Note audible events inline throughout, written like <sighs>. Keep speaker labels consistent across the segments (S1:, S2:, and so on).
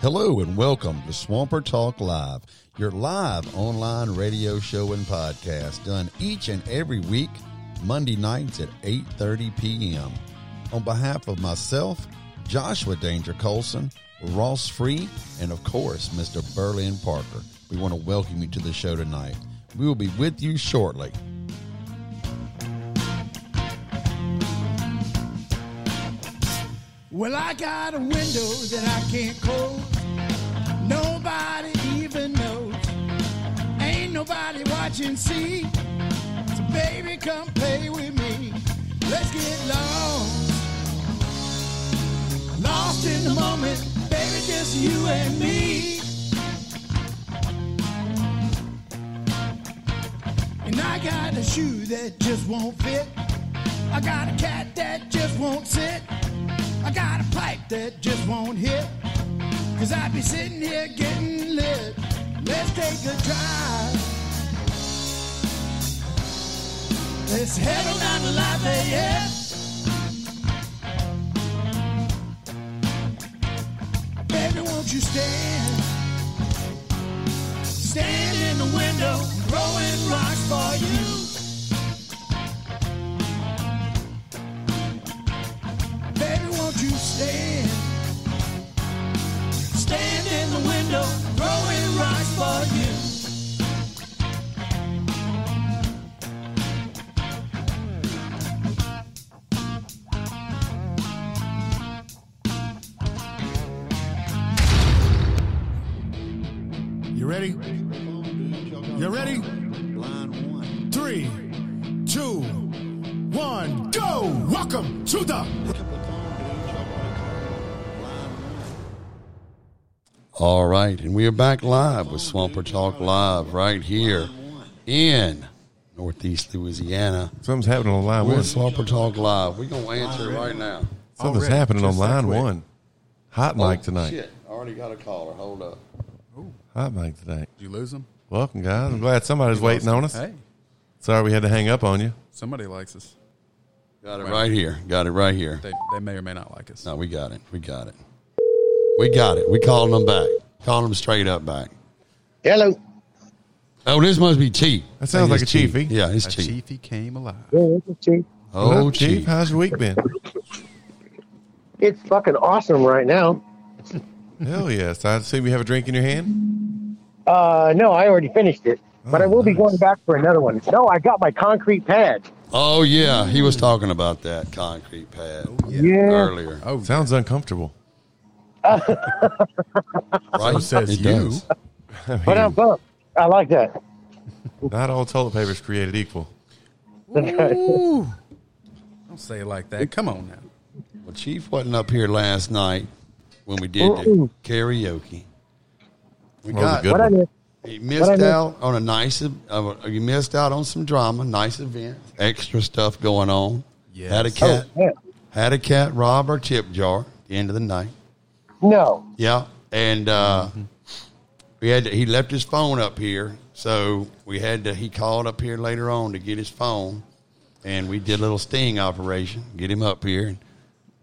S1: Hello and welcome to Swamper Talk Live, your live online radio show and podcast done each and every week Monday nights at 8:30 p.m. On behalf of myself, Joshua Danger Colson, Ross Free, and of course, Mr. Berlin Parker. We want to welcome you to the show tonight. We will be with you shortly.
S2: Well, I got a window that I can't close. Nobody even knows. Ain't nobody watching, see? So, baby, come play with me. Let's get lost. Lost in the moment, baby, just you and me. And I got a shoe that just won't fit. I got a cat that just won't sit. I got a pipe that just won't hit. Cause I'd be sitting here getting lit. Let's take a drive. Let's head on down to Lafayette. Baby, won't you stand? Stand in the window, throwing rocks for you. Baby, won't you stand? Stand in the window, throwing rocks for you.
S3: You ready? You ready? Three, two, one, go! Welcome to the.
S1: All right, and we are back live with Swamper Talk Live right here in Northeast Louisiana.
S4: Something's happening on line
S1: We're
S4: one.
S1: at Swamper Talk Live. We're gonna answer it right now. Oh,
S4: Something's
S3: Already,
S4: happening on
S3: just that
S4: line
S3: quick.
S4: one. Hot mic tonight.
S1: Shit, I already got a caller. Hold up.
S4: Hot mic tonight.
S5: Did you lose them?
S4: Welcome, guys. I'm glad somebody's waiting on us.
S5: Hey,
S4: Sorry we had to hang up on
S5: <laughs>
S4: you.
S5: somebody likes us.
S1: Got it right here. Got it right here.
S5: They, they may or may not like us.
S1: No, we got it. We got it. We got it. We calling them back. Calling them straight up back.
S6: Hello.
S1: Oh, this must be Chief.
S4: That sounds like a
S1: It's Chief.
S4: chiefy.
S1: Yeah, it's
S5: A
S1: Chief.
S5: chiefy came alive.
S6: Yeah, this is Chief.
S1: Oh,
S4: Well, Chief,
S1: Chief.
S4: how's your week been?
S6: It's fucking awesome right now.
S4: Hell yes. I see we have a drink in your hand.
S6: Uh, no, I already finished it, but
S4: Oh,
S6: I will be
S4: nice.
S6: going back for another one. No, I got my concrete pad.
S1: Oh, yeah. He was talking about that concrete pad
S6: Yeah.
S1: earlier.
S5: Oh,
S4: Sounds uncomfortable.
S1: Right?
S3: says
S1: it
S3: you.
S1: does.
S4: I mean,
S6: But I'm pumped. I like that. <laughs>
S4: not all toilet paper is created equal.
S5: don't say it like that. Come on now.
S1: Well, Chief wasn't up here last night when we did the
S6: Mm-mm.
S1: karaoke. We
S4: That was a
S1: got
S4: good
S6: What I
S4: one.
S6: miss?
S1: You missed
S6: I miss?
S1: out on a nice. Uh, you missed out on some drama, nice event, extra stuff going on.
S5: Yes.
S1: Had a
S6: Oh,
S1: cat.
S6: yeah.
S1: Had a cat rob our tip jar. At the end of the night.
S6: No.
S1: Yeah, and uh, we had to, he left his phone up here, so we had to. He called up here later on to get his phone, and we did a little sting operation, get him up here. And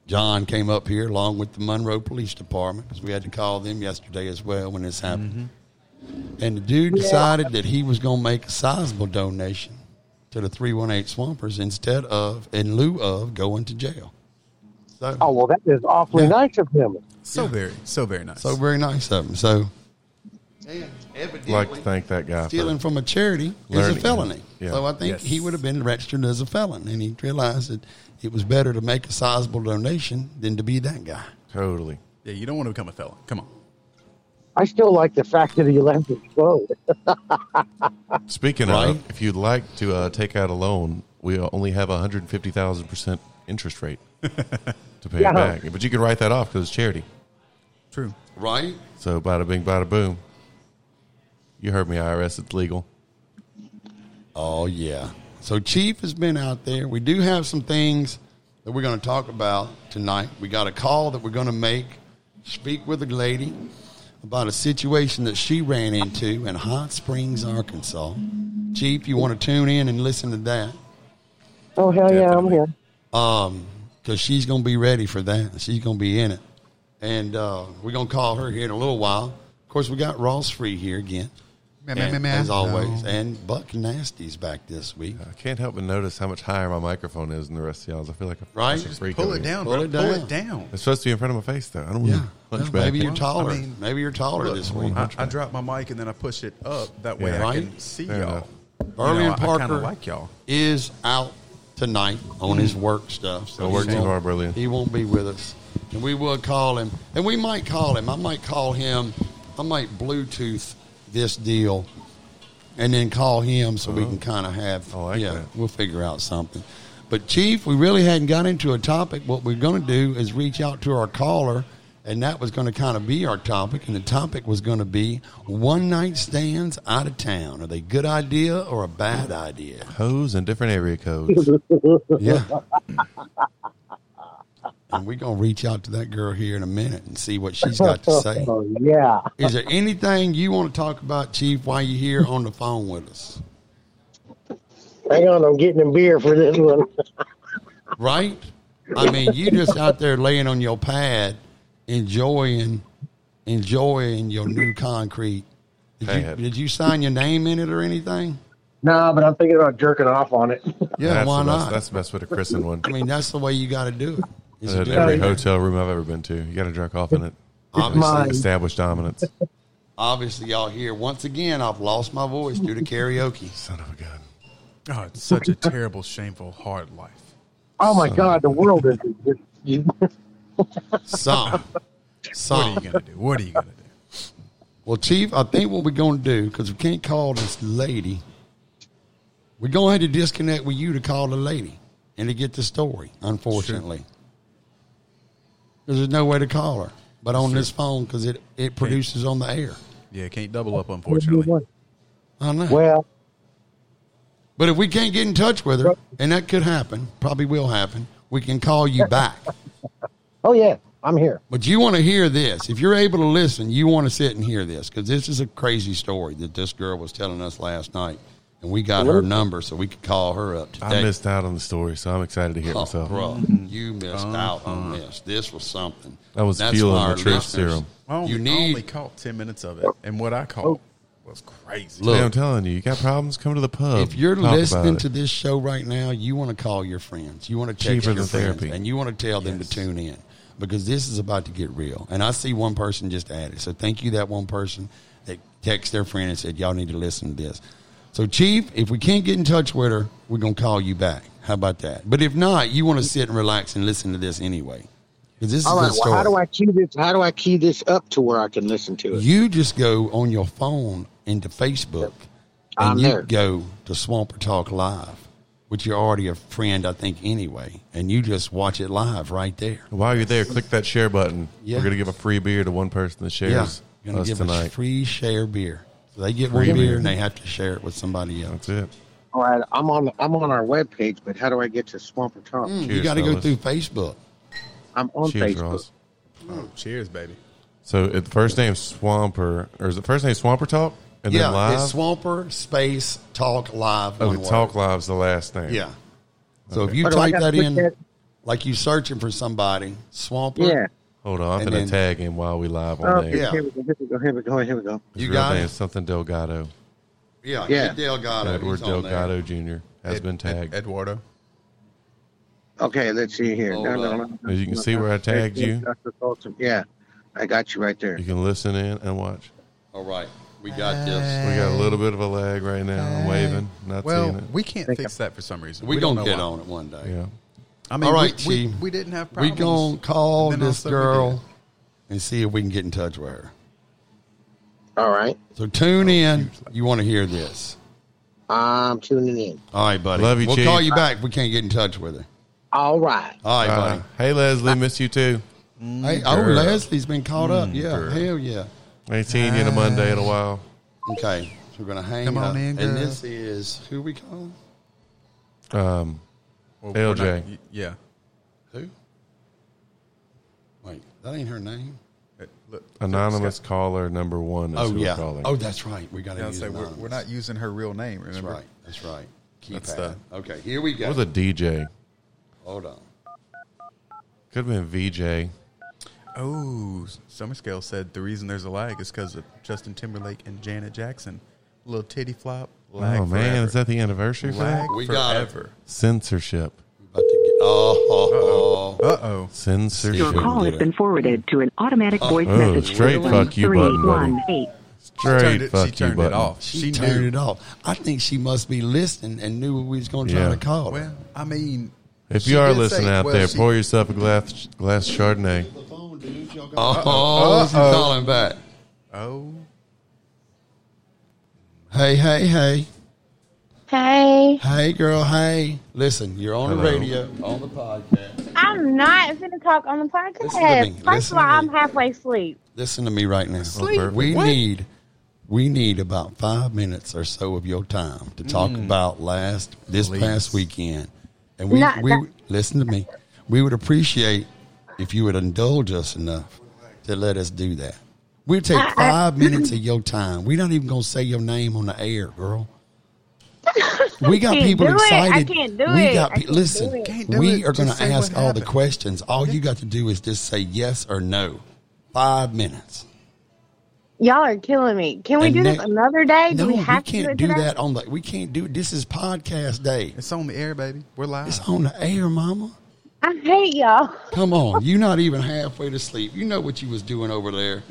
S1: John came up here along with the Monroe Police Department because we had to call them yesterday as well when this happened.
S5: Mm-hmm.
S1: And the dude decided that he was going to make a sizable donation to the three one eight Swampers instead of in lieu of going to jail. So,
S6: Oh, well, that is awfully
S1: Yeah.
S6: nice of him.
S5: So very, so very nice.
S1: so very nice of him. So.
S4: I'd like to thank that guy.
S1: stealing
S4: Uh, For,
S1: from a charity is a
S4: Learning.
S1: felony.
S4: Yeah.
S1: So I think
S5: Yes.
S1: he would have been registered as a felon, and he realized that it was better to make a sizable donation than to be that guy.
S4: totally.
S5: yeah, you don't want to become a fella. Come on.
S6: I still like the fact that he left his phone.
S4: Speaking
S1: Right?
S4: of, if you'd like to uh, take out a loan, we only have a 150,000% interest
S5: <laughs>
S4: rate to pay
S6: Yeah.
S4: it back. But you can write that off because it's charity.
S5: True.
S1: Right?
S4: So bada bing, bada boom. You heard me, IRS. It's legal.
S1: Oh yeah. So Chief has been out there. We do have some things that we're going to talk about tonight. We got a call that we're going to make. Speak with a lady about a situation that she ran into in Hot Springs, Arkansas. Chief, you want to tune in and listen to that?
S6: <laughs> Oh, hell yeah, I'm
S5: Definitely.
S6: here.
S1: Um, because she's gonna be ready for that. She's gonna be in it. and uh, we're gonna call her here in a little while. Of course, we got Ross free here again,
S5: Meh, meh,
S1: and,
S5: meh, meh.
S1: as always,
S5: No.
S1: and Buck Nasty's back this week.
S4: I can't help but notice how much higher my microphone is than the rest of y'all's. I feel like a
S1: Right?
S4: fucking
S1: Just
S4: freak
S5: Pull
S4: over
S5: it
S4: here.
S5: down,
S1: Pull
S5: bro.
S1: it
S5: Pull
S1: down.
S5: it down.
S4: It's supposed to be in front of my face, though. I don't want
S1: Yeah,
S4: to punch
S1: Yeah,
S4: back.
S1: maybe you're
S5: I
S1: taller.
S5: mean-
S1: maybe you're taller this week.
S5: I, I drop my mic and then I push it up. That way I
S1: Right.
S5: can see
S4: Fair
S5: y'all.
S4: enough.
S1: Burley
S5: You
S1: and
S5: know, I- I kinda
S1: Parker <laughs>
S5: like y'all.
S1: is out tonight on his work stuff. So
S4: Don't
S1: he
S4: work too
S1: won't-
S4: hard, Burley.
S1: He won't be with us, and we will call him, and we might call him. I might call him. I might Bluetooth this deal, and then call him so we can kind of have.
S4: Uh-huh. I like
S1: yeah,
S4: that.
S1: we'll figure out something. But Chief, we really hadn't got into a topic. What we're going to do is reach out to our caller. And that was going to kind of be our topic, and the topic was going to be one night stands out of town. Are they a good idea or a bad idea?
S4: Hose and different area codes.
S1: Yeah. <laughs> and we're going to reach out to that girl here in a minute and see what she's got to say.
S6: <laughs> Oh, yeah.
S1: Is there anything you want to talk about, Chief, while you're here on the phone with us?
S6: Hang on, I'm getting a beer for this one.
S1: Right? I mean, you just out there laying on your pad, enjoying, enjoying your new concrete. Did you,
S4: Pad.
S1: did you sign your name in it or anything?
S6: <laughs> nah, but I'm thinking about jerking off on it.
S1: Yeah,
S4: that's
S1: why
S4: the best,
S1: not?
S4: That's the best way to christen
S1: <laughs>
S4: one.
S1: I mean, that's the way you got to do it. It's
S4: At
S1: good.
S4: every hotel room I've ever been to, you got to jerk off in it. Obviously,
S6: mine.
S4: establish dominance.
S1: Obviously, y'all hear once again, I've lost my voice due to karaoke.
S4: Son of a gun.
S5: Oh, it's such a terrible, shameful, hard life.
S6: Oh my God, the world <laughs> is. You,
S1: Some.
S5: What are
S1: Some.
S5: you gonna do? What are you gonna do?
S1: Well, Chief, I think what we're going to do, because we can't call this lady, we're going to have to disconnect with you to call the lady and to get the story, unfortunately. Because there's no way to call her, but on this phone, because it, it produces on the air.
S5: Yeah, can't double up, unfortunately.
S1: I know.
S6: well,
S1: but if we can't get in touch with her, and that could happen, probably will happen, we can call you back.
S6: oh yeah, I'm here.
S1: But you want to hear this. If you're able to listen, you want to sit and hear this because this is a crazy story that this girl was telling us last night. And we got her number so we could call her up today.
S4: I missed out on the story, so Uh-huh. I'm excited to hear it
S1: Oh,
S4: myself.
S1: bro, you missed out on this. This was something.
S4: I was
S1: That's
S4: feeling
S1: why
S4: the
S1: our
S4: truth
S1: listeners-
S4: serum.
S5: I only,
S1: You
S5: I only
S1: need
S5: caught ten minutes of it, and what I caught was crazy.
S1: Look.
S4: Man, I'm telling you, you got problems, come to the pub.
S1: if you're
S4: Talk about
S1: listening
S4: it.
S1: to this show right now, you want to call your friends. You want to text
S4: Cheaper
S1: your
S4: than
S1: friends,
S4: therapy.
S1: and you want to tell them to tune in because this is about to get real. And I see one person just added, so thank you that one person that texted their friend and said y'all need to listen to this. So Chief, if we can't get in touch with her, we're gonna call you back. How about that? But if not, you want to sit and relax and listen to this anyway because this
S6: All
S1: is
S6: right.
S1: the story.
S6: Well, how do I key this? How do I key this up to where I can listen to it?
S1: You just go on your phone into Facebook and
S6: I'm
S1: you
S6: there.
S1: go to Swamper Talk Live, which you're already a friend, I think, anyway. And you just watch it live right there.
S4: While you're there, click that share button.
S1: Yeah.
S4: We're going to give a free beer to one person that
S1: Yeah.
S4: shares
S1: You're going
S4: us
S1: to give us
S4: tonight.
S1: free share beer. So they get one
S4: Free
S1: beer,
S4: beer.
S1: and they have to share it with somebody else.
S4: That's it.
S6: All right, I'm on. I'm on our webpage, but how do I get to Swamper Talk?
S1: Mm. Hmm, you
S4: Cheers,
S1: got to go
S4: fellas.
S1: through Facebook.
S6: I'm on
S4: Cheers,
S6: Facebook.
S4: Ross.
S5: Oh, cheers, baby.
S4: So it, the first name Swamper, or is the first name Swamper Talk? And
S1: yeah,
S4: then Live?
S1: it's Swamper Space Talk Live.
S4: oh,
S1: One
S4: the
S1: word.
S4: Talk Live's the last name.
S1: Yeah. So if you
S6: Oh, do I
S1: type
S6: gotta
S1: that
S6: put
S1: in,
S6: that-
S1: like you searching for somebody, Swamper.
S6: Yeah.
S4: Hold on, I'm
S1: And
S4: going
S1: then-
S4: to tag him while we live on
S6: Oh,
S4: there.
S1: yeah.
S6: Here we go. Here we go. Here we go. Here we go.
S4: His
S1: You
S4: real
S1: got
S4: name
S1: it?
S4: is something Delgado.
S1: Yeah.
S6: Yeah.
S1: Ed Delgado.
S4: Edward
S1: he's on there.
S4: Delgado Jr. has
S5: Ed-
S4: been
S5: Ed-
S4: tagged.
S5: Eduardo.
S6: Okay, let's see here.
S1: Hold
S6: No, no,
S1: up.
S6: no, no,
S4: As you can
S6: no,
S4: see
S6: no.
S4: where I tagged you.
S6: That's the thoughts of- Yeah, I got you right there.
S4: You can listen in and watch.
S1: All right, we got
S5: Uh,
S1: this.
S4: We got a little bit of a lag right now. I'm waving, not seeing
S5: Well,
S4: it.
S5: we can't fix that for some reason.
S1: We,
S5: don't
S1: gonna
S5: know
S1: get
S5: why.
S1: on it one day.
S4: yeah.
S5: I mean,
S1: All right,
S5: we, we,
S1: Chief.
S5: we didn't have
S1: We
S5: problems.
S1: gonna call
S5: And then
S1: this
S5: also we did.
S1: girl and see if we can get in touch with her.
S6: All right,
S1: So tune
S4: Oh,
S1: in. You want to hear this?
S6: I'm tuning in.
S1: All right, buddy.
S4: Love you,
S1: We'll
S4: Chief.
S1: call you back. if We can't get in touch with her.
S6: All right.
S1: All right,
S4: All right.
S1: buddy.
S4: Uh, Hey, Leslie, miss you too.
S5: Mm,
S1: Hey, oh,
S4: girl. Mm,
S1: Leslie's been caught up. Yeah,
S4: girl.
S1: hell yeah.
S4: Ain't seen you on a Monday in a while.
S1: Okay, so we're gonna hang
S5: Come on
S1: up.
S5: in, girl.
S1: and this is who we call?
S4: Um,
S5: Well, we're
S4: LJ.
S5: not- y- yeah.
S1: Who? Wait, that ain't her name.
S5: Uh, Look,
S4: anonymous caller number one is
S1: Oh
S4: who
S1: yeah.
S4: we're calling.
S1: Oh, that's right. We gotta
S5: Yeah, I
S1: use
S5: say, we're,
S1: anonymous.
S5: we're not using her real name.
S1: That's
S5: Remember,
S1: right. That's right.
S5: That's
S1: Keypad. Okay, here we go.
S4: Or the DJ.
S1: Hold on.
S4: Could have been VJ.
S5: Oh, Summerscale said the reason there's a lag is because of Justin Timberlake and Janet Jackson. Little titty flop. Lag
S4: oh man,
S5: forever.
S4: is that the anniversary? For that?
S5: lag
S1: We got it.
S5: forever?
S4: Censorship.
S1: About to get, oh, oh, oh.
S5: Uh oh.
S7: Your
S4: Censorship.
S1: Sure.
S7: call has been forwarded to an automatic voice
S4: Oh,
S7: message.
S4: straight
S7: following
S4: fuck you button, buddy.
S7: 318.
S5: Turned
S4: Straight
S5: it,
S4: fuck you
S5: she turned it
S4: button.
S5: off.
S1: She,
S5: She, knew.
S1: turned it off. I think she must be listening and knew we was going to try
S4: Yeah.
S1: to call her.
S5: Well, I mean,
S4: If
S5: she
S4: you are
S5: did say-
S4: listening out
S5: well,
S4: there,
S5: she-
S4: pour yourself a glass glass Chardonnay.
S1: Oh, she's calling back.
S5: Oh,
S1: Hey, hey, hey.
S8: Hey,
S1: Hey, girl, hey. Listen, you're on the
S4: Hello.
S1: radio, on the podcast.
S8: I'm not finna talk on the podcast.
S1: Listen to me.
S8: First
S1: Listen
S8: of all,
S1: to
S8: I'm
S1: me.
S8: halfway asleep.
S1: Listen to me right now.
S4: Sleep.
S1: We
S4: What?
S1: need we need about five minutes or so of your time to talk about last this past weekend. And we,
S8: Not
S1: we
S8: that-
S1: listen to me. We would appreciate if you would indulge us enough to let us do that. We take
S8: I- I-
S1: five minutes of your time. We're not even gonna say your name on the air, girl. We got
S8: Can't
S1: people
S8: do it. I
S1: excited.
S8: can't do
S1: we
S8: it.
S1: got
S8: I
S1: pe-
S8: can't do
S1: listen.
S8: it.
S5: Can't do
S1: We
S5: it.
S1: are going
S5: Just
S1: to
S5: say what
S1: ask all the
S5: happened.
S1: questions. All you got to do is just say yes or no. Five minutes.
S8: Y'all are killing me. Can we
S1: And
S8: do this
S1: ne-
S8: another day?
S1: No,
S8: do
S1: we,
S8: we have to do
S1: can't
S8: it
S1: do,
S8: today?
S1: that on the. We can't do this. Is podcast day?
S5: it's on the air, baby. We're live.
S1: It's on the air, Mama.
S8: <laughs> I hate y'all.
S1: Come on, you're not even halfway to sleep. You know what you was doing over there.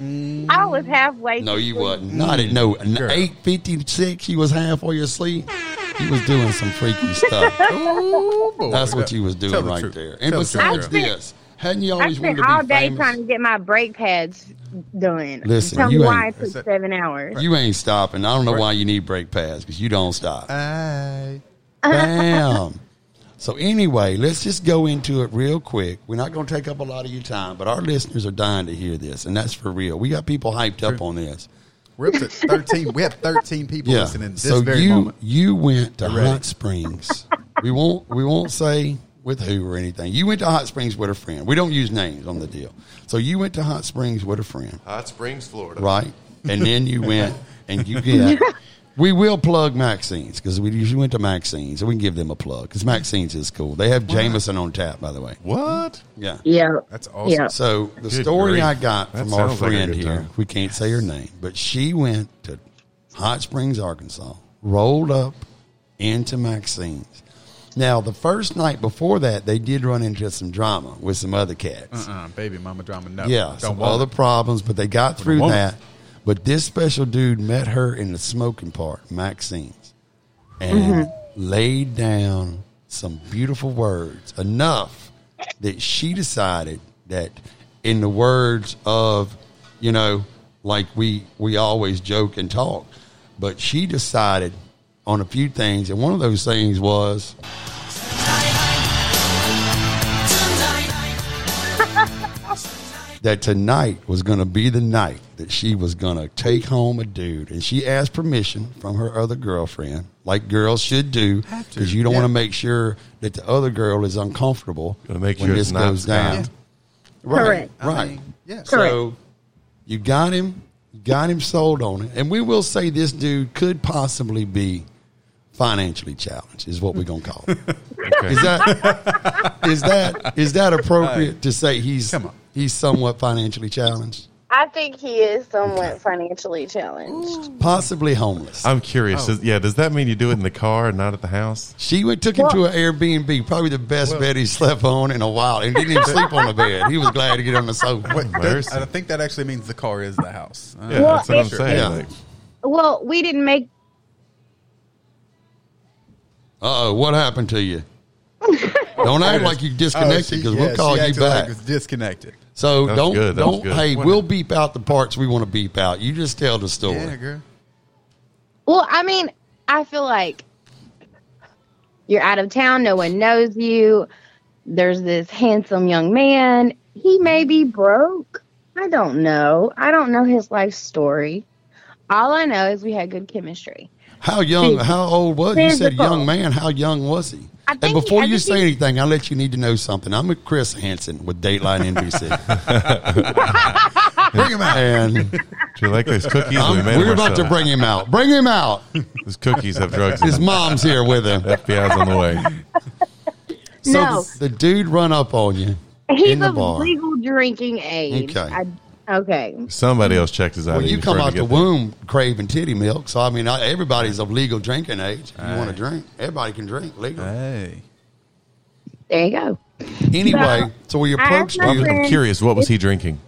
S8: I was
S1: Mm.
S8: halfway.
S1: No, you
S8: asleep.
S1: wasn't. Not at no
S5: Mm. Girl.
S1: eight fifty six. You was halfway asleep. You was doing some
S8: <laughs>
S1: freaky stuff.
S5: Ooh, boy.
S1: That's what you was
S5: Oh, Tell
S1: doing
S5: the
S1: right
S5: truth.
S1: there. And
S5: Tell the truth,
S1: besides
S5: girl.
S1: this, hadn't you
S8: I
S1: always
S8: spent
S1: wanted to be
S8: all day
S1: famous?
S8: trying to get my brake pads done.
S1: Listen,
S8: Tell
S1: you
S8: me why
S1: ain't-
S8: it took
S5: That's it.
S8: seven hours.
S1: You ain't stopping. I don't know why you need brake pads because you don't stop.
S5: Hey. <laughs>
S1: Bam. So anyway, let's just go into it real quick. We're not going to take up a lot of your time, but our listeners are dying to hear this, and that's for real. We got people hyped up on this.
S5: We're up to 13. We have 13 people
S1: Yeah.
S5: listening this
S1: So
S5: very
S1: you
S5: moment.
S1: you went to
S5: Ready.
S1: Hot Springs. we won't we won't say with who or anything. You went to Hot Springs with a friend. We don't use names on the deal. So you went to Hot Springs with a friend.
S4: Hot Springs, Florida.
S1: right? And then you went and you get. We will plug Maxine's because we usually went to Maxine's and we can give them a plug because Maxine's is cool. They have Jameson on tap, by the way.
S4: What?
S1: Yeah.
S8: Yeah.
S5: That's awesome.
S8: Yeah.
S1: So the
S4: Good
S1: story
S4: grief.
S1: I got
S4: That
S1: from our
S4: sounds like a
S1: friend
S4: good
S1: here,
S4: time.
S1: we can't say her name, but she went to Hot Springs, Arkansas, rolled up into Maxine's. Now, the first night before that, they did run into some drama with some other cats.
S5: Uh-uh, baby mama drama. No.
S1: Yeah,
S5: Don't
S1: some
S5: want
S1: other
S5: it.
S1: problems, but they got through
S5: woman.
S1: that. But this special dude met her in the smoking part, Maxine's, and laid down some beautiful words, enough that she decided that, in the words of, you know, like we we always joke and talk, but she decided on a few things, and one of those things was
S8: <laughs>
S1: that tonight was going to be the night that she was going to take home a dude. And she asked permission from her other girlfriend, like girls should do,
S5: Have to,
S1: because you don't
S5: yeah.
S1: want to make sure that the other girl is uncomfortable
S4: Gonna make
S1: when
S4: sure
S1: this
S4: it's not
S1: goes
S4: Scott.
S1: down.
S4: Yeah.
S1: Right,
S8: Correct.
S5: I
S1: right.
S5: mean, yeah.
S1: So you got him, you got him sold on it. And we will say this dude could possibly be financially challenged, is what we're going to call
S5: <laughs>
S1: it.
S4: Okay.
S1: Is that is that is that appropriate to say he's
S5: Come on.
S1: he's somewhat financially challenged?
S8: I think he is somewhat financially challenged.
S1: Possibly homeless.
S4: I'm
S5: Oh.
S4: curious. Is- yeah, does that mean you do it in the car and not at the house?
S1: She went, took him to an Airbnb, probably the best bed he slept on in a while, and didn't even sleep on the bed. He was glad to get on the sofa.
S5: Wait, that-
S4: Mercy.
S5: I think that actually means the car is the house. Uh,
S4: Yeah,
S8: Well,
S4: that's what I'm
S8: it-
S4: saying.
S1: Yeah.
S4: Like,
S8: Well, we didn't make.
S1: Uh oh, what happened to you? Don't act like
S5: <laughs>
S1: you disconnected because
S5: Oh, yeah,
S1: we'll call
S5: she
S1: you
S5: acted like
S1: back.
S5: it was disconnected.
S1: so
S4: That's
S1: don't
S4: good, that was
S1: don't.
S4: good.
S1: Hey, we'll beep out the parts we want to beep out. You just tell the story.
S5: Yeah, girl.
S8: Well, I mean, I feel like you're out of town. No one knows you. There's this handsome young man. He may be broke. I don't know. I don't know his life story. All I know is we had good chemistry.
S1: How young? How old was he? You said
S8: Physical.
S1: young man. How young was he?
S8: I
S1: and
S8: think he-
S1: before
S8: I
S1: you
S8: think
S1: say
S8: he-
S1: anything, I'll let you need to know something. I'm with Chris Hansen with Dateline
S4: <laughs>
S1: NBC.
S5: Bring him
S1: <laughs>
S5: out.
S1: and
S4: do you like those cookies?
S1: I'm-
S4: we made
S1: we're
S4: them
S1: about to
S4: ourselves.
S1: bring him out. Bring him out.
S4: Those cookies have drugs. in
S1: His
S4: them.
S1: mom's here with
S4: <laughs>
S1: him.
S4: FBI's on the way.
S1: So
S8: No.
S1: the, the dude run up on you
S8: He's
S1: in the
S8: a
S1: bar.
S8: legal drinking age.
S1: Okay.
S8: I, okay.
S4: Somebody else checked his ID.
S1: Well, you
S4: before
S1: come
S4: I
S1: out the
S4: could get
S1: womb craving titty milk, so I mean, I, everybody's of legal drinking age. If you want to drink, everybody can drink legal.
S5: Hey.
S8: There you go.
S1: Anyway, so we
S8: asked
S1: approached
S8: my
S1: you,
S4: there. I'm curious. What was he drinking?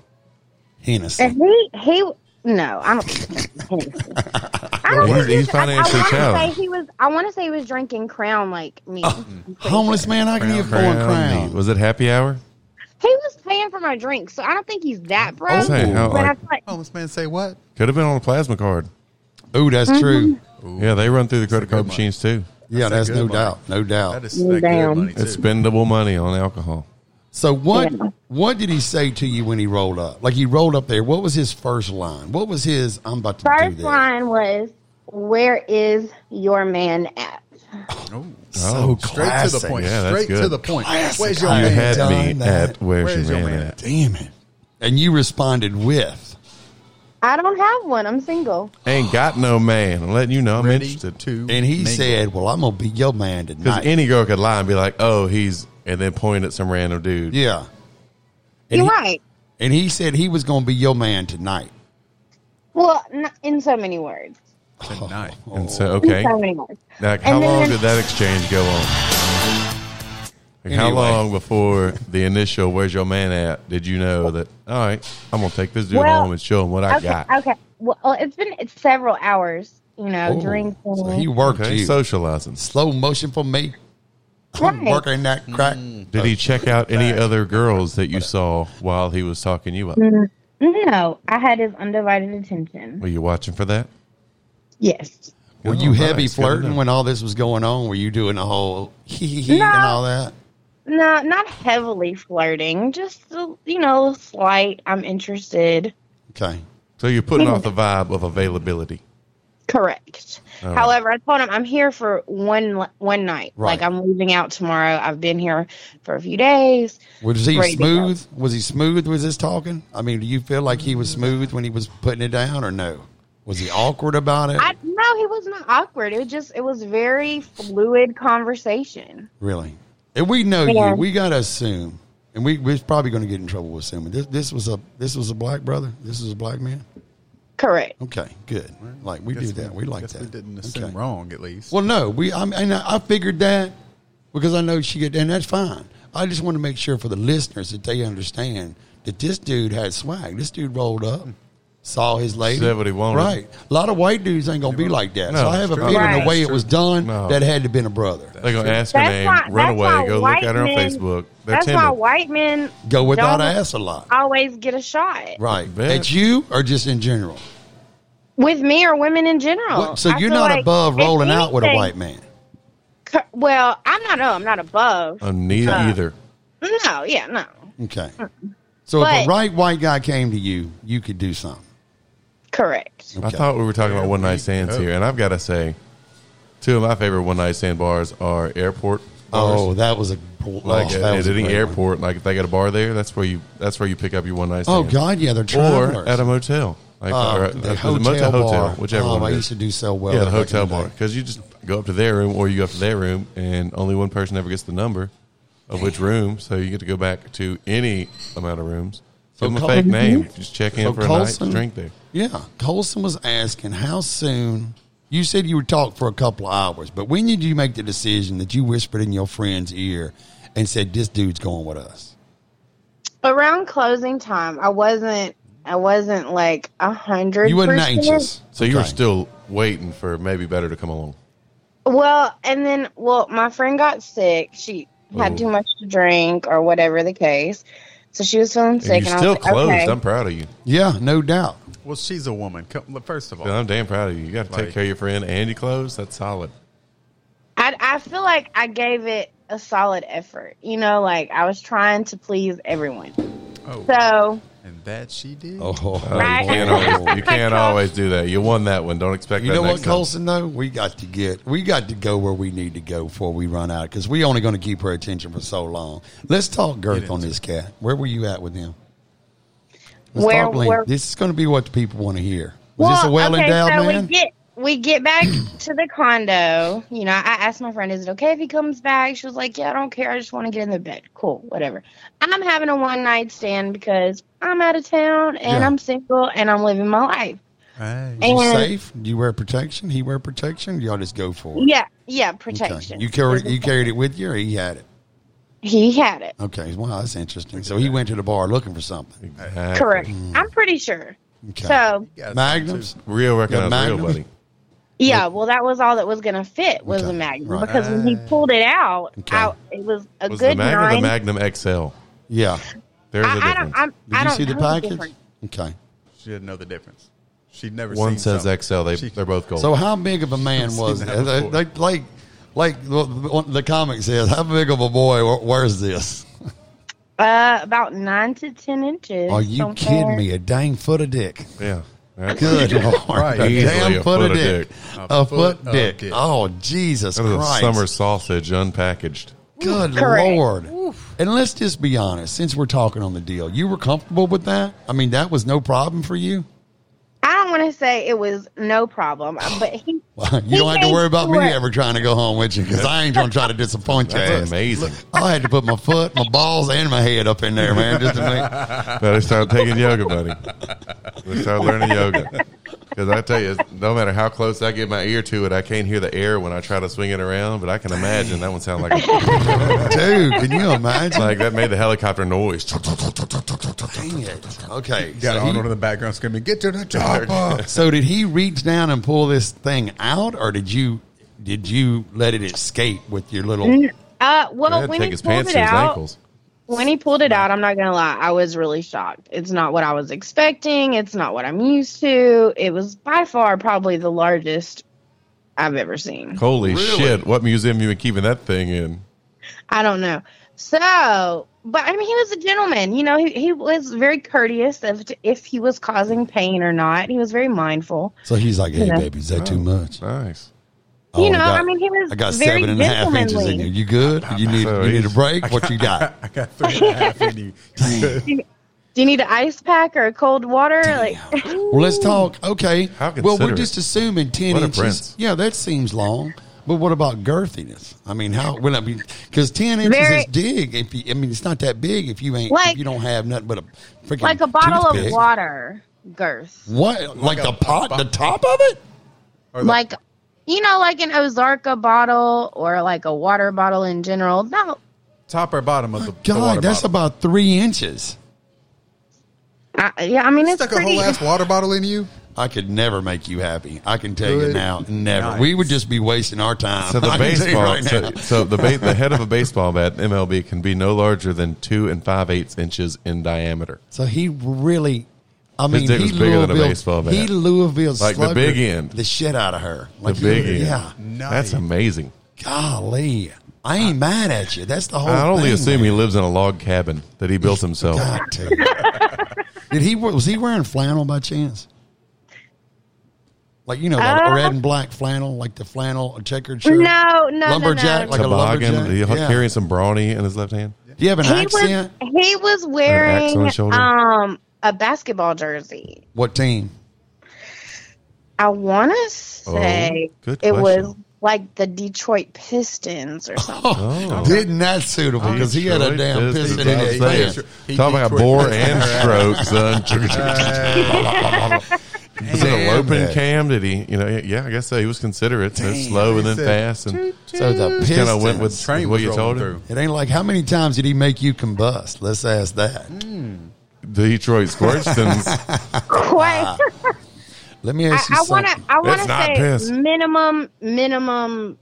S1: Hennessy.
S8: And he he no, I don't. I don't
S4: He's-
S8: think
S4: he's financially
S8: I, I wanna
S4: challenged.
S8: Say he was. I want to say he was drinking Crown like me.
S1: Oh, Homeless man, I can eat four
S4: Crown
S1: crown.
S4: meat. Was it happy hour?
S8: He was paying for my drink, so I don't think he's
S1: Oh.
S8: that broke.
S4: Say, how,
S8: but I
S4: like,
S8: feel like
S5: Homeless man say what?
S4: could have been on a plasma card.
S1: Ooh,
S8: Mm-hmm.
S1: that's true.
S4: Yeah, they run through the credit card
S5: good
S4: machines too.
S1: Yeah,
S5: That's
S1: that's,
S5: a
S1: no
S5: good
S1: doubt, no
S5: That
S1: dought.
S5: is that
S8: Damn.
S5: good money too.
S4: It's spendable money on alcohol.
S1: So what?
S8: Yeah.
S1: What did he say to you when he rolled up? Like he rolled up there. What was his first line? What was his? I'm about to do
S8: first
S1: this.
S8: line was, "Where is your man at?"
S1: Oh. So
S5: Straight
S1: classic.
S5: to the point.
S4: Oh, Yeah, that's
S5: Straight to
S4: good.
S5: the point.
S1: Classic.
S5: Where's your
S1: You
S4: You
S5: man?
S4: had
S1: done
S4: me
S1: that.
S4: at where's,
S5: Where's
S4: your,
S5: your
S4: man,
S5: man
S4: at?
S1: Damn it! And you responded with,
S8: I don't have one. I'm single.
S4: Ain't got no man. I'm letting you know I'm
S5: Ready
S4: interested.
S5: to
S1: and he
S5: mingle.
S1: said, "Well, I'm gonna be your man
S4: Because
S1: tonight."
S4: any girl could lie and be like, "Oh, he's," and then point at some random dude.
S1: yeah. And
S8: You're
S1: he-
S8: right.
S1: And he said he was gonna be your man tonight.
S8: Well, n- in so many words.
S1: <laughs>
S5: tonight.
S4: And so,
S8: In
S4: okay,
S8: so many words.
S4: like how
S8: And
S4: long
S8: then-
S4: did that exchange go on? Like, How
S1: Anyway.
S4: long before the initial "Where's your man at"? Did you know that? All right, I'm gonna take this dude
S8: Well,
S4: home and show him what I
S8: okay.
S4: got.
S8: Okay. Well, oh, it's been it's several hours. You know,
S1: Oh,
S8: drinking.
S1: So he worked
S4: Okay,
S1: you.
S4: socializing.
S1: Oh. slow motion for me.
S8: Right.
S1: Working that
S4: Mm.
S1: crack.
S4: Did he check out any other girls that you saw while he was talking you up?
S8: Mm. No, I had his undivided attention.
S4: Were you watching for that?
S8: Yes.
S1: Were you
S4: Oh,
S1: heavy
S4: nice. Good to
S1: flirting
S4: know.
S1: when all this was going on? Were you doing the whole hee hee hee and
S8: No.
S1: all that?
S8: No, not heavily flirting. Just a- you know, slight. I'm interested.
S1: Okay.
S4: So you're putting off the vibe of availability.
S8: Correct.
S4: All right.
S8: However, I told him I'm here for one one night.
S1: Right.
S8: Like I'm leaving out tomorrow. I've been here for a few days.
S1: Was he
S8: Great deal.
S1: smooth? Was he smooth with his talking? I mean, do you feel like he was smooth when he was putting it down or no? Was he awkward about it?
S8: I no, he was not awkward. It was just it was very fluid conversation.
S1: really? And we know
S8: Yeah.
S1: you. We gotta assume. And we, we're probably gonna get in trouble with assuming. This this was a this was a black brother. This is a black man.
S8: Correct.
S1: Okay, good. Like we
S5: Guess
S1: do that. We like
S5: guess
S1: that.
S5: We didn't assume
S1: Okay.
S5: wrong at least.
S1: Well, no, we. I, and I figured that because I know she get, and that's fine. I just want to make sure for the listeners that they understand that this dude had swag. This dude rolled up,
S5: Hmm.
S1: saw his lady,
S4: Said what he wanted.
S1: Right. A lot of white dudes ain't gonna be like that. so
S4: No,
S1: I have a
S4: it's true.
S1: feeling
S8: Right.
S1: the way it was done,
S4: No.
S1: that had to been a brother.
S4: They're gonna ask her
S8: That's
S4: name,
S8: why-
S4: run
S8: that's
S4: away,
S8: why
S4: go look
S8: white
S4: at her on
S8: men-
S4: Facebook. They're
S8: That's
S4: timid.
S8: why white men
S1: Go without
S8: don't
S1: ass a lot.
S8: Always get a shot.
S1: Right.
S4: bet.
S1: At you or just in general.
S8: With me or women in general.
S1: What- so
S8: I
S1: you're
S8: feel
S1: not
S8: like
S1: above
S8: if
S1: rolling out with a
S8: anything-
S1: white man.
S8: cur- Well, I'm not. Oh, I'm not above.
S4: Uh, neither either.
S8: no, yeah, no.
S1: Okay. So if
S8: But-
S1: a right white guy came to you, you could do something.
S8: Correct.
S4: I
S1: Okay.
S4: thought we were talking about one night stands here, and I've got to say, two of my favorite one night stand bars are airport. Bars.
S1: Oh, that was a
S4: like
S1: oh, that
S4: at,
S1: was
S4: at
S1: a
S4: any
S1: great one.
S4: airport, like if they got a bar there, that's where you that's where you pick up your one night
S1: Oh
S4: stand.
S1: God, yeah, they're travelers.
S4: or at a motel, like
S1: Uh,
S4: or,
S1: the
S4: at- was it
S1: hotel
S4: motel, hotel,
S1: bar.
S4: whichever
S1: Oh,
S4: one.
S1: I
S4: it is.
S1: used to do so well
S4: Yeah, the
S1: back in the
S4: hotel bar
S1: day.
S4: because you just go up to their room, or you go up to their room, and only one person ever gets the number of which room, so you get to go back to any amount of rooms.
S1: So
S4: Give them a
S1: Col-
S4: fake name, just check in
S1: So
S4: for a
S1: Colson-
S4: night, drink there.
S1: Yeah, Colson was asking how soon. You said you would talk for a couple of hours, but when did you make the decision that you whispered in your friend's ear and said, "This dude's going with us"?
S8: Around closing time, I wasn't. I wasn't like a hundred.
S1: You wasn't
S8: percent.
S1: anxious,
S4: So you were
S1: Okay.
S4: still waiting for maybe better to come along.
S8: Well, and then, well, my friend got sick. She had
S4: Oh.
S8: too much to drink or whatever the case. So she was feeling sick. And,
S4: And you
S8: I was
S4: still
S8: like,
S4: closed.
S8: okay.
S4: I'm proud of you.
S1: Yeah, no doubt.
S5: Well, she's a woman. Come, look, first of all,
S4: Dude, I'm damn proud of you. You got to take
S5: Like-
S4: care of your friend and you close. That's solid.
S8: I, I feel like I gave it a solid effort. You know, like I was trying to please everyone.
S5: oh,
S8: So,
S5: and that she did.
S4: Uh,
S8: Right.
S4: You
S8: <laughs>
S4: can't, always, you can't always do that. You won that one. Don't expect
S1: You
S4: that
S1: know
S4: next
S1: what,
S4: time.
S1: Colson? Though we got to get, we got to go where we need to go before we run out because we only going to keep her attention for so long. Let's talk girth on this cat. Where were you at with him? Let's
S8: Where-
S1: talk length.
S8: where-
S1: this is going to be what the people want to hear. Was this a well
S8: okay,
S1: endowed
S8: so
S1: man?
S8: we get we get back <clears throat> to the condo. You know, I asked my friend, "Is it okay if he comes back?" She was like, "Yeah, I don't care. I just want to get in the bed." Cool, whatever. I'm having a one night stand because I'm out of town and
S4: Yeah.
S8: I'm single and I'm living my life.
S5: Right.
S1: You
S8: And-
S1: safe? You wear protection? He wear protection? Y'all just go for it.
S8: Yeah, yeah,
S1: Okay.
S8: protection.
S1: You carried you carried it with you, or he had it.
S8: He had it.
S1: Okay, well that's interesting. So he went to the bar looking for something. Mm,
S4: Exactly.
S8: Correct.
S1: Hmm.
S8: I'm pretty sure.
S1: Okay.
S8: So
S5: Yeah,
S1: Magnums.
S4: Real recognize real,
S1: Magnum?
S4: buddy.
S8: yeah, well, that was all that was gonna fit was
S1: Okay.
S8: a magnum
S1: Right.
S8: because when he pulled it out,
S1: Okay.
S8: I, it was a
S4: Was
S8: good
S4: the Magnum
S8: nine.
S4: the Magnum XL?
S1: Yeah.
S4: There's a
S8: I, I
S4: difference.
S8: don't. I'm,
S1: Did
S8: I
S1: you
S8: don't
S1: see the
S8: know
S1: package?
S8: difference.
S1: Okay.
S5: She didn't know the difference. She'd never
S4: One
S5: seen
S4: says
S5: something.
S4: XL. They
S5: She-
S4: they're both gold.
S1: So how big of a <laughs> man was that?
S5: that before.
S1: Like like, like the- the the comic says, how big of a boy wa- wears this?
S8: Uh, about nine to ten inches.
S1: Are you
S8: somewhere.
S1: kidding me? A dang foot of dick.
S4: yeah.
S1: <laughs>
S4: That's- <laughs>
S1: Good lord.
S5: Right.
S1: A
S4: Easily
S1: damn foot, of dick. A, foot,
S5: foot of
S1: dick.
S5: dick.
S1: Oh, Jesus
S4: That is a
S1: Christ.
S4: summer sausage unpackaged.
S1: Good
S8: Correct.
S1: lord. And let's just be honest, since we're talking on the deal, you were comfortable with that? I mean, that was no problem for you?
S8: I don't want to say it was no problem, but he.
S1: Well,
S8: He
S1: <laughs> you don't have to
S8: made
S1: worry about me
S8: sure.
S1: ever trying to go home with you because I ain't going to try to disappoint you.
S4: That's <laughs> amazing.
S1: I had to put my foot, my balls, and my head up in there, man, just to make.
S4: <laughs> Better start taking yoga, buddy. Let's start learning yoga. Because I tell you, no matter how close I get my ear to it, I can't hear the air when I try to swing it around. But I can imagine that one sound like
S1: <laughs> Dude, can you imagine?
S4: like that made the helicopter noise.
S1: Dang it. <laughs> Okay.
S5: Got
S1: so,
S5: Arnold
S1: he-
S5: in the background screaming, "Get to
S1: <laughs>
S5: the chopper!"
S1: so did he reach down and pull this thing out, or did you did you let it escape with your little?
S8: Uh, well,
S4: Had
S8: when
S4: take
S8: he
S4: his
S8: pulled
S4: pants
S8: it
S4: to his
S8: out,
S4: ankles.
S8: when he pulled it out, I'm not gonna lie, I was really shocked. It's not what I was expecting. It's not what I'm used to. It was by far probably the largest I've ever seen.
S4: Holy
S1: Really?
S4: shit! What museum you been keeping that thing in?
S8: I don't know. So, but I mean, he was a gentleman. You know, he, he was very courteous of if he was causing pain or not. He was very mindful.
S1: So he's like, "Hey,
S8: Yeah.
S1: baby, is that too much?"
S4: Nice.
S1: Oh,
S8: you know,
S1: I got-
S8: I mean, he was
S1: I got
S8: very
S1: seven and a half inches in you.
S8: gentlemanly.
S1: You good? You need
S4: So
S1: you need a
S4: he's-
S1: break? What you got?
S5: I got three and a half in
S1: <laughs>
S5: you.
S8: Do you need an ice pack or cold water? Like,
S1: Well, let's talk. Okay.
S4: How
S1: Well, we're
S4: considerate.
S1: just assuming ten
S4: What a
S1: inches.
S4: prince.
S1: Yeah, that seems long. But what about girthiness? I mean, how? Well, I mean, because ten inches
S8: Very-
S1: is big. If you, I mean, it's not that big if you ain't if
S8: Like-
S1: you don't have nothing but a freaking
S8: like a bottle of
S1: toothpick.
S8: water girth.
S1: What? Like,
S5: a-
S1: the pot,
S5: a-
S1: the top of it?
S5: Or
S8: Like, you know, like an Ozarka bottle or like a water bottle in general. No,
S5: top or bottom of the the water
S1: God, that's
S5: bottle.
S1: about three inches.
S8: I, yeah, I mean, it's
S5: stuck a
S8: pretty.
S5: whole ass water bottle in you.
S1: I could never make you happy. I can tell you
S5: Good
S1: now, never. We would just be wasting our time.
S4: So the
S1: <laughs> I can tell you
S4: baseball,
S1: right now.
S4: so, so the ba- the head of a baseball bat in MLB can be no larger than two and five eighths inches in diameter.
S1: <laughs> So he really, I mean,
S4: dick
S1: he
S4: was bigger than a
S1: Louisville-
S4: baseball bat.
S1: He Louisville
S4: Like the
S1: sluggered
S4: big end.
S1: the shit out of her. Like
S4: the big
S1: he-
S4: end.
S1: yeah.
S4: That's amazing.
S1: Golly, I ain't mad at you. That's the whole.
S4: I only
S1: thing,
S4: assume he
S1: man.
S4: lives in a log cabin that he built himself.
S1: God, dude. Did he was he wearing flannel by chance? Like you know, like
S8: Uh,
S1: red and black flannel, like the flannel a checkered shirt.
S8: No, no,
S1: lumberjack,
S8: no,
S1: like
S8: no.
S1: a
S4: Toboggan,
S1: lumberjack.
S4: he-
S1: Yeah.
S4: carrying some brawny in his left hand.
S1: Do you have an
S8: he
S1: accent?
S8: was he was
S4: axe on
S8: wearing
S4: his shoulder?
S8: um a basketball jersey.
S1: what team?
S8: I want
S1: Oh,
S8: to say
S4: good
S8: it was
S4: question.
S8: like the Detroit Pistons
S1: <laughs>
S8: or something.
S4: Oh.
S1: Didn't that suitable because he had a
S4: Detroit
S1: damn
S4: Pistons.
S1: piston in
S4: I'm
S1: his
S4: saying.
S1: pants.
S5: He
S4: Talking about
S5: Detroit
S4: bore
S5: Pistons.
S4: and stroke,
S5: <laughs>
S4: son. was it an
S1: Damn
S4: open
S1: that.
S4: cam? Did he? You know, yeah, I guess so. He was considerate. So slow and then
S5: He said,
S4: fast, and
S1: So the Pistons.
S4: kind of went with
S5: Train
S4: what
S5: was
S4: you told
S5: rolling
S4: him.
S5: through.
S1: It ain't like how many times did he make you combust? Let's ask that.
S4: Detroit Squirtons.
S8: <laughs> Quite.
S1: Ah. Let me
S8: I
S1: ask you
S8: I want
S1: something.
S8: to. I want
S4: It's not
S8: to
S4: piss.
S8: say minimum minimum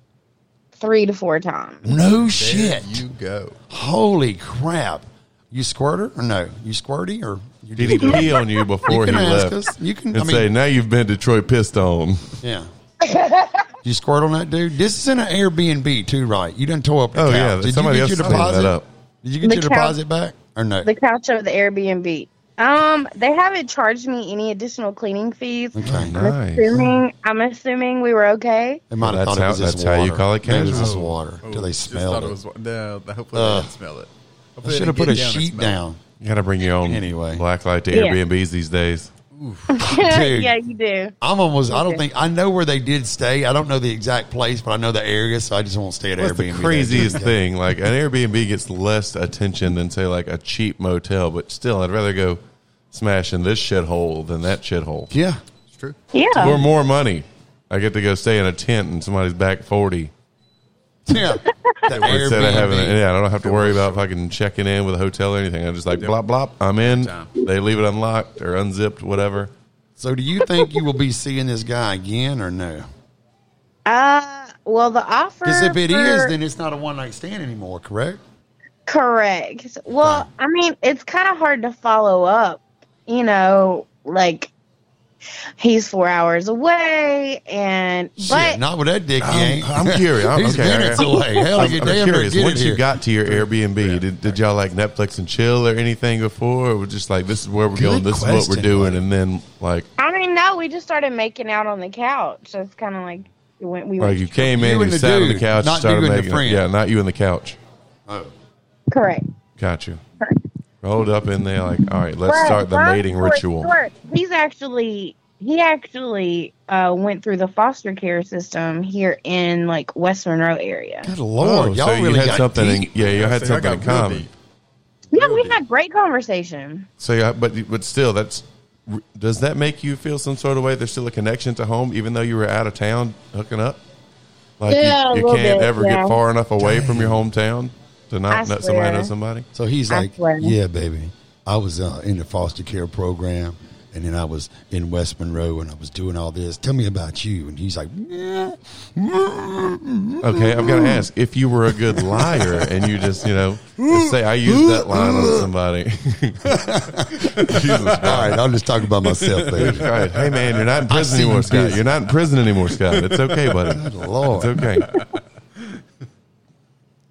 S8: three to four times.
S1: no
S5: There
S1: shit.
S5: you go.
S1: Holy crap. You squirter or no? You squirty or you
S4: Did he pee on you before
S1: You can
S4: he
S1: ask
S4: left?
S1: us. You can.
S4: and
S1: I mean,
S4: say, now you've been Detroit pissed on.
S1: yeah.
S8: <laughs>
S1: you squirt on that dude. This is in an Airbnb too, right? You done tore up the
S4: Oh,
S1: couch.
S4: yeah.
S1: Did
S4: Somebody
S1: you get
S4: else
S1: your
S4: cleaned that
S1: deposit?
S4: up.
S1: Did you get
S8: The
S1: your
S8: couch-
S1: deposit back or no?
S8: The couch of the Airbnb. Um, they haven't charged me any additional cleaning fees.
S1: okay.
S8: I'm assuming. I'm assuming we were okay. <laughs>
S1: They might
S4: Well,
S1: have thought
S4: that's
S1: it was
S4: how-
S1: just
S4: that's
S1: water.
S4: how you call it,
S1: Maybe
S4: Candace.
S1: It was just
S4: Oh.
S1: water. Do they
S5: Just
S1: smell
S5: thought
S1: it?
S5: was, no, hopefully they didn't smell it.
S1: I
S5: Hopefully
S1: should have
S5: they
S1: put a
S5: didn't get down and
S1: sheet
S5: smell it.
S1: down.
S4: You got to bring your own
S1: Anyway.
S4: black light to
S8: Yeah.
S4: Airbnbs these days.
S1: Dude.
S8: yeah, you do.
S1: <laughs> I'm almost. I don't
S8: Okay.
S1: think I know where they did stay. I don't know the exact place, but I know the area, so I just won't stay at
S4: That's the
S1: Airbnb.
S4: craziest thing. <laughs> Like an Airbnb gets less attention than say like a cheap motel, but still, I'd rather go smashing this shithole than that shithole.
S1: Yeah,
S5: It's true.
S4: For
S8: Yeah.
S4: more money, I get to go stay in a tent in somebody's back forty
S1: yeah.
S4: <laughs>
S1: The
S4: instead of having.
S1: Airbnb.
S4: A, yeah, I don't have to worry about fucking checking in with a hotel or anything. I just like blop blop. I'm in.
S5: Time.
S4: They leave it unlocked or unzipped, whatever.
S1: So, do you think you will be seeing this guy again or no?
S8: Uh, well, the offer.
S1: Because if it is,
S8: for-
S1: then it's not a one night stand anymore. Correct.
S8: Correct. Well, I mean, it's kind of hard to follow up, you know, like he's four hours away, and but
S1: Shit, not with that dick. he ain't.
S4: I'm
S1: <laughs>
S4: curious. <laughs> I'm-
S1: He's
S4: okay,
S1: minutes
S4: I-
S1: away. Hell,
S4: I'm,
S1: you
S4: I'm
S1: damn
S4: curious.
S1: near get
S4: Once
S1: it
S4: you
S1: here.
S4: got to your Airbnb, did, did y'all like Netflix and chill or anything before? Or was just like this is where we're
S1: Good
S4: going, this is what
S1: question,
S4: we're doing,
S1: buddy.
S4: and then like
S8: I mean, no, we just started making out on the couch. That's kind of like we went. We
S4: like
S8: went
S4: you came
S1: You
S4: in,
S1: and
S4: you
S1: the
S4: sat on
S1: dude,
S4: the couch,
S1: not you
S4: started
S1: and the
S4: making
S1: friend.
S4: yeah, not you and the couch.
S1: Oh.
S8: correct.
S4: Got you. Rolled up in there, like all right, let's
S8: But
S4: start the
S8: long
S4: mating
S8: story
S4: ritual.
S8: short, he's actually he actually uh, went through the foster care system here in like West Monroe area.
S1: Good lord,
S4: Oh,
S1: y'all
S4: so
S1: really
S4: you had
S1: got
S4: something.
S1: deep.
S4: In, yeah, you had
S5: See, I
S4: something
S5: got
S4: in
S5: real
S4: common.
S5: deep.
S8: Yeah, we had great conversation.
S4: So yeah, but but still, that's does that make you feel some sort of way? There's still a connection to home, even though you were out of town hooking up. Like you-
S8: Yeah, a
S4: you,
S8: little
S4: can't
S8: bit,
S4: ever
S8: yeah.
S4: get far enough away from your hometown to
S8: I
S4: not let somebody know
S8: swear.
S4: somebody.
S1: So he's
S8: I
S1: like,
S8: swear.
S1: "Yeah, baby, I was uh, in the foster care program, and then I was in West Monroe, and I was doing all this. Tell me about you." And he's like, "Yeah."
S8: <laughs>
S4: Okay, I've got to ask if you were a good liar and you just you know just say I used that line on somebody. <laughs>
S1: "All right, I'll just talk about myself, baby."
S4: All right, hey man, you're not in prison
S1: seen
S4: anymore,
S1: him
S4: Scott.
S1: busy.
S4: You're not in prison anymore, Scott.
S1: <laughs>
S4: It's okay, buddy.
S1: Good lord,
S4: It's okay.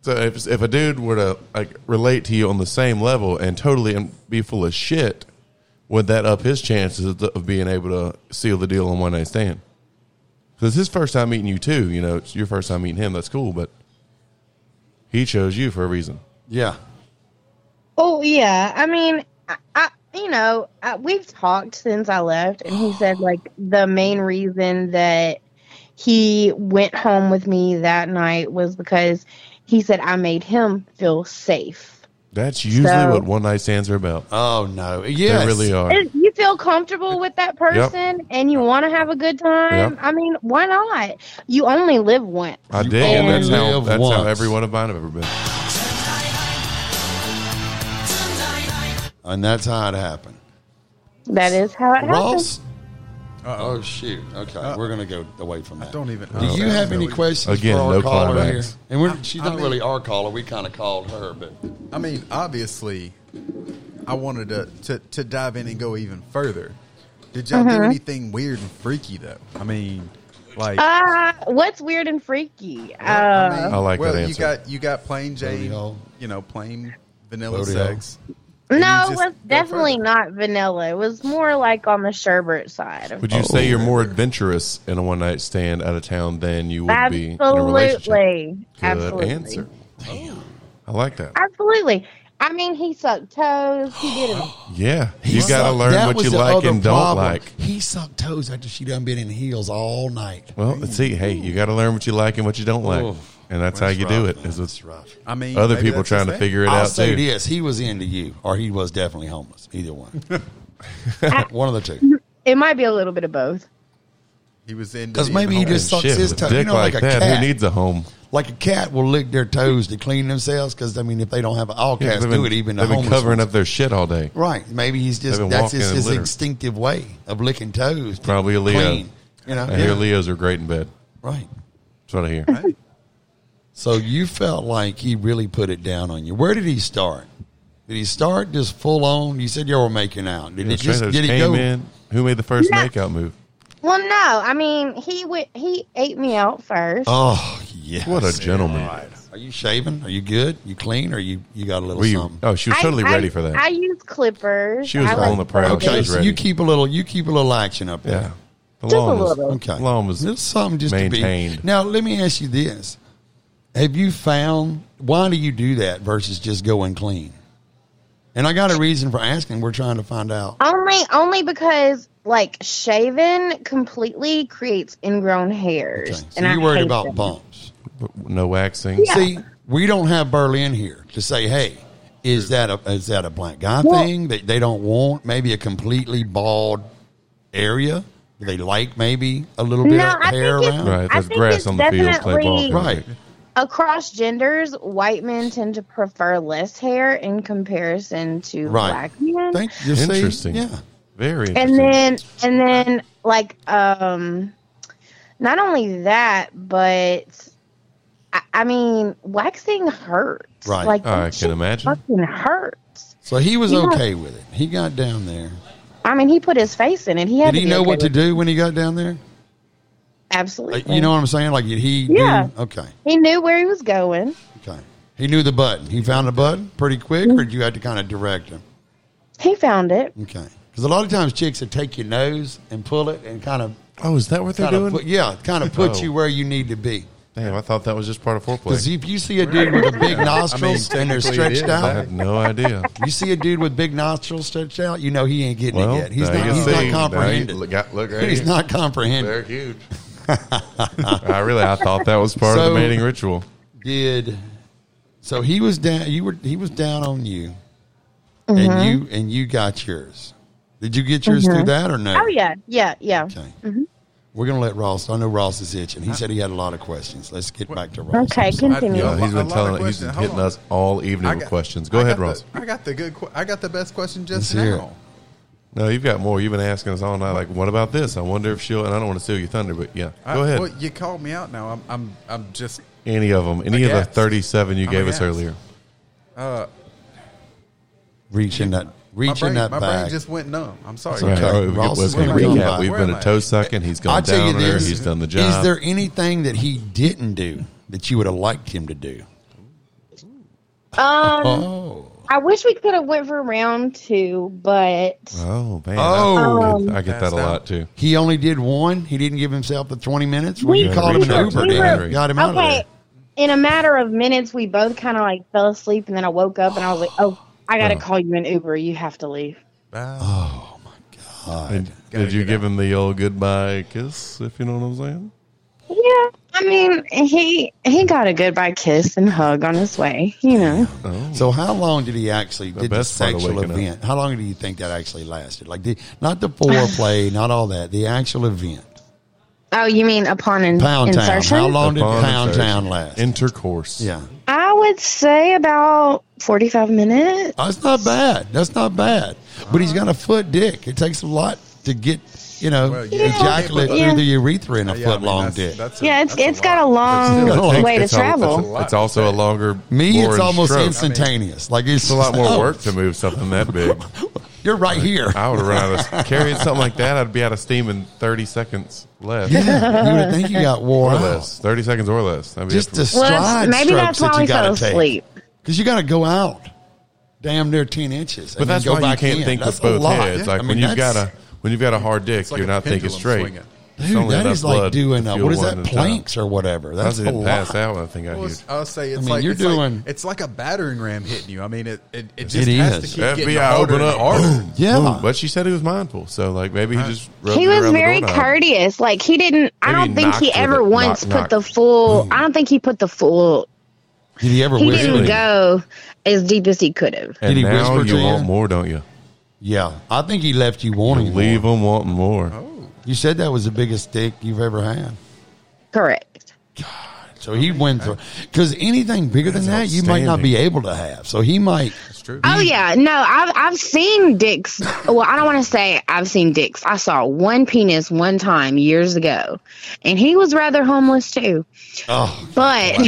S4: so if if a dude were to like relate to you on the same level and totally and be full of shit, would that up his chances of, of being able to seal the deal on one night stand? Because his first time meeting you too. You know, it's your first time meeting him. That's cool, but he chose you for a reason.
S1: yeah.
S8: Oh yeah, I mean, I, I you know I, we've talked since I left, and
S4: <gasps>
S8: he said like the main reason that he went home with me that night was because he said I made him feel safe.
S4: That's usually
S8: So-
S4: what one night stands are about.
S1: Oh no, yes,
S4: They really are.
S8: If you feel comfortable with that person and you want to have a good time,
S4: Yep.
S8: I mean, why not? You only live once.
S4: I
S1: You
S4: dig, and
S8: only
S4: that's how
S1: live
S4: that's how
S1: once.
S4: every one of mine have ever been.
S1: And that's how it happened.
S8: That is how it happens.
S1: Ross. Oh shoot. Okay, we're gonna go away from that.
S5: Don't even.
S1: Do you have any questions
S4: Oh, Again,
S1: for our
S4: no
S1: caller
S4: climax.
S1: here? And we're, she's
S5: I
S1: not
S5: mean-
S1: really our caller. We kind of called her, but
S5: I mean, obviously, I wanted to, to, to dive in and go even further. Did y'all
S8: Mm-hmm.
S5: do anything weird and freaky though? I mean, like,
S8: Uh, what's weird and freaky?
S5: I,
S8: Uh,
S5: mean,
S4: I like
S5: well,
S4: that
S5: you
S4: answer.
S5: got you got plain Jane,
S1: Rodeo.
S5: you know, plain vanilla
S1: Rodeo.
S5: sex. Can you
S8: No, it
S5: just
S8: was
S5: go
S8: definitely
S5: further?
S8: not vanilla. It was more like on the sherbet side. Of
S4: Would you say
S1: Oh.
S4: you're more adventurous in a one night stand out of town than you would be in a relationship?
S8: absolutely,
S4: Good
S8: absolutely,
S4: answer.
S1: Oh.
S4: I like that.
S8: absolutely. I mean, he sucked toes. He did
S4: <gasps>
S8: it.
S4: Yeah,
S1: He
S4: you got to
S1: sucked-
S4: learn
S1: that
S4: what
S1: was
S4: you
S1: the
S4: like
S1: other
S4: and don't
S1: problem.
S4: like.
S1: He sucked toes after she done been in heels all night.
S4: Well, let's see, hey, you got to learn what you like and what you don't like,
S1: Oh,
S4: and that's how you do it. Is
S1: That's
S4: with
S1: rough.
S5: I mean,
S4: other
S5: maybe
S4: people
S5: that's his
S4: trying to
S5: thing.
S4: figure it
S1: I'll
S4: out
S1: say
S4: too.
S1: this: he was into you, or he was definitely homeless. Either <laughs> one, one of the two.
S8: It might be a little bit of both.
S5: He was in
S1: 'Cause maybe he
S4: Man,
S1: just sucks
S4: Oh, <laughs> shit,
S1: his
S4: with
S1: toe-
S4: a
S1: you
S4: Dick
S1: know,
S4: like,
S1: like a
S4: that,
S1: cat.
S4: who needs a home?
S1: Like a cat will lick their toes to clean themselves, because I mean, if they don't have all
S4: Yeah,
S1: cats
S4: they've
S1: do
S4: been,
S1: it, even the
S4: they've been
S1: homeless
S4: covering
S1: ones.
S4: up their shit all day.
S1: Right? Maybe he's just
S4: They've been
S1: that's his,
S4: walking in
S1: his
S4: litter.
S1: instinctive way of licking toes. to
S4: Probably a Leo.
S1: clean, you know,
S4: I hear
S1: Yeah.
S4: Leos are great in bed.
S1: right?
S4: That's what I hear.
S1: So you felt like he really put it down on you. Where did he start? Did he start just full on? You said you all were making out. Did
S4: Yeah,
S1: he just
S4: straight up
S1: did he go?
S4: came in. Who made the first
S8: Yeah.
S4: makeout move?
S8: Well, no, I mean, he went. He ate me out first.
S1: Oh yes.
S4: What a gentleman!
S1: Are you shaving? Are you good? You clean? Or you you got a little
S4: Were you?
S1: something?
S4: Oh, she was
S8: I-
S4: totally
S8: I-
S4: ready for that.
S8: I used clippers.
S4: She was
S8: I
S4: on the prowl.
S8: clippers.
S1: okay,
S4: she's
S1: so
S4: ready.
S1: you keep a little you keep a little action up
S4: Yeah.
S1: there.
S4: The
S8: Just a
S4: lawn was,
S8: little.
S1: Okay.
S4: Lawn was
S1: There's something just to
S4: maintained.
S1: be. Now let me ask you this: Have you found why do you do that versus just going clean? And I got a reason for asking. We're trying to find out.
S8: Only only because like shaven completely creates ingrown hairs.
S1: Okay. So
S8: and I
S1: you're worried
S8: hate
S1: about
S8: them.
S1: bumps.
S4: No waxing.
S1: See, we don't have Berlin here to say, hey, is that a is that a black guy
S8: Well-
S1: thing that they don't want? Maybe a completely bald area. They like maybe a little bit
S8: No,
S1: of
S8: I
S1: hair
S8: think it's-
S1: around.
S4: Right,
S8: I
S4: that's
S8: think
S4: grass
S8: it's
S4: on the fields. Play
S8: definitely-
S4: ball.
S1: Right.
S8: Across genders, white men tend to prefer less hair in comparison to
S1: Right.
S8: black men.
S1: Thank you. see?
S4: Interesting.
S1: yeah.
S4: Very
S8: and
S4: interesting.
S8: then and then like um not only that but i, I mean waxing hurts
S1: Right.
S8: like
S4: Oh, I
S8: that
S4: can
S8: shit
S4: imagine.
S8: fucking hurts
S1: So he was
S8: Yeah.
S1: okay with it. He got down there.
S8: i mean he put his face in it he had to
S1: Did he
S8: be
S1: know
S8: okay
S1: what to
S8: with it.
S1: do when he got down there?
S8: absolutely
S1: Like, Uh, you know what I'm saying? Like did he
S8: Yeah.
S1: knew? Okay.
S8: he knew where he was going
S1: Okay. He knew the button. He found the button pretty quick,
S8: Mm-hmm.
S1: or did you have to kind of direct him?
S8: he found it
S1: Okay. Because a lot of times chicks would take your nose and pull it and kind of,
S4: oh, is that what they're
S1: kind of
S4: doing?
S1: put, yeah, kind of put
S4: Oh.
S1: you where you need to be.
S4: Damn, I thought that was just part of
S1: Because
S4: foreplay.
S1: if you see a dude with
S4: <laughs>
S1: a big nostrils and they're
S5: technically it
S1: stretched
S5: is.
S4: I
S1: out,
S4: had no idea.
S1: you see a dude with big nostrils stretched out, you know he ain't getting
S4: <laughs> Well,
S1: it yet. He's
S4: there
S1: not,
S4: you
S1: he's
S4: see. There
S1: not
S4: you-
S1: comprehending.
S4: Look, out- look
S1: <laughs>
S4: right
S1: He's
S4: here.
S1: not comprehending.
S4: They're
S1: <laughs>
S4: huge. I really, I thought that was part of
S1: So-
S4: the mating ritual.
S1: did so he was down you were he was down on you
S8: Mm-hmm.
S1: and you and you got yours did you get yours through that or no
S8: oh yeah yeah yeah Mm-hmm.
S1: okay we're gonna let ross i know ross is itching he said he had a lot of questions let's get back to ross
S8: okay continue
S4: Yeah,
S5: Yeah,
S4: he's
S5: a lot
S4: been
S5: of
S4: telling, he's been
S5: questions.
S4: hitting
S5: Hold on.
S4: us all evening
S5: I
S4: with
S5: got-
S4: questions. Go
S5: I
S4: ahead,
S5: got
S4: Ross.
S5: The, I got the good. que- I got the best question just
S1: Let's hear it.
S5: now.
S4: No, you've got more. You've been asking us all night. Like, what about this? I wonder if she'll. And I don't want to steal your thunder, but yeah,
S5: I-
S4: go ahead.
S5: Uh, Well, you called me out now. I'm. I'm. I'm just.
S4: any of them, any of the
S5: Aghast.
S4: thirty-seven you
S5: I'm
S4: gave us
S5: aghast.
S4: earlier.
S1: reach in that
S5: My
S1: reach
S5: Uh, brain,
S1: in that
S5: my
S1: bag
S5: brain just went numb. I'm sorry.
S1: That's
S4: Right.
S1: okay.
S4: All right, we
S1: Ross
S4: let's
S1: is where
S4: recap.
S1: I'm at.
S4: We've
S5: Where
S4: been
S5: am
S4: a
S5: I?
S4: toe sucking. He's gone
S1: i'll tell
S4: down
S1: you
S4: there.
S1: this
S4: He's done the job.
S1: is there anything that he didn't do that you would have liked him to do
S8: um
S1: oh
S8: i wish we could have went for round two but
S4: oh man! I,
S1: Oh.
S4: I get, I get that a
S5: Passed out.
S4: lot too.
S1: he only did one he didn't give himself the 20 minutes when
S8: We-
S1: you called
S4: we
S1: him an
S4: were-
S1: uber
S4: we
S1: got-
S4: were-
S1: got him out of
S8: okay
S1: there
S8: in a matter of minutes we both kind of like fell asleep and then i woke up and i was like oh i gotta
S4: Oh.
S8: call you an uber you have to leave
S5: Bye.
S1: Ah,
S4: And did you give him the old goodbye kiss? If you know what I'm saying.
S8: yeah i mean he he got a goodbye kiss and hug on his way you know
S1: So how long did he actually did the
S4: Oh. best part of
S1: sexual
S4: waking up.
S1: event? How long do you think that actually lasted? Like the not
S8: <laughs>
S1: the foreplay, not all that. The actual event,
S8: oh you mean upon in-
S1: Pound Town.
S8: insertion
S1: How long did
S4: Upon
S1: Pound
S4: insertion.
S1: Town last?
S4: Intercourse.
S1: yeah,
S8: i would say about 45 minutes
S1: that's Oh, not bad. That's not bad. But he's got a foot dick. It takes a lot to get you know
S5: Well, yeah.
S1: ejaculate
S8: Yeah.
S1: through the urethra in a
S5: Yeah, I
S1: foot
S5: mean,
S1: long
S5: that's-
S1: dick.
S5: that's
S8: yeah it's
S5: that's
S8: it's got a
S1: It's still a
S8: long
S1: lot.
S8: way to
S4: It's al- it's
S8: travel
S4: a- It's, also a longer.
S1: Me, it's
S4: boring
S1: almost
S4: stroke.
S1: instantaneous. Like it's
S4: It's a lot
S1: oh,
S4: more work to move something that big.
S1: <laughs> You're right here.
S4: I would have run out
S1: <laughs>
S4: of carrying something like that. I'd be out of steam in 30 seconds less,
S1: Yeah, you would think you got wore
S4: or
S1: out.
S4: less, 30 seconds or less. That'd be
S1: Just
S4: it
S1: the
S4: for me.
S8: well
S1: stride
S8: that's- maybe
S1: strokes
S8: that's
S1: that
S8: why
S1: you
S8: we
S1: got
S8: fell
S1: to take.
S8: asleep
S1: Because you got to go out damn near 10 inches.
S4: but that's
S1: go
S4: why you
S1: back
S4: can't
S1: in.
S4: think
S1: That's
S4: with both
S1: a lot.
S4: heads. Like
S1: I mean,
S4: when you've got
S1: that's-
S4: a when you've got a hard dick,
S5: like
S4: you're
S5: a
S4: not thinking
S5: pendulum
S4: straight.
S5: swinging.
S4: It's
S1: Dude,
S4: only
S1: that
S4: enough
S1: is like
S4: blood to
S1: doing, uh,
S4: fuel
S1: what is
S4: one
S1: that,
S4: at a time.
S1: planks or whatever?
S4: I
S1: That's a
S4: didn't pass
S1: lot.
S4: out. I think I
S5: Well,
S4: huge.
S5: it's- I'll say it's
S1: mean,
S5: like
S1: you're
S5: it's like-
S1: doing-
S5: it's like a battering ram hitting you. I mean, it it, it
S1: It
S5: just has
S1: is.
S5: to keep getting
S4: FBI,
S5: harder
S4: open
S5: and
S4: up.
S5: harder.
S4: Boom.
S1: <coughs> Yeah.
S4: Boom. But she said he was mindful, so like maybe he
S5: Right.
S4: just rubbed
S8: he
S4: it
S8: was
S4: around the
S8: very
S4: doorknob.
S8: courteous. Like he didn't. I
S4: Maybe
S8: don't think
S4: knocked
S8: he
S4: with
S8: ever
S4: it.
S8: once
S4: Knock,
S8: put
S4: knock.
S8: the full. I don't think he put the full.
S1: Did he Mm. ever
S8: He
S1: whisper?
S8: didn't go as deep as he could have.
S4: And
S1: Did he
S4: now
S1: whisper
S4: you
S1: to you?
S4: want more, don't you?
S1: Yeah. I think he left you wanting
S4: Leave
S1: more. Oh.
S4: them wanting more.
S1: You said that was the biggest dick you've ever had.
S8: Correct.
S1: So he went through. Because anything bigger than that,
S4: That's
S1: you might not be
S4: outstanding.
S1: able to have. So he might.
S5: It's true.
S8: Oh yeah, no, I've I've seen dicks. Well, I don't want to say I've seen dicks. I saw one penis one time years ago, and he was rather homeless too.
S1: Oh,
S8: But
S1: yeah,
S5: Dick.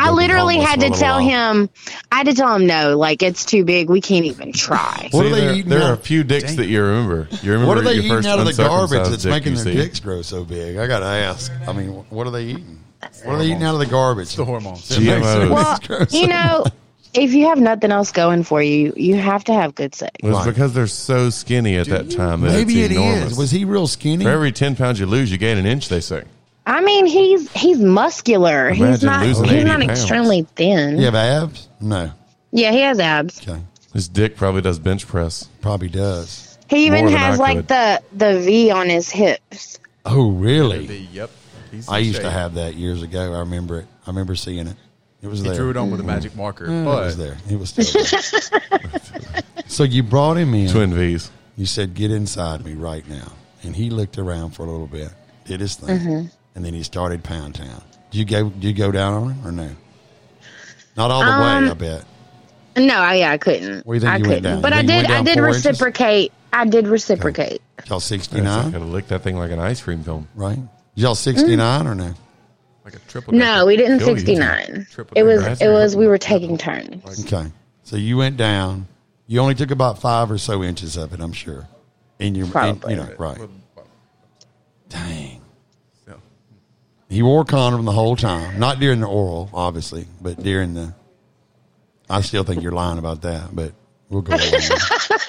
S8: <laughs> I
S1: go be
S8: literally
S1: homeless
S8: had
S1: for a
S8: to
S1: little
S8: tell
S1: while.
S8: him, I had to tell him no, like it's too big. We can't even try.
S1: What
S4: See,
S1: are they
S4: there,
S1: eating
S4: there
S1: out-
S4: are a few dicks that you remember. You remember
S1: What are they
S4: your
S1: eating
S4: first
S1: out of the garbage
S4: uncircumcised
S1: that's
S4: dick
S1: making
S4: you
S1: their
S4: see.
S1: dicks grow so big? I gotta ask. I mean, what are they eating? What are they eating out of the garbage?
S5: The hormones.
S1: That makes
S4: GMOs.
S1: it-
S8: Well,
S1: it's
S8: <laughs>
S1: gross.
S8: you know, if you have nothing else going for you, you have to have good sex.
S4: Well, it's
S1: Right.
S4: because they're so skinny at that time. That
S1: maybe
S4: it's
S1: it
S4: enormous.
S1: is. Was he real skinny?
S4: For every ten pounds you lose, you gain an inch. They say.
S8: I mean, he's he's muscular.
S4: Imagine
S8: he's not
S4: losing
S8: he's
S4: 80
S8: not
S4: pounds.
S8: extremely thin.
S1: you have abs? No.
S8: Yeah, he has abs.
S1: Okay.
S4: His dick probably does bench press.
S1: Probably does.
S8: He even
S4: More than
S8: has
S4: I
S8: like
S4: could.
S8: the the V on his hips.
S1: Oh, really?
S5: Yep. He's
S1: I
S5: in
S1: used to
S5: shape.
S1: have that years ago. I remember it. I remember seeing it. It was
S5: He
S1: there. Mm.
S5: drew it on with a magic marker,
S1: It was
S5: but
S1: there. It was still there.
S5: <laughs>
S1: so you brought him in.
S4: Twin V's.
S1: You said, "Get inside me right now," and he looked around for a little bit, did his thing,
S8: Mm-hmm.
S1: and then he started Pound Town. Did you go? Did you go down on him or no? Not all the
S8: Um,
S1: way, I bet.
S8: No, I yeah, I couldn't.
S1: Well, then
S8: I
S1: you went
S8: couldn't.
S1: down.
S8: But
S1: You
S8: I
S1: think you
S8: did
S1: went
S8: I
S1: down
S8: did
S1: four inches?
S8: reciprocate. I did reciprocate.
S1: Y'all sixty
S4: I
S1: nine,
S4: gotta lick that thing like an ice cream cone.
S1: right? Y'all sixty nine or no?
S5: like a triple.
S8: No, we didn't
S4: Kill you.
S8: sixty nine.
S5: Triple
S8: It was
S4: decker.
S8: it was we were taking turns.
S1: Okay, so you went down. You only took about five or so inches of it, I'm sure. In your, in,
S8: Probably.
S1: you know, right? Dang.
S5: So,
S1: He wore a condom the whole time. Not during the oral, obviously, but during the. I still think you're lying about that, but we'll go. along
S4: <laughs>
S1: with it.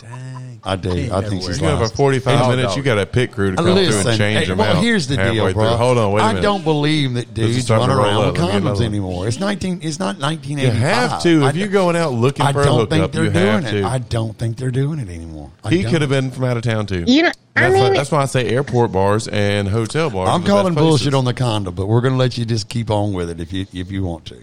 S5: dang.
S1: I do. I think she's
S4: You have a
S1: lying. Oh,
S4: 45
S5: Hey,
S4: minutes.
S5: dog.
S4: You got a pit crew to come through and change
S1: hey,
S4: them
S1: well,
S4: out.
S1: here's the deal,
S4: halfway
S1: bro.
S4: through. Hold on, wait a
S1: I
S4: minute.
S1: don't believe that dudes
S4: starting
S1: run
S4: to roll
S1: around
S4: up.
S1: with
S4: Let me get another
S1: condoms
S4: one.
S1: anymore. It's nineteen. It's not nineteen
S4: You
S1: eighty.
S4: have to. If you're going out looking
S1: I
S4: for a
S1: don't think
S4: hookup,
S1: they're
S4: you
S1: doing
S4: have
S1: it. I
S4: to.
S1: don't think they're doing it anymore. I
S4: He
S1: don't.
S4: could have been from out of town too.
S8: You know, I
S4: That's, why,
S8: mean,
S4: that's why I say airport bars and hotel bars.
S1: I'm
S4: are the best
S1: calling bullshit
S4: places.
S1: on the condom, but we're going to let you just keep on with it if you if you want to.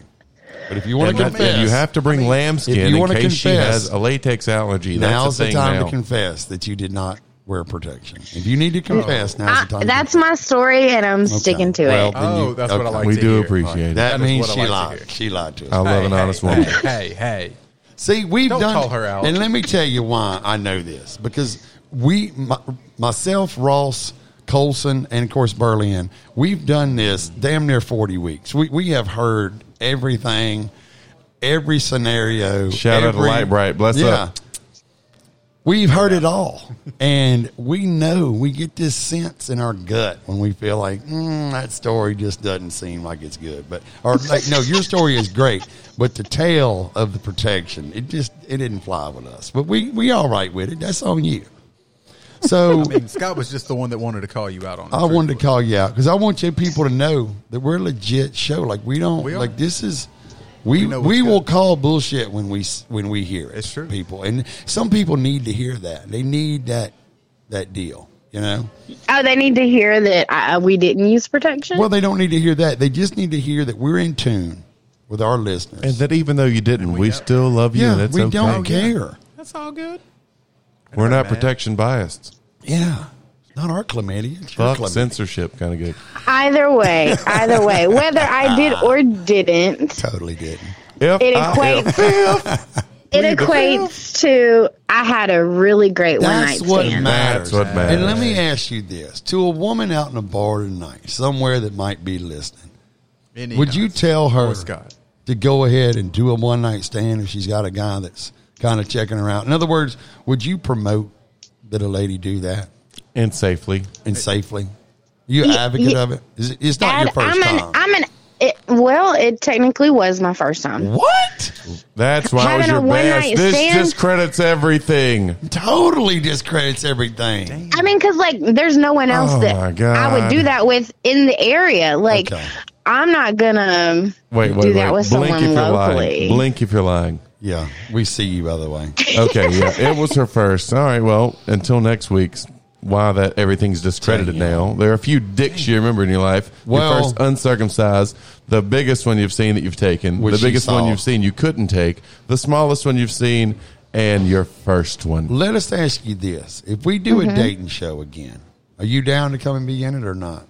S1: But if you want
S4: And
S1: to
S4: that-
S1: confess,
S4: and you have to bring
S1: if you
S4: lambskin in
S1: wanna
S4: case she
S1: confess,
S4: has a latex allergy. That's
S1: now's
S4: the
S1: the
S4: thing
S1: time
S4: now.
S1: to confess that you did not wear protection. If you need to confess, now's
S8: I,
S1: the time. to
S8: Uh, that's
S1: confess.
S8: my story, and I'm sticking to
S1: Well,
S8: it.
S1: then
S5: Oh,
S1: you-
S5: that's what I
S1: okay.
S5: like.
S4: uh, we
S5: to
S4: do
S5: hear.
S4: appreciate
S1: That,
S4: it.
S5: That is
S1: means
S5: what I
S1: she
S5: like to hear.
S1: lied. She lied to us.
S4: I love
S5: Hey,
S4: an honest
S5: hey,
S4: woman.
S5: Hey, hey.
S1: See, we've
S5: Don't
S1: done.
S5: call her out.
S1: And let me tell you why I know this because we, my, myself, Ross, Colson, and of course Berlin, we've done this damn near forty weeks. We we have heard everything, every scenario.
S4: Shout out to
S1: every-
S4: Light Bright. Bless up.
S1: We've heard it all, and we know we get this sense in our gut when we feel like mm, that story just doesn't seem like it's good, but or like no, your story is great, but the tale of the protection it just it didn't fly with us. But we we all right with it. That's on you. So
S5: I mean, Scott was just the one that wanted to call you out on. it,
S1: I wanted to
S5: truthfully.
S1: call you out because I want you people to know that we're a legit show. Like we don't
S5: We are.
S1: like this is we
S5: We
S1: we,
S5: know what's
S1: will
S5: good.
S1: call bullshit when we s- when we hear it.
S5: It's true.
S1: people, and some people need to hear that. They need that that deal. You know,
S8: Oh, they need to hear that I, we didn't use protection.
S1: well, they don't need to hear that. They just need to hear that we're in tune with our listeners.
S4: And that even though you didn't, we, still love you.
S1: yeah,
S4: and it's
S1: we
S4: okay.
S5: Oh,
S1: don't care.
S5: That's all good.
S4: We're not
S5: Mad.
S4: protection biased.
S1: Yeah, not our chlamydia. It's your
S4: Fuck
S1: chlamydia.
S4: censorship kind of good.
S8: either way, either way, whether I did or didn't,
S1: Totally didn't.
S4: If
S8: it
S4: I-
S8: equates. <laughs> It equates to I had a really great one night
S1: That's what
S8: stand.
S1: matters.
S4: That's what matters.
S1: And let me ask you this: to a woman out in a bar tonight, somewhere that might be listening, would you tell her
S5: Scott?
S1: to go ahead and do a one night stand if she's got a guy that's kind of checking her out? In other words, would you promote that a lady do that
S4: and safely.
S1: and safely? You an
S8: Ye-
S1: advocate
S8: ye-
S1: of it? Is it- It's not your
S8: Dad,
S1: 1st
S8: I'm
S1: time.
S8: an I'm an it, well, it technically was my first time.
S1: what?
S4: That's why it was
S8: Having
S4: your
S8: a
S4: best.
S8: one-night
S4: This
S8: stand?
S4: discredits everything.
S1: Totally discredits everything.
S8: I mean, because like, there's no one else
S4: Oh, my
S8: that
S4: God.
S8: I would do that with in the area. Like,
S1: Okay.
S8: I'm not gonna
S4: Wait, wait,
S8: do
S4: wait.
S8: that with
S4: Blink if
S8: someone
S4: you're
S8: locally.
S4: lying. Blink if you're lying.
S1: Yeah, we see you by the way.
S4: Okay,
S1: <laughs>
S4: yeah, it was her first. All right, well, until next week's. Why that everything's discredited now? There are a few dicks you remember in your life.
S1: Well-
S4: your first uncircumcised, the biggest one you've seen that you've taken,
S1: Which
S4: the
S1: she
S4: biggest one
S1: saw.
S4: you've seen you couldn't take, the smallest one you've seen, and your first one.
S1: Let us ask you this: If we do a dating show again, are you down to come and be in it or not?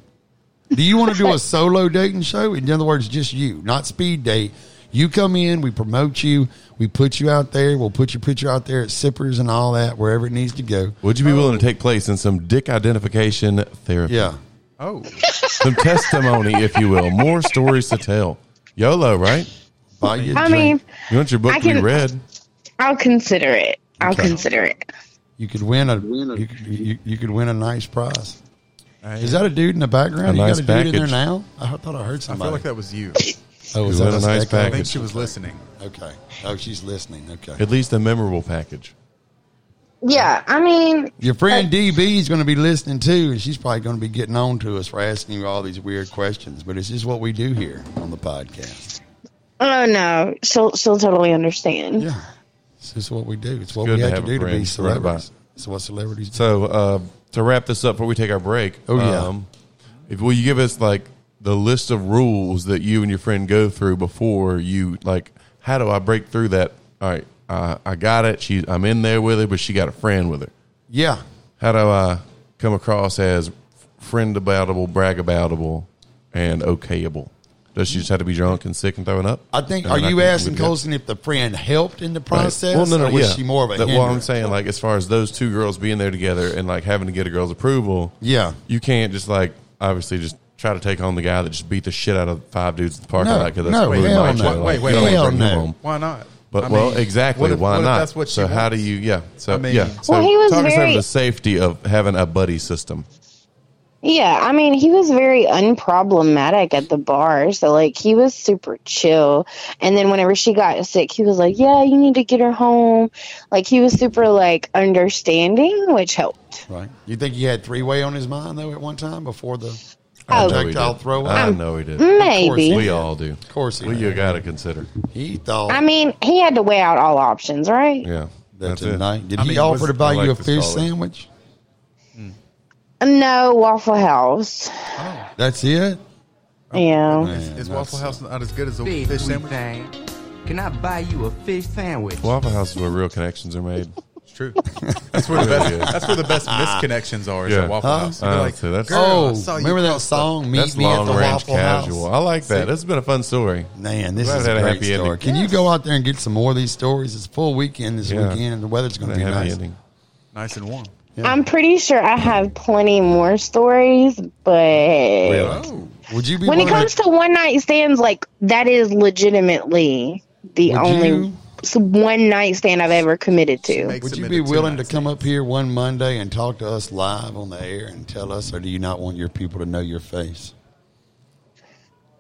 S1: Do you want to do a solo dating show? In other words, just you, not speed date. You come in, we promote you, we put you out there, we'll put your picture out there at Sippers and all that, wherever it needs to go.
S4: Would you be willing to take place in some dick identification therapy?
S1: Yeah,
S5: Oh,
S4: some testimony, if you will, more stories to tell. YOLO, right?
S1: buy you. a
S8: I mean,
S1: drink.
S4: You want your book
S8: I
S4: to be
S8: can-
S4: read?
S8: I'll consider it. I'll
S1: Okay.
S8: consider it.
S1: you could win a you could, you, you could win a nice prize.
S5: Hey.
S1: Is that a dude in the background?
S4: A
S1: you
S4: nice
S1: got a dude in there
S4: package.
S1: now? I thought I heard
S5: I
S1: somebody.
S5: feel like that was you.
S1: Oh, is that
S4: You win
S1: us
S4: a nice
S1: echoing?
S5: I think
S4: package.
S5: she was listening.
S1: Okay. Oh, she's listening. Okay.
S4: At least a memorable package.
S8: Yeah, I mean,
S1: Your friend DB is going to be listening too, and she's probably going to be getting on to us for asking you all these weird questions. But it's just what we do here on the podcast.
S8: Oh no, she'll she'll totally understand.
S1: Yeah. It's just what we do. It's what
S4: good
S1: we
S4: to
S1: have to
S4: have a
S1: do to be
S4: friend right about
S1: celebrities. It's what celebrities do.
S4: So uh, to wrap this up before we take our break,
S1: Oh,
S4: um,
S1: yeah.
S4: if will you give us like the list of rules that you and your friend go through before you like, how do I break through that? All right, uh, I got it. She, I'm in there with her, but she got a friend with her.
S1: Yeah.
S4: How do I come across as friend aboutable, brag aboutable, and okayable? Does she just have to be drunk and sick and throwing up?
S1: I think,
S4: And
S1: are
S4: then
S1: you
S4: can-
S1: asking
S4: we can-
S1: Colson if the friend helped in the
S4: Right.
S1: process?
S4: Well, no, no,
S1: or was
S4: yeah.
S1: she more of a
S4: That- Well, I'm
S1: hindrance?
S4: saying like as far as those two girls being there together and like having to get a girl's approval.
S1: Yeah.
S4: you can't just like obviously just try to take on the guy that just beat the shit out of five dudes in the parking
S1: No,
S4: lot because that's
S1: no,
S4: really
S1: hell
S4: macho.
S1: no.
S4: Like,
S5: Wait,
S4: you don't
S5: wait,
S4: wanna bring
S1: hell
S4: him
S1: no.
S4: home.
S5: Why not?
S4: But
S5: I
S4: well,
S5: mean,
S4: exactly.
S5: what if-
S4: Why
S5: what if
S4: not?
S5: that's what she
S4: so how
S5: wants?
S4: do you? Yeah. So
S5: I mean-
S4: yeah. So
S8: Well, he was
S4: talk us over
S8: very-
S4: the safety of having a buddy system.
S8: Yeah, I mean, he was very unproblematic at the bar. So, like, he was super chill. And then, whenever she got sick, he was like, Yeah, you need to get her home. Like, he was super, like, understanding, which helped.
S1: Right. You think he had three way on his mind, though, at one time before the.
S4: I
S8: Oh.
S4: know he
S1: Projectile
S4: did.
S1: throw
S4: I
S1: up.
S4: know he did.
S8: Maybe.
S4: We all do.
S1: Of course he
S4: Well, you
S1: did.
S4: got to consider.
S1: He thought
S8: I mean, he had to weigh out all options, right?
S4: Yeah.
S1: that
S4: That's it.
S1: tonight. Did
S5: I
S1: he
S5: mean,
S1: offer
S5: was-
S1: to buy
S4: I
S1: you a
S4: like this
S1: fish
S4: solid.
S1: sandwich?
S8: No, Waffle House.
S1: That's it?
S8: Yeah.
S1: Oh, Man,
S5: Is
S1: that's-
S5: Waffle House not as good as a
S2: Big
S5: fish sandwich?
S2: thing. Can I buy you a fish sandwich?
S4: Waffle House is where real connections are made.
S5: It's true. That's where the
S4: Really
S5: best.
S4: good.
S5: That's where the best misconnections are. Is
S4: Yeah.
S5: at Waffle
S1: Ah. Huh?
S5: House.
S4: Uh,
S5: You're like,
S4: so that's-
S5: girl, I
S1: Oh,
S5: saw you
S1: remember that
S5: post
S1: song? Meet
S4: That's
S1: me at
S4: long
S1: the
S4: range
S1: Waffle
S4: casual.
S1: House.
S4: I like that. This has been a fun story.
S1: Man, this
S4: Glad
S1: is
S4: it
S1: a
S4: had a
S1: great
S4: happy
S1: story.
S4: ending.
S1: Can you go out there and get some more of these stories? It's full weekend this
S4: Yeah.
S1: weekend, and the weather's going to
S4: Happy
S1: be nice.
S4: ending.
S5: Nice and warm.
S8: I'm pretty sure I have plenty more stories, but
S5: Oh,
S1: Would you be
S8: when it
S1: willing
S8: comes to one night stands, like that is legitimately the
S1: Would
S8: only
S1: you-
S8: s one night stand I've ever committed to.
S5: Make
S1: Would you
S5: submitted
S1: be
S5: two
S1: willing to
S5: nights.
S1: come up here one Monday and talk to us live on the air and tell us, or do you not want your people to know your face?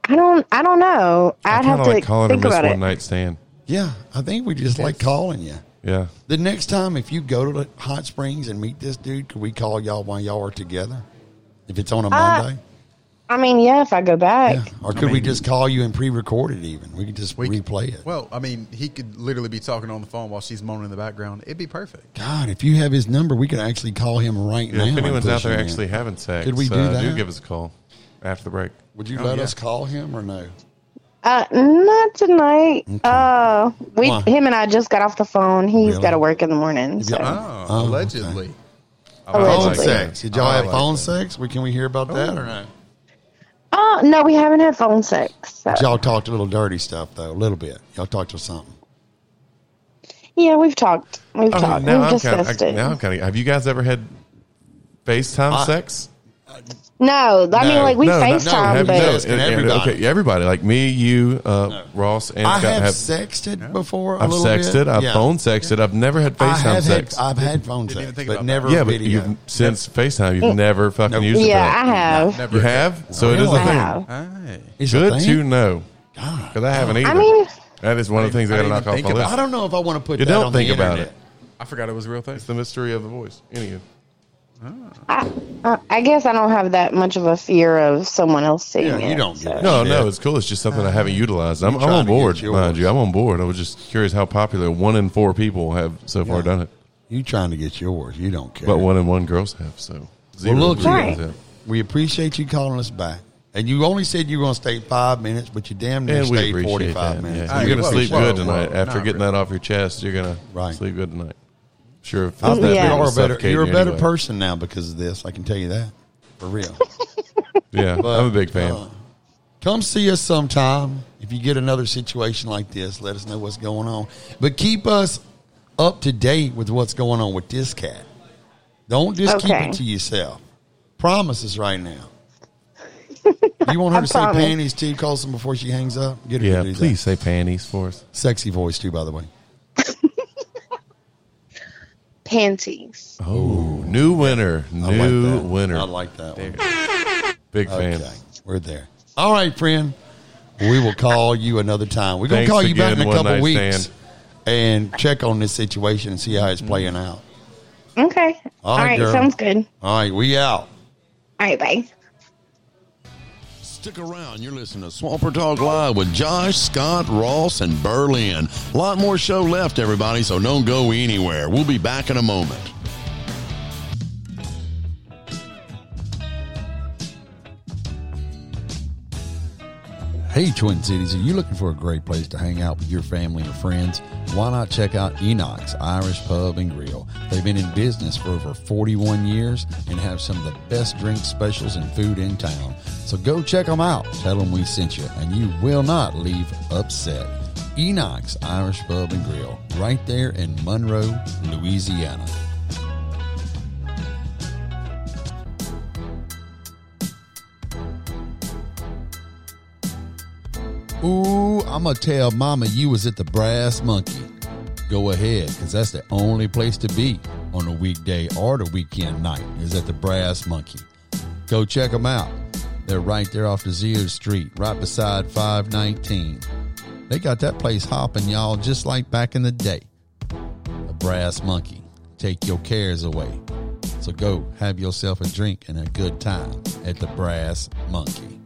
S8: I don't. I don't know.
S4: I
S8: I'd
S4: kind
S8: have
S4: of
S8: to
S4: like calling her
S8: think
S4: Miss
S8: about
S4: One
S8: it.
S4: Night Stand.
S1: Yeah, I think we just like calling you.
S4: Yeah.
S1: The next time, if you go to the Hot Springs and meet this dude, could we call y'all while y'all are together? If it's
S8: Uh,
S1: on a Monday,
S8: I mean, yeah, if I go back,
S1: yeah. Or could we just call you and pre-record it? Even we could just replay it.
S5: Well, I mean, he could literally be talking on the phone while she's moaning in the background. It'd be perfect.
S1: God, if you have his number, we could actually call him right
S4: Yeah,
S1: now.
S4: if
S1: and
S4: anyone's
S1: push
S4: out there
S1: him in.
S4: actually having sex,
S1: Could we do
S4: uh,
S1: that?
S4: do give Oh, us a call after the break.
S1: would you let
S5: yeah.
S1: us call him or no?
S8: uh, not tonight. Uh, we
S1: Why?
S8: him and I just got off the phone. He's
S1: Really?
S8: got to work in the morning.
S1: you-
S8: So.
S5: Oh,
S1: Oh,
S5: allegedly.
S4: I
S8: Phone
S1: Phone
S8: like that.
S1: sex? Did y'all have phone sex? We, can we hear about that or no?
S8: Oh no, we haven't had phone sex. So.
S1: Y'all talked a little dirty stuff though, a little bit. Y'all talked to something.
S8: Yeah, we've talked. We've
S4: I mean,
S8: talked.
S4: now
S8: we've
S4: I'm kind of.
S8: discussed
S4: Now I'm
S8: it.
S4: kind of. Have you guys ever had FaceTime
S1: I-
S4: sex?
S8: No, I mean,
S1: No,
S8: like we
S4: no, not-
S1: no,
S8: FaceTime,
S1: have-
S8: but
S1: Yes, and everybody.
S4: Okay, everybody. Like me, you, uh, Ross, and
S1: I
S4: Scott
S1: have,
S4: have.
S1: sexted before. a
S4: I've
S1: little bit.
S4: sexted. I've
S1: Yeah.
S4: phone sexted. I've never had
S1: I
S4: FaceTime
S1: have
S4: sex.
S1: Had, I've had phone
S5: Didn't
S1: sex,
S5: even think
S1: but
S5: about
S1: never
S4: yeah, but
S1: video.
S4: you've, since FaceTime, you've never fucking used it. for
S8: yeah,
S4: that.
S8: I have.
S5: Never.
S4: You have? So it is
S1: Really?
S4: a thing.
S8: Wow.
S5: Hey.
S1: It's a
S4: Good
S1: thing.
S4: to know. Because I haven't either.
S8: I mean,
S4: that is one of the things I,
S5: I
S4: got to
S5: didn't
S4: knock
S5: even
S4: off
S5: think
S4: my
S5: about
S4: list.
S1: I don't know if I want to put.
S4: You
S1: that
S4: don't
S1: on
S4: think
S1: the
S4: about
S1: internet.
S4: it.
S5: I forgot it was a real thing. Ah.
S4: It's the mystery of the voice. Anywho.
S8: I, I- I guess I don't have that much of a fear of someone else seeing
S1: Yeah,
S8: it.
S1: you don't get
S8: so.
S1: it.
S4: No,
S1: Shit.
S4: no, it's cool. It's just something I haven't utilized. I'm,
S1: You
S4: I'm
S1: trying
S4: on
S1: to get
S4: board,
S1: yours.
S4: mind you. I'm on board. I was just curious how popular one in four people have so far
S1: Yeah.
S4: done it,
S1: You trying to get yours? You don't care.
S4: but one in one girls have. So zero
S1: look,
S4: girls
S8: Right.
S4: have.
S1: we appreciate you calling us back. And you only said you were going to stay five minutes, but you damn near
S4: and we
S1: stayed
S4: appreciate
S1: forty-five
S4: that.
S1: minutes.
S4: Yeah.
S5: Hey,
S4: You're
S5: whoa,
S4: gonna sleep
S5: whoa,
S4: good
S5: whoa.
S4: tonight after
S5: Not
S4: getting
S5: really.
S4: that off your chest. You're gonna
S1: Right.
S4: sleep good tonight. Sure, if
S1: I
S4: it's that
S1: think
S8: Oh, Yeah.
S4: big,
S1: you
S4: it's
S1: are a better.
S4: suffocating
S1: You're a
S4: you
S1: better
S4: anyway.
S1: person now because of this. I can tell you that for real.
S4: <laughs> Yeah,
S1: But,
S4: I'm a big fan.
S1: uh, come see us sometime. If you get another situation like this, let us know what's going on. But keep us up to date with what's going on with this cat. Don't just
S8: Okay.
S1: keep it to yourself. Promise us right
S8: <laughs>
S1: now. You
S8: I
S1: want her to say
S8: promise.
S1: panties too, Colson, before she hangs up? Get her
S4: yeah,
S1: to do that.
S4: please say panties for us.
S1: Sexy voice too, by the way.
S8: Panties.
S4: Oh, new winner,
S1: I like
S4: new
S1: that.
S4: winner.
S1: I like that one.
S4: big
S1: Okay,
S4: fan.
S1: we're there. All right, friend. We will call you another time. We're gonna
S4: Thanks
S1: call you back in
S4: again,
S1: a
S4: One
S1: couple
S4: Night
S1: weeks
S4: Stand.
S1: and check on this situation and see how it's playing out.
S8: Okay. All right.
S1: girl.
S8: Sounds good.
S1: All right, we out.
S8: All right. Bye.
S9: Stick around. You're listening to Swamper Talk Live with Josh, Scott, Ross, and Berlin. A lot more show left, everybody, so don't go anywhere. We'll be back in a moment.
S1: Hey, Twin Cities, are you looking for a great place to hang out with your family or friends? Why not check out Enoch's Irish Pub and Grill? They've been in business for over 41 years and have some of the best drink specials and food in town. So go check them out. Tell them we sent you, and you will not leave upset. Enoch's Irish Pub and Grill, right there in Monroe, Louisiana. Ooh, I'ma tell mama you was at the Brass Monkey. Go ahead, because that's the only place to be on a weekday or the weekend night is at the Brass Monkey. Go check them out. They're right there off Desire Street, right beside 519. They got that place hopping, y'all, just like back in the day. The Brass Monkey. Take your cares away. So go have yourself a drink and a good time at the Brass Monkey.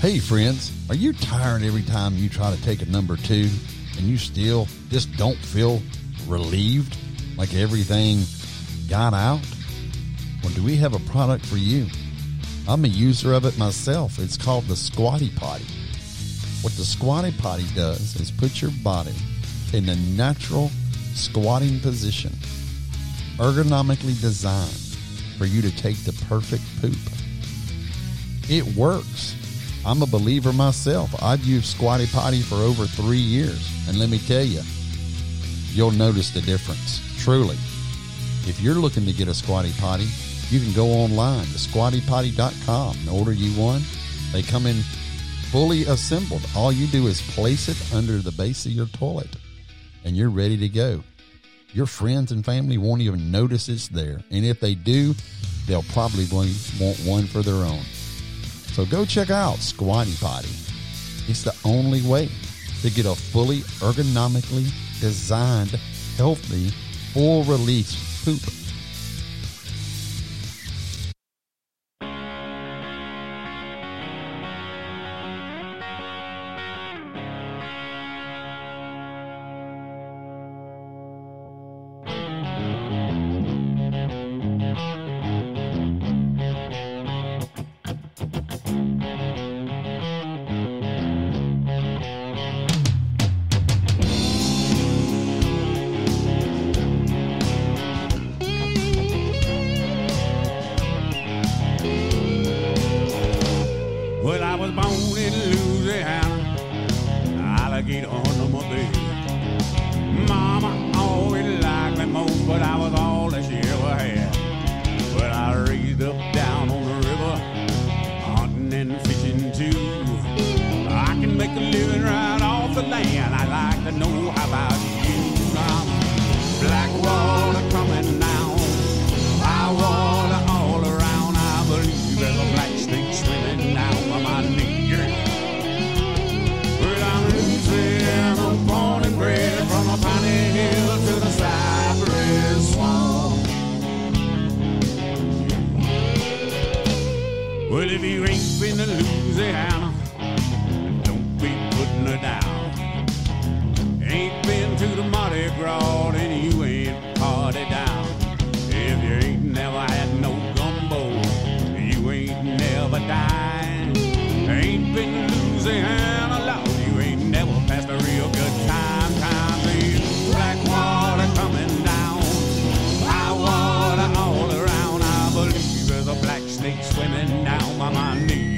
S1: Hey, friends, are you tired every time you try to take a number two and you still just don't feel relieved like everything got out? Well, do we have a product for you? I'm a user of it myself. It's called the Squatty Potty. What the Squatty Potty does is put your body in a natural squatting position, ergonomically designed for you to take the perfect poop. It works. I'm a believer myself. I've used Squatty Potty for over three years. And let me tell you, you'll notice the difference, truly. If you're looking to get a Squatty Potty, you can go online to squattypotty.com and order you one. They come in fully assembled. All you do is place it under the base of your toilet and you're ready to go. Your friends and family won't even notice it's there. And if they do, they'll probably want one for their own. So go check out Squatty Potty. It's the only way to get a fully ergonomically designed, healthy, full release poop.
S10: Well, I was born in Louisiana, alligator under my bed. Mama always liked me most, but I was all that she ever had. But I raised up down on the river, hunting and fishing too. I can make a living right off the land. I'd like to know how about you. I'm black water coming down, high water all around. I believe there's a black snake swimming down by my knee. Well, I'm losing I'm born and bred from a piney hill to the cypress swamp. Well, if you ain't been to Louisiana, don't be putting her down. Ain't been to the Mardi Gras, and you ain't party down. If you ain't never had no gumbo, you ain't never died. Ain't been to Louisiana lot, you ain't never passed a real good time. Time is black water coming down, high water all around. I believe there's a black snake swimming down by my knee.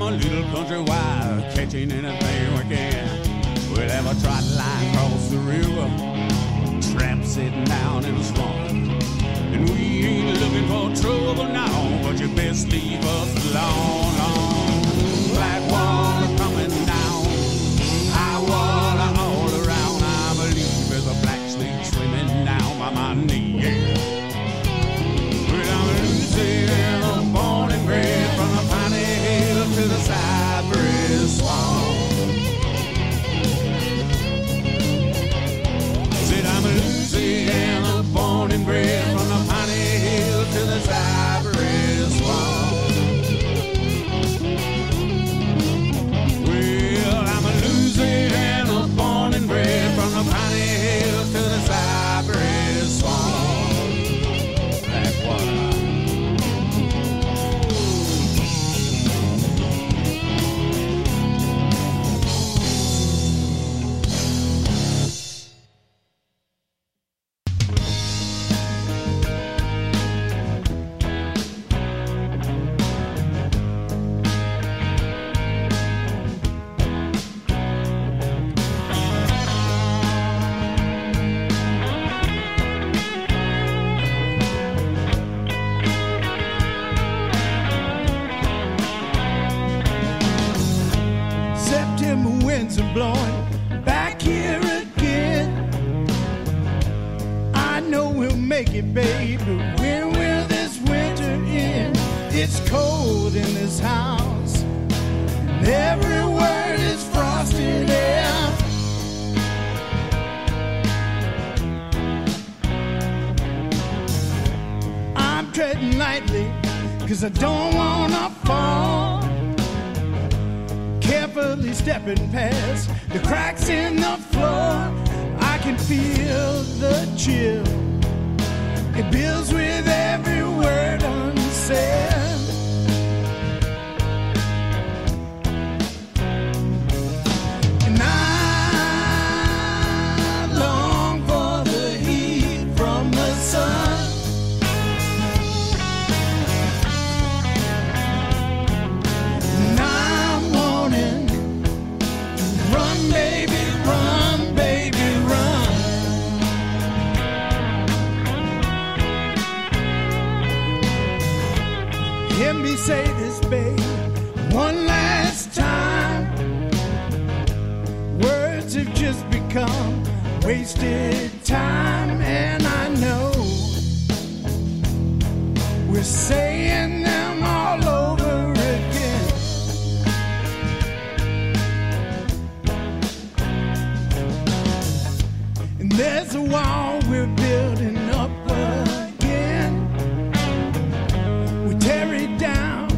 S10: a little country wife catching anything we can. We'll have a trot line across the river, trap sitting down in the swamp. And we ain't looking for trouble now, but you best leave us alone. alone. Black water coming down, high water all around. I believe there's a black snake swimming down by my knee. Yeah. Well, I'm losing a born and bred from the Piney Hill to the Cypress Swamp. Said I'm a Louisiana born and bred from the Piney Hill to the Cypress Swamp. Well, I'm a Louisiana born and bred from the Piney Hill to the Cypress Swamp. Black water.
S2: September winds are blowing back here again. I know we'll make it, babe, but when will this winter end? It's cold in this house, and every word is frosted out. I'm treading lightly, cause I don't wanna fall carefully stepping past the cracks in the floor. I can feel the chill. It builds with every word unsaid. And I long for the heat from the sun. And I'm wanting to run, baby, run, baby, run. Hear me say this, babe, one last time. Words have just become wasted time, and I know we're saying them all over again. And there's a wall we're building up again. We tear it down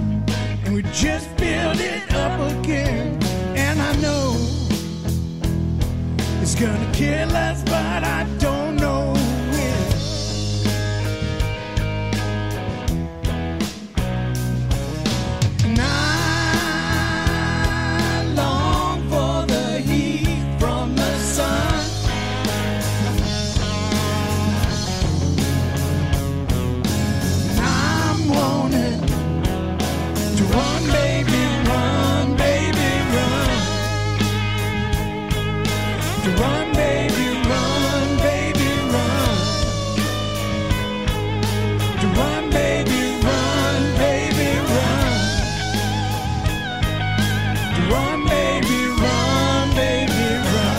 S2: and we just build it up again. And I know it's gonna kill us, but I don't know when. And I long for the heat from the sun. And I'm wanting to run, baby, run, baby, run. To run, baby, run, baby, run. To run, baby, run, baby, run. To run, baby, run, baby, run.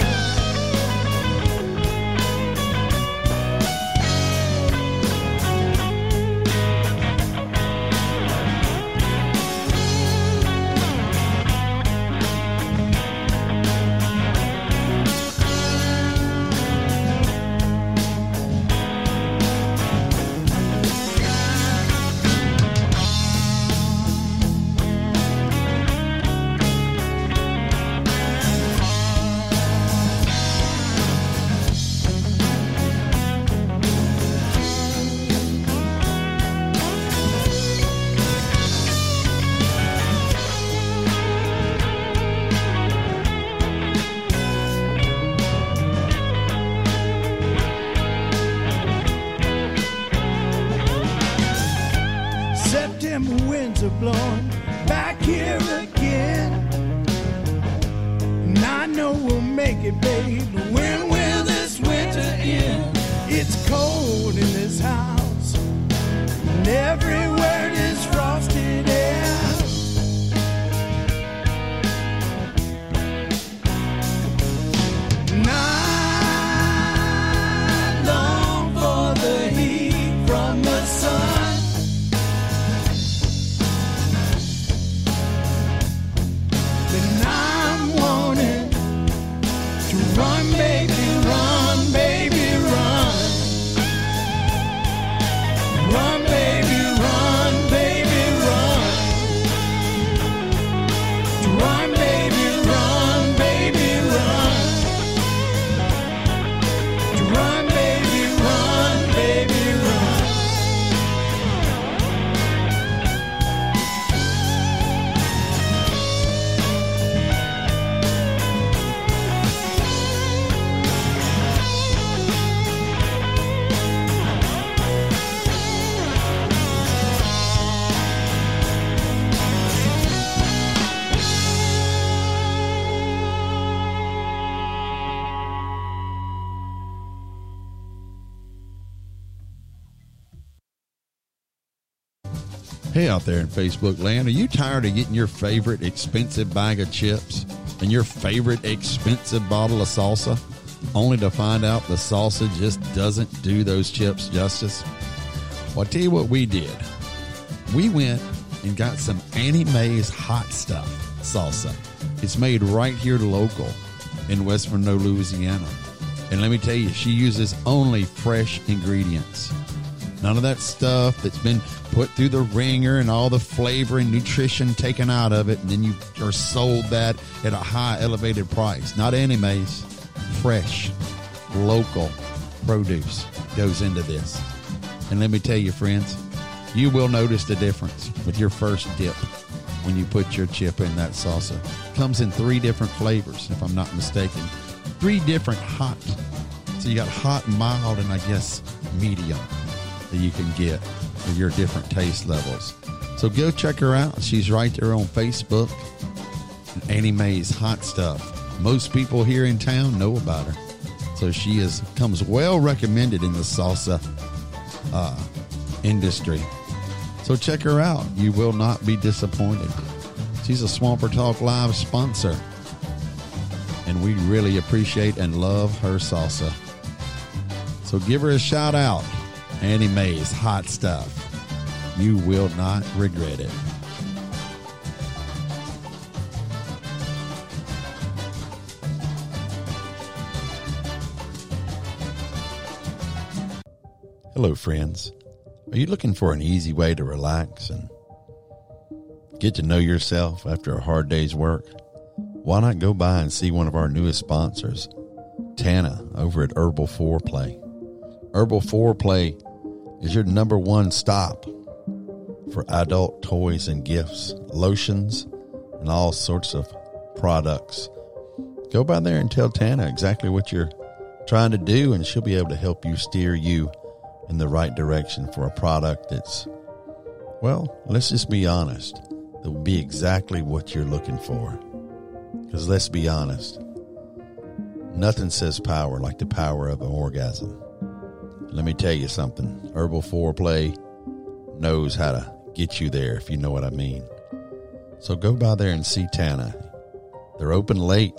S2: September winds are blowing back here again.
S3: know we'll make it, babe. When will this winter end? It's cold in this house, and every word is frosted out. Not long for the heat from the sun. Then I'm wanting to run, baby, run, baby, run. Run, baby, run, baby, run. To run, baby, run, baby, run. To run, baby, run, baby, run.
S1: Hey, out there in Facebook land, are you tired of getting your favorite expensive bag of chips and your favorite expensive bottle of salsa, only to find out the salsa just doesn't do those chips justice? Well, I tell you what we did. We went and got some Annie Mae's hot stuff salsa. It's made right here local in West Fernando, Louisiana. And let me tell you, she uses only fresh ingredients. None of that stuff that's been put through the ringer and all the flavor and nutrition taken out of it, and then you are sold that at a high elevated price. Not animes, fresh, local produce goes into this. And let me tell you, friends, you will notice the difference with your first dip when you put your chip in that salsa. Comes in three different flavors, if I'm not mistaken. Three different hot. So you got hot, mild, and I guess medium that you can get for your different taste levels. So go check her out. She's right there on Facebook. Annie Mae's Hot Stuff. Most people here in town know about her. So she is comes well recommended in the salsa uh, industry. So check her out. You will not be disappointed. She's a Swamper Talk Live sponsor. And we really appreciate and love her salsa. So give her a shout out. Annie Mae's hot stuff. You will not regret it. Hello, friends. Are you looking for an easy way to relax and get to know yourself after a hard day's work? Why not go by and see one of our newest sponsors, Tana, over at Herbal Foreplay? Herbal Foreplay is your number one stop for adult toys and gifts, lotions, and all sorts of products. Go by there and tell Tana exactly what you're trying to do, and she'll be able to help you steer you in the right direction for a product that's, well, let's just be honest, that will be exactly what you're looking for. Because let's be honest, nothing says power like the power of an orgasm. Let me tell you something. Herbal Foreplay knows how to get you there, if you know what I mean. So go by there and see Tana. They're open late.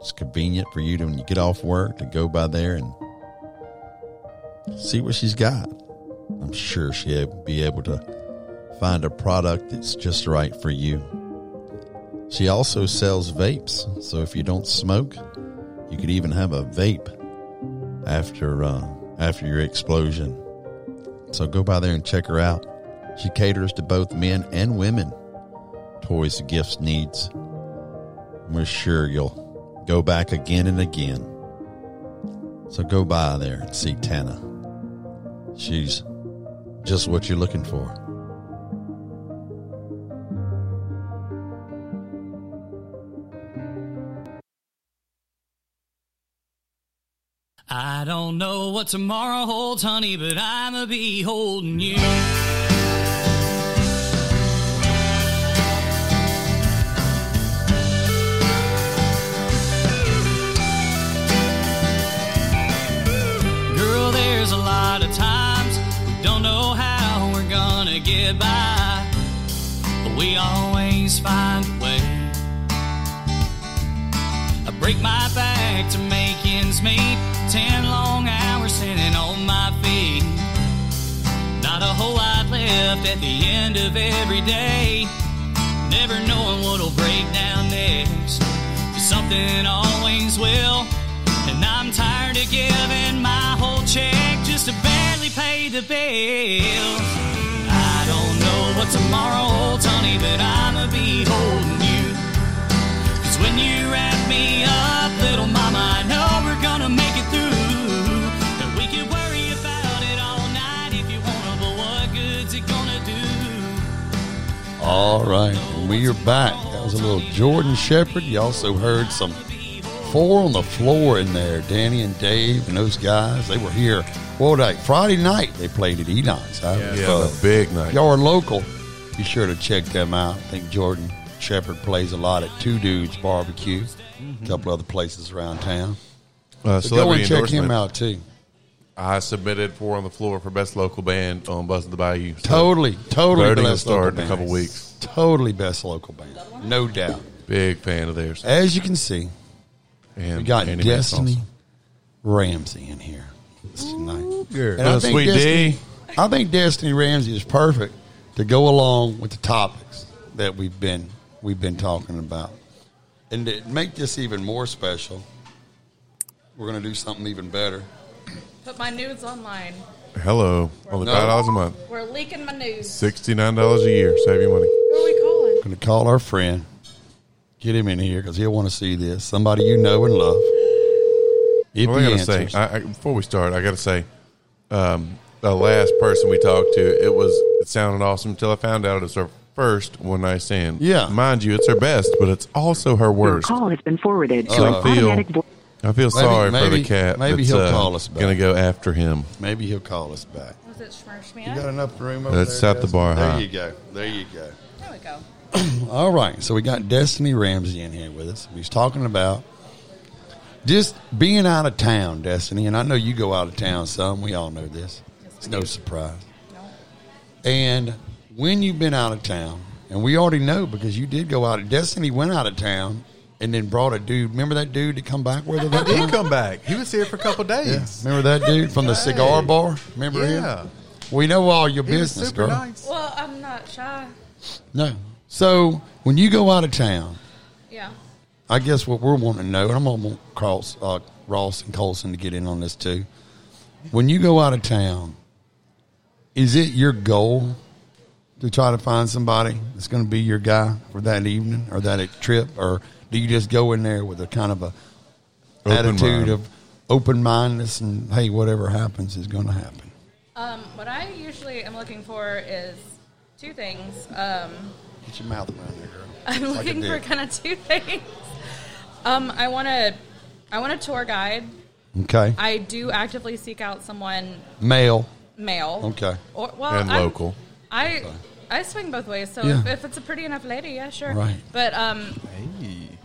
S1: It's convenient for you to, when you get off work, to go by there and see what she's got. I'm sure she'll be able to find a product that's just right for you. She also sells vapes, so if you don't smoke, you could even have a vape after uh, after your explosion. So go by there and check her out. She caters to both men and women. Toys, gifts, needs. We're sure you'll go back again and again. So go by there and see Tana. She's just what you're looking for.
S11: I don't know what tomorrow holds, honey, but I'ma be holding you. a lot of times we don't know how we're gonna get by, but we always find a way. I break my back to make ends meet, ten long hours sitting on my feet. Not a whole lot left at the end of every day, never knowing what'll break down next. But something always will. And I'm tired of giving my whole check just to barely pay the bills. I don't know what tomorrow holds, honey, but I'ma be holding you. Cause when you wrap me up, little mama, I know we're gonna make it through. And we can worry about it all night if you wanna, but what good's it gonna do?
S1: All right, and we are back. That was a little Jordan Shepherd. You also heard some four on the floor in there. Danny and Dave and those guys, they were here. Well, like Friday night they played at Enoch's. I
S4: Yeah. Yeah, the big night.
S1: Y'all are local. Be sure to check them out. I think Jordan Shepherd plays a lot at Two Dudes Barbecue, a couple other places around town.
S4: Uh,
S1: so go
S4: celebrity
S1: and check him
S4: endorsement.
S1: out too.
S4: I submitted four on the floor for best local band on Buzz the Bayou. So
S1: Totally, totally
S4: Voting will
S1: best local
S4: start in a
S1: band.
S4: couple weeks.
S1: Totally best local band, no doubt.
S4: Big fan of theirs.
S1: As you can see,
S4: and
S1: we got
S4: Andy
S1: Destiny
S4: Mason
S1: Ramsey in here. It's nice.
S4: girl.
S1: And I
S4: Little
S1: think
S4: Sweet
S1: Destiny, I think Destiny Ramsey is perfect to go along with the topics that we've been we've been talking about, and to make this even more special, we're going to do something even better.
S12: Put my nudes online.
S4: Hello, only
S1: No.
S4: five dollars a month,
S12: We're leaking my nudes.
S4: sixty nine dollars a year. Save your money.
S1: going to call our friend, get him in here because he'll want to see this. Somebody you know and love. If
S4: Well, I
S1: he
S4: gotta
S1: answers.
S4: say, I, I, before we start, I gotta say, um, the last person we talked to, it was it sounded awesome until I found out it's her first one night stand. Yeah, mind you, it's her best, but it's also her worst.
S7: Your call has been forwarded to
S4: So
S7: an
S4: I feel-
S7: automatic voice.
S4: I
S1: Maybe-
S4: feel sorry for the
S1: maybe-
S4: cat.
S1: maybe
S4: that's,
S1: he'll
S4: uh,
S1: call us back.
S4: Gonna go after him.
S1: Maybe he'll call us back. <clears throat>
S12: Was it Schmersh
S1: You got enough room over
S4: Let's
S1: there,
S4: set the
S1: Destiny?
S4: bar
S1: There
S4: high.
S1: you go. There you go.
S12: There we go.
S1: All right. So we got Destiny Ramsey in here with us. He's talking about just being out of town, Destiny. And I know you go out of town some. We all know this. It's no surprise. And when you've been out of town, and we already know because you did go out. Destiny went out of town and then brought a dude. Remember that dude to come back with
S5: <laughs>
S1: her? That
S5: He
S1: time?
S5: did come back. He was here for a couple days.
S1: Remember that dude from the cigar bar? Remember
S5: Yeah.
S1: him? We know all your
S5: He was
S1: business,
S5: super
S1: girl.
S5: nice.
S12: Well, I'm not shy.
S1: No. So when you go out of town,
S12: Yeah.
S1: I guess what we're wanting to know, and I'm going to want Cross, uh, Ross and Colson to get in on this too. When you go out of town, is it your goal to try to find somebody that's going to be your guy for that evening or that trip, or do you just go in there with a kind of a
S4: Open
S1: attitude
S4: mind.
S1: of open mindedness and hey, whatever happens is going to happen?
S12: Um, what I usually am looking for is two things. Um, <laughs>
S1: Get your mouth around there, girl.
S12: I'm
S1: Like a
S12: looking for
S1: dick.
S12: kind of two <laughs> things. Um, I want to, I want a tour guide.
S1: Okay.
S12: I do actively seek out someone
S1: Male.
S12: male.
S1: Okay.
S12: Or well,
S1: And
S12: I'm-
S1: local.
S12: I I swing both ways. So
S1: Yeah.
S12: if, if it's a pretty enough lady, yeah, sure.
S1: Right.
S12: But um,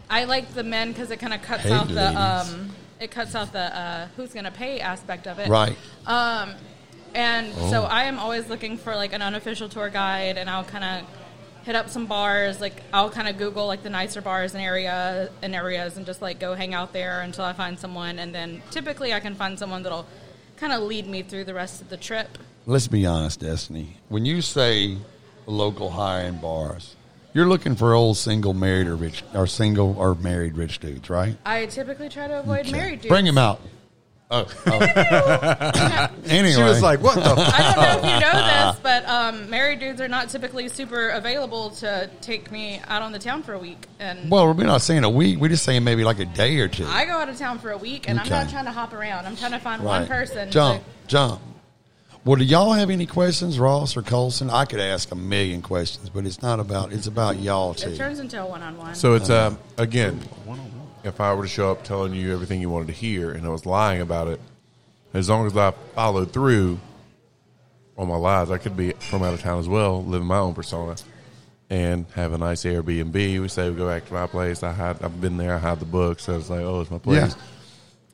S12: I like the men because it kind of cuts
S1: Hey,
S12: out the
S1: ladies.
S12: um, it cuts out the uh, who's gonna pay aspect of it.
S1: Right.
S12: Um, and so
S1: Oh.
S12: I am always looking for like an unofficial tour guide, and I'll kind of hit up some bars. Like I'll kind of Google like the nicer bars in area in areas, and just like go hang out there until I find someone, and then typically I can find someone that'll kind of lead me through the rest of the trip.
S1: Let's be honest, Destiny. When you say local high end bars, you're looking for old single married or rich or single or married rich dudes, right?
S12: I typically try to avoid married dudes.
S1: Bring him out. Oh,
S12: <laughs>
S1: oh. <laughs> anyway,
S5: She was like,
S1: <laughs>
S5: "What the
S12: I don't know if you
S5: <laughs>
S12: know this, but um, married dudes are not typically super available to take me out on the town for a week. And
S1: Well, we're not saying a week. We're just saying maybe like a day or two.
S12: I go out of town for a week, and I'm not
S1: Okay.
S12: trying to hop around. I'm trying to find one
S1: Right.
S12: person.
S1: Jump, jump. Well, do y'all have any questions, Ross or Colson? I could ask a million questions, but it's not about. It's about y'all
S12: to-
S1: too. Uh-huh.
S12: it turns into a one-on-one.
S4: So it's uh, again, if I were to show up telling you everything you wanted to hear and I was lying about it, as long as I followed through on my lies, I could be from out of town as well, living my own persona, and have a nice Airbnb. We say we go back to my place. I hide. I've been there. I hide the books. I was like, oh, it's my place.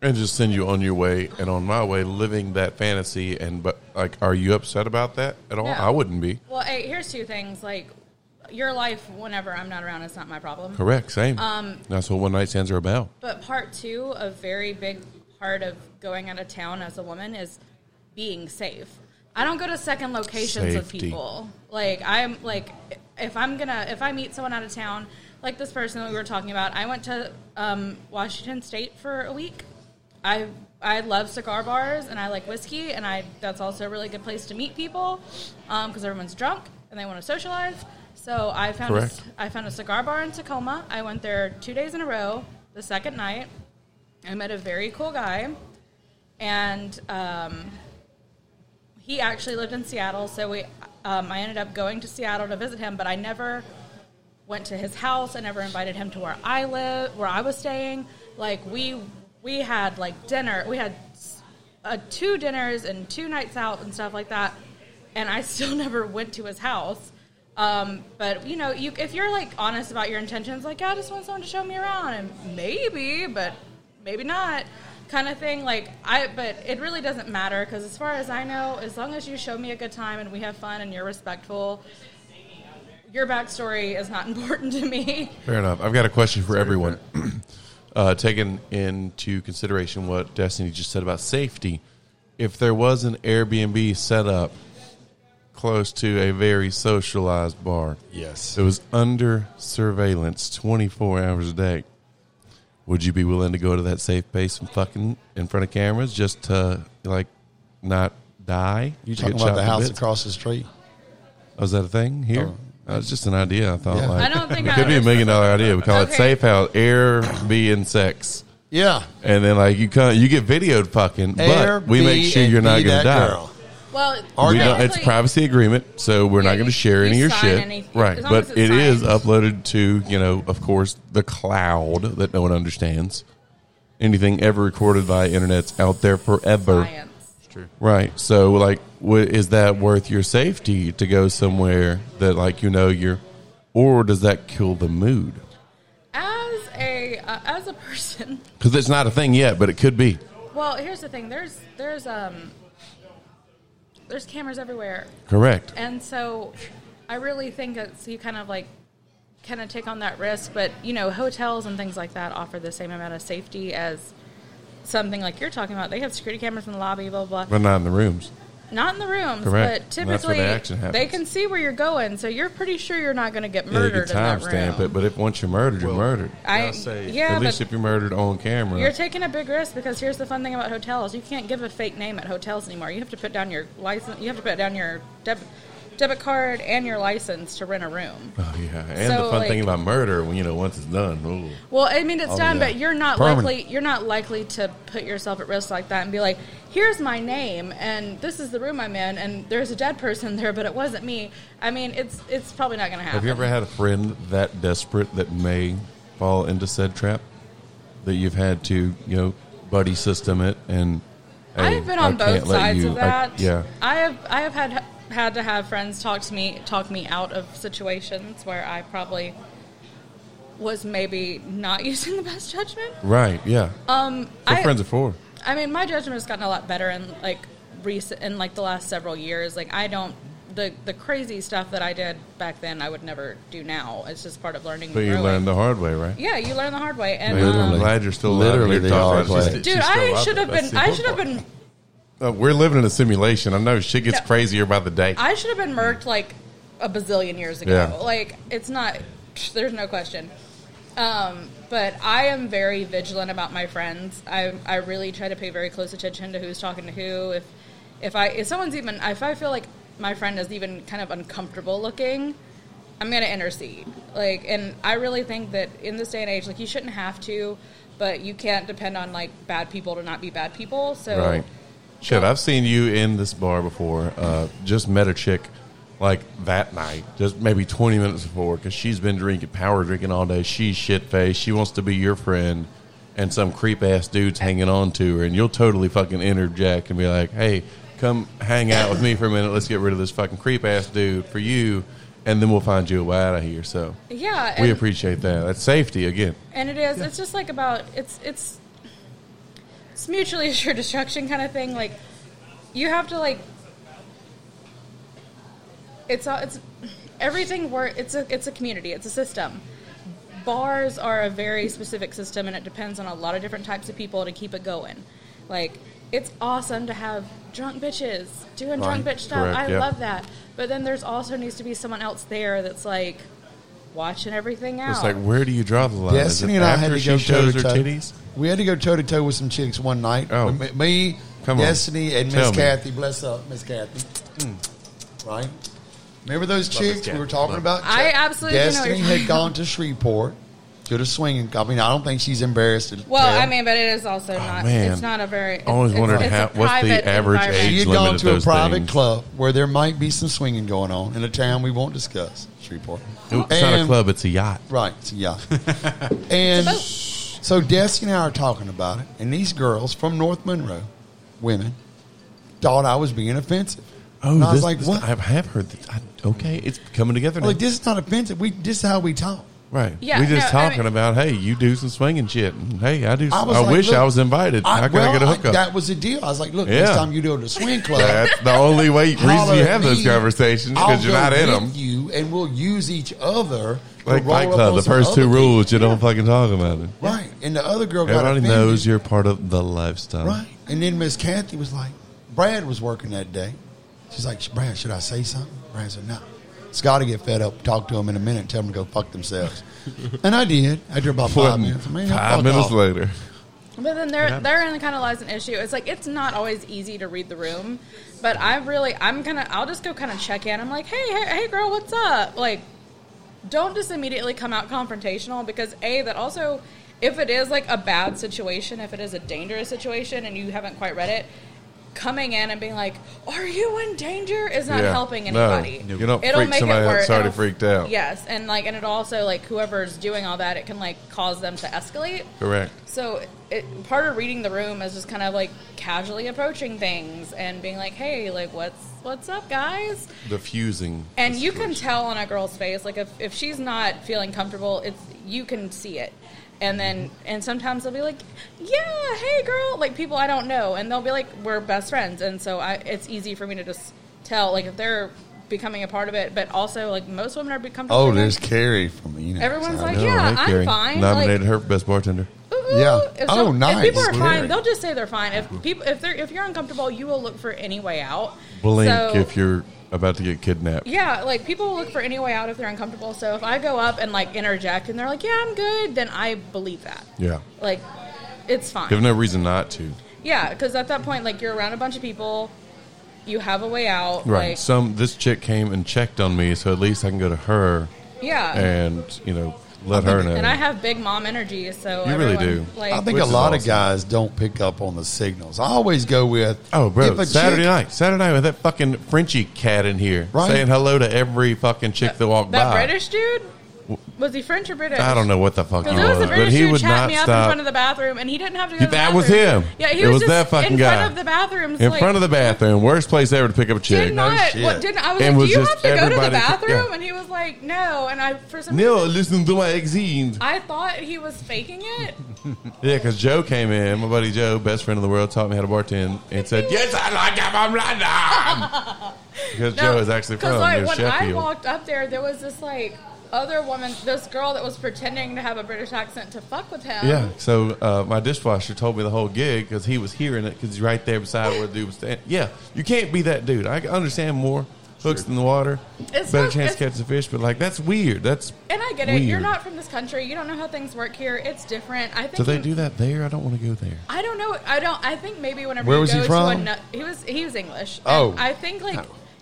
S4: and just send you on your way and on my way, living that fantasy. And but like, are you upset about that at all?
S12: No.
S4: I wouldn't be.
S12: Well, hey, here's two things. Like your life, whenever I'm not around, is not my problem.
S4: Correct. Same.
S12: Um,
S4: That's what one night stands are about.
S12: but part two, a very big part of going out of town as a woman is being safe. I don't go to second locations with
S13: Safety.
S12: people. Like I'm like if I'm gonna if I meet someone out of town, like this person that we were talking about, I went to um, Washington State for a week. I I love cigar bars and I like whiskey and I that's also a really good place to meet people because everyone's drunk and they want to socialize. So I found a,
S4: Correct.
S12: I found a cigar bar in Tacoma. I went there two days in a row. The second night, I met a very cool guy, and um, he actually lived in Seattle. So we um, I ended up going to Seattle to visit him, but I never went to his house. I never invited him to where I live, where I was staying. Like we we had like dinner. We had uh, two dinners and two nights out and stuff like that. And I still <laughs> never went to his house. Um, but you know, you if you're like honest about your intentions, like I just want someone to show me around, and maybe, but maybe not, kind of thing. Like I, but it really doesn't matter because as far as I know, as long as you show me a good time and we have fun and you're respectful, your backstory is not <laughs> important to me.
S4: Fair enough. I've got a question for everyone. <clears throat> uh, taking into consideration what Destiny just said about safety, if there was an Airbnb set up close to a very socialized bar,
S14: Yes.
S4: it was under surveillance twenty four hours a day. Would you be willing to go to that safe place and fucking in front of cameras just to like not die?
S1: You
S4: Get
S1: talking
S4: shot
S1: about the
S4: to
S1: house
S4: bits?
S1: across the street?
S4: Oh, is that a thing here?
S1: Oh.
S4: That was just an idea. I thought
S1: Yeah.
S4: like
S1: I don't think
S4: it
S1: I
S4: could be a
S1: would-
S4: million dollar idea. We call
S1: Okay.
S4: it safe house, air, B, and sex.
S1: Yeah.
S4: and then like you come, you get videoed fucking,
S1: Air,
S4: but we
S1: B,
S4: make sure
S1: and
S4: you're not
S1: be
S4: going to
S1: that
S4: die.
S1: girl.
S12: Well,
S4: We don't- it's
S12: technically-
S4: privacy agreement, so we're not going to share any of
S12: you
S4: your
S12: sign
S4: shit,
S12: anything.
S4: right?
S12: As long as
S4: But
S12: it's
S4: it is
S12: signed.
S4: uploaded to you know, of course, the cloud that no one understands. Anything ever recorded by internet's out there forever.
S5: It's true.
S4: Right. So, like, what, is that worth your safety to go somewhere that, like, you know, you're, or does that kill the mood?
S12: as a uh, as a person.
S4: Because it's not a thing yet, but it could be.
S12: Well, here's the thing. There's there's um there's cameras everywhere.
S4: Correct.
S12: And so I really think it's you kind of like kind of take on that risk, but you know, hotels and things like that offer the same amount of safety as something like you're talking about. They have security cameras in the lobby, blah blah. blah.
S4: But not in the rooms.
S12: Not in the rooms,
S4: Correct.
S12: but
S4: And that's where
S12: typically
S4: the action happens.
S12: they can see where you're going, so you're pretty sure you're not going to get
S4: Yeah, you
S12: murdered
S4: could
S12: in that room.
S4: timestamp it, but if once you're murdered, you're murdered.
S12: I- I'll say- yeah,
S4: At least
S12: but-
S4: if you're murdered on camera.
S12: You're taking a big risk because here's the fun thing about hotels: you can't give a fake name at hotels anymore. You have to put down your license. You have to put down your debit debit card and your license to rent a room.
S4: oh, yeah. And
S12: So,
S4: the fun
S12: like-
S4: thing about murder, when you know, once it's done, ooh.
S12: Well, I mean, it's
S4: Oh,
S12: done,
S4: yeah.
S12: but you're not
S4: Permanent.
S12: likely you're not likely to put yourself at risk like that and be like, "Here's my name, and this is the room I'm in, and there's a dead person there, but it wasn't me." I mean, it's it's probably not going to happen.
S4: Have you ever had a friend that desperate that may fall into said trap that you've had to, you know, buddy system it and
S12: I
S4: hey,
S12: have been on
S4: I
S12: both
S4: can't let
S12: sides
S4: you-
S12: of
S4: I-
S12: that.
S4: yeah.
S12: I have I have had had to have friends talk to me talk me out of situations where I probably was maybe not <laughs> using the best judgment.
S4: Right, yeah.
S12: Um,
S4: What
S12: I,
S4: friends are for?
S12: I mean, my judgment has gotten a lot better in like recent in like the last several years. Like I don't the the crazy stuff that I did back then I would never do now. It's just part of learning. and
S4: But you
S12: growing.
S4: learned the hard way, right?
S12: Yeah, you learn the hard way. And
S4: Literally.
S12: um,
S4: I'm glad you're still
S1: Literally
S4: alive.
S1: the
S4: You're talking
S1: hard
S4: about
S1: way.
S4: she's-
S12: dude,
S4: she's still
S12: I
S4: alive,
S12: should have
S4: but that's
S12: been
S4: the
S12: I
S4: cool
S12: should have
S4: part.
S12: been
S4: Uh, we're living in a simulation. I know shit gets
S12: No.
S4: crazier by the day.
S12: I should have been murked like a bazillion years ago.
S4: Yeah.
S12: Like it's not. There's no question. Um, but I am very vigilant about my friends. I I really try to pay very close attention to who's talking to who. If if I if someone's even if I feel like my friend is even kind of uncomfortable looking, I'm gonna intercede. Like, and I really think that in this day and age, like you shouldn't have to, but you can't depend on like bad people to not be bad people. So
S4: right. Shit, I've seen you in this bar before. Uh, just met a chick like that night, just maybe 20 minutes before, because she's been drinking, power drinking all day. She's shit faced. She wants to be your friend, and some creep ass dude's hanging on to her, and you'll totally fucking interject and be like, hey, come hang out with me for a minute. Let's get rid of this fucking creep ass dude for you, and then we'll find you a way out of here. So
S12: yeah,
S4: we
S12: Uh, and-
S4: appreciate that. That's safety again.
S12: And it is. It's just like about it's it's it's mutually <laughs> assured destruction kind of thing. Like you have to like it's all it's everything work it's a it's a community it's a system bars are a very specific system and it depends on a lot of different types of people to keep it going like it's awesome to have drunk bitches doing drunk
S4: Right.
S12: bitch stuff
S4: Correct,
S12: i
S4: yeah.
S12: love that but then there's also needs to be someone else there that's like watching everything out
S4: It's like, where do you draw the line? Is
S1: Destiny
S4: it
S1: and I
S4: after
S1: had to
S4: she
S1: go
S4: shows
S1: toe to
S4: her
S1: toe.
S4: titties?
S1: We had to go toe to toe with some chicks one night.
S4: Oh.
S1: Me- me,
S4: Come on.
S1: Destiny, and Miss
S4: Tell me. Hmm.
S1: Kathy. Bless up, Miss Kathy. Right? Remember those
S4: Love Miss
S1: chicks we
S4: Kathy.
S1: were talking
S4: Love
S1: about?
S12: her. I absolutely do know what
S1: Destiny
S12: you're talking
S1: had gone to Shreveport to the swinging. I mean, I don't think she's embarrassed. To
S12: well
S1: tell.
S12: I mean, but it is also not.
S1: Oh, man.
S12: It's not a very.
S1: I always
S12: it's-
S1: wondered
S12: it's a
S1: how- what's the
S12: private
S1: average
S12: environment.
S1: She had
S4: limit
S1: gone
S4: of
S1: to a
S4: those
S1: private
S4: things.
S1: club where there might be some swinging going on in a town we won't discuss, Shreveport.
S4: It's not a club, it's a yacht.
S1: Right, it's a
S4: <laughs>
S1: yacht. and so Destiny and I are talking about it, and these girls from North Monroe, women, thought I was being offensive.
S4: Oh,
S1: and I was
S4: this-
S1: like,
S4: this-
S1: what?
S4: I have heard that. I, okay, it's coming together now.
S1: like, this is not offensive. We This is how we talk.
S4: right.
S1: Yeah,
S4: We're just
S1: no, I
S4: talking about, hey, you do some swinging shit. and, Hey, I do.
S1: I
S4: I,
S1: was like,
S4: wish
S1: look,
S4: I was invited. How can
S1: well,
S4: I get a hookup?
S1: that was the deal. I was like, look, next
S4: Yeah.
S1: time you do it at a swing <laughs> club,
S4: That's the only way reason
S1: holler
S4: you
S1: at
S4: have
S1: me.
S4: those conversations because
S1: I'll
S4: you're not
S1: go
S4: in
S1: with
S4: them.
S1: You and we'll use each other. to
S4: Like
S1: roll
S4: Fight
S1: up
S4: Club,
S1: on
S4: the
S1: some
S4: first
S1: other
S4: two
S1: people.
S4: rules, you don't fucking talk about it.
S1: Right, and the other girl got
S4: Everybody
S1: offended.
S4: knows uh, you're part of the lifestyle.
S1: Right. And then Miss Kathy was like, Brad was working that day. She's like, Brad, should I say something? Brad said, no. Scotty get fed up. Talk to him in a minute. Tell him to go fuck
S4: <laughs>
S1: themselves. and I did. After about five
S4: What-
S1: minutes. I mean, I
S4: five
S1: fucked
S4: minutes
S1: off.
S4: later.
S12: But then
S4: It
S12: there,
S4: happens.
S12: therein kind of lies an issue. It's like it's not always easy to read the room, but I really, I'm gonna, I'll just go kind of check in. I'm like, hey, hey, hey, girl, what's up? Like, don't just immediately come out confrontational because a that also, if it is like a bad situation, if it is a dangerous situation, and you haven't quite read it, coming in and being like, are you in danger? Is not
S4: Yeah.
S12: helping
S4: No.
S12: anybody.
S4: You don't freak somebody out that's already
S12: It'll-
S4: freaked out.
S12: Yes, and like, and it also like whoever's doing all that, it can like cause them to escalate.
S4: Correct.
S12: So it, part of reading the room is just kind of like casually approaching things and being like, "Hey, like what's what's up, guys?"
S4: Diffusing.
S12: And you can tell on a girl's face, like if, if she's not feeling comfortable, it's you can see it. And then and sometimes they'll be like, "Yeah, hey, girl," like people I don't know, and they'll be like, "We're best friends," and so I, it's easy for me to just tell, like if they're becoming a part of it. But also, like most women are becoming.
S1: Oh, there's Carrie from you know.
S12: Everyone's like, "Yeah, I'm fine."
S4: Nominated
S12: like,
S4: her for best bartender.
S1: yeah.
S12: if
S1: oh,
S12: some-
S1: nice.
S12: If people are fine, they'll just say they're fine. If people, if they're, if you're uncomfortable, you will look for any way out.
S4: Blink
S12: So-
S4: if you're about to get kidnapped.
S12: yeah, like people will look for any way out if they're uncomfortable. So if I go up and like interject and they're like, "Yeah, I'm good," then I believe that.
S4: Yeah.
S12: Like, it's fine.
S4: You have no reason not to.
S12: yeah, because at that point, like you're around a bunch of people, you have a way out.
S4: Right.
S12: Like,
S4: Some this chick came and checked on me, so at least I can go to her.
S12: Yeah.
S4: And you know, let her know.
S12: and I have big mom energy, so
S4: You really
S12: everyone,
S4: do.
S12: Like,
S1: I think a lot of guys don't pick up on the signals. I always go with,
S4: Oh,
S1: if
S4: bro!
S1: a
S4: Saturday
S1: chick-
S4: night, Saturday night with that fucking Frenchie cat in here,
S1: Right.
S4: saying hello to every fucking chick that, walked
S12: that
S4: by.
S12: British dude. Was he French or British?
S4: I don't know what the fuck he
S12: Because there was
S4: was,
S12: a
S4: but
S12: British
S4: he
S12: dude
S4: would
S12: chatting
S4: not
S12: me up in front
S4: stop.
S12: of the bathroom, and he didn't have to go. to
S4: Yeah,
S12: the
S4: that was
S12: bathroom.
S4: him.
S12: Yeah, he
S4: It
S12: was,
S4: was
S12: just
S4: that fucking
S12: in
S4: guy.
S12: front of the bathroom,
S4: in front of the bathroom, worst place ever to pick up a chick.
S12: Did not. what, didn't I was like, do you have to go to the
S4: everybody-
S12: bathroom?
S4: yeah.
S12: And he was like, no. And I for some
S4: No,
S12: reason
S4: listen to my exit.
S12: I thought he was faking it.
S4: Yeah, because Joe came in. My buddy Joe, best friend in the world, taught me how to bartend
S12: <laughs>
S4: and said, Yes, I <laughs> like him. I'm right now. Because Joe is actually from
S12: Because like
S4: near
S12: when I
S4: Sheffield.
S12: walked up there, there was this like other woman, this girl that was pretending to have a British accent to fuck with him.
S4: yeah, so uh, my dishwasher told me the whole gig because he was hearing it because he's right there beside where the dude was standing. Yeah, you can't be that dude. I understand more hooks in the water,
S12: It's
S4: better
S12: not-
S4: chance
S12: it's-
S4: to catch the fish, but like that's weird. That's
S12: And I get it.
S4: weird.
S12: You're not from this country. You don't know how things work here. It's different. I think.
S4: Do they
S12: he-
S4: do that there? I don't want to go there.
S12: I don't know. I don't. I think maybe whenever
S4: Where
S12: you
S4: was he
S12: go
S4: from?
S12: to another, he was he was English. And
S1: Oh.
S12: I think like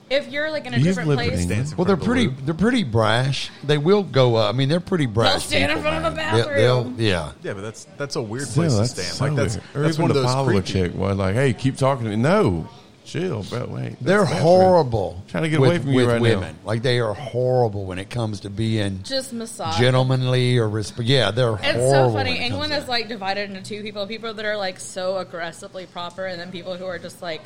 S12: if you're like in a
S1: You've
S12: different
S1: lived
S12: place,
S1: in England. Well, they're pretty. They're pretty brash. They will go up. I mean, they're pretty brash.
S12: stand in
S1: people,
S12: front of
S1: man.
S12: a
S1: They- they'll-
S12: bathroom.
S1: yeah.
S5: Yeah, but that's that's a weird
S4: Still,
S5: place to
S4: that's
S5: stand.
S4: so
S5: like that's
S4: weird. Or
S5: that's
S4: even
S5: one of
S4: to
S5: those
S4: follow a
S5: creepy.
S4: chick. Well, like, hey, keep talking to me. No, chill, bro. Wait,
S1: They're
S4: That's- that's
S1: horrible.
S4: weird. Trying to get
S1: with-
S4: away from you
S1: with
S12: <laughs>
S4: right
S1: women. Like they are horrible when it comes to being
S12: Just massage.
S1: gentlemanly or respect. Yeah, they're
S12: It's
S1: horrible.
S12: so funny.
S1: when it comes
S12: England is like divided into two people: people that are like so aggressively proper, and then people who are just like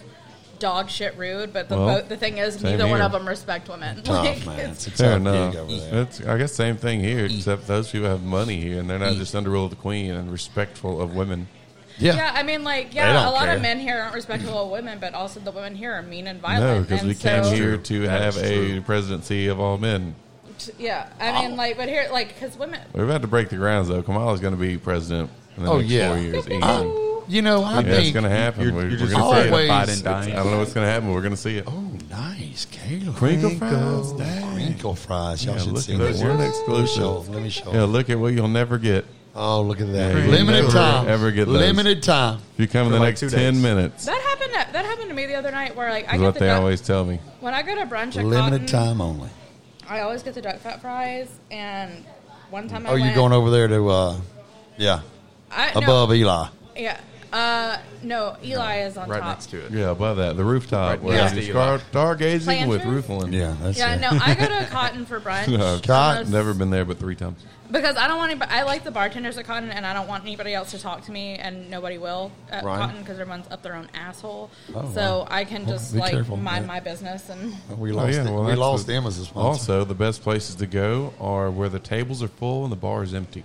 S12: dog shit rude. But the
S4: Well,
S12: bo- the thing is,
S4: same
S12: neither one
S4: here.
S12: of them respect women.
S4: now.
S12: like, it's-
S4: Fair
S1: tough
S4: enough.
S1: gig over there.
S4: That's, I guess same thing here, except those people have money here, and they're not just under rule of the queen and respectful of women. Yeah.
S12: I mean, like,
S4: They don't
S12: yeah, a lot
S4: care.
S12: of men here aren't respectful
S4: <clears throat>
S12: of women, but also the women here are mean and
S4: No,
S12: violent.
S4: because
S12: and
S4: we came
S12: so-
S4: here to
S1: That's
S4: have a presidency of all men.
S12: T- Yeah, I
S4: Oh.
S12: mean, like, but here, like, because women,
S4: We're about to break the grounds, though. Kamala's going to be president in the
S1: Oh,
S4: next
S1: yeah.
S4: four
S1: <laughs>
S4: years. easy.
S1: I- you know, I
S4: yeah, it's
S1: think
S4: going to happen.
S1: you're-
S4: we're
S1: you're
S4: we're
S1: just
S4: gonna see it.
S1: always-
S4: It's- I don't know what's going to happen. We're going to see it. Oh,
S1: nice, Caleb.
S4: Crinkle fries.
S1: Crinkle, crinkle fries. Y'all
S4: Yeah,
S1: should
S4: look
S1: see
S4: at those.
S1: that.
S4: You're an
S1: Let me
S4: exclusive.
S1: show 'em. Let me show 'em.
S4: Yeah, look at what you'll never get.
S1: Oh, look at that.
S4: Yeah, you'll
S1: Limited
S4: never,
S1: time.
S4: Ever get those.
S1: Limited time.
S4: If you come in
S1: For
S4: the
S1: like
S4: next
S1: two
S4: ten
S1: days.
S4: minutes,
S12: that happened. To, that happened to me the other night, where like I
S4: is
S12: get
S4: what
S12: the
S4: they
S12: duck,
S4: always tell me.
S12: when I go to brunch at Cotton,
S1: Limited time only.
S12: I always get the duck fat fries, and one time I
S1: Oh,
S12: went,
S1: you're going over there to, uh, yeah,
S12: I- no.
S1: above Eli.
S12: Yeah, uh, no, Eli is on top.
S4: to it. Yeah, above that, the rooftop
S1: Right
S4: where
S1: next
S4: I
S1: to
S4: just
S1: Eli.
S4: star- stargazing with
S12: Planters?
S4: Roofland. Yeah,
S12: yeah, no, I go to Cotton for
S4: <laughs>
S12: brunch.
S4: Cotton,
S12: Almost-
S4: never been there but three times.
S12: Because I don't want anybody. I like the bartenders at Cotton, and I don't want anybody else to talk to me, and nobody will at
S4: Right.
S12: Cotton because everyone's up their own asshole.
S1: Oh,
S12: so
S1: wow.
S12: I can
S1: Well,
S12: just
S1: be
S12: like
S1: careful,
S12: mind
S1: man.
S12: my business and. <sighs>
S1: We lost it. We
S4: Oh, that's
S1: lost them as a sponsor.
S4: Also, the best places to go are where the tables are full and the bar is empty.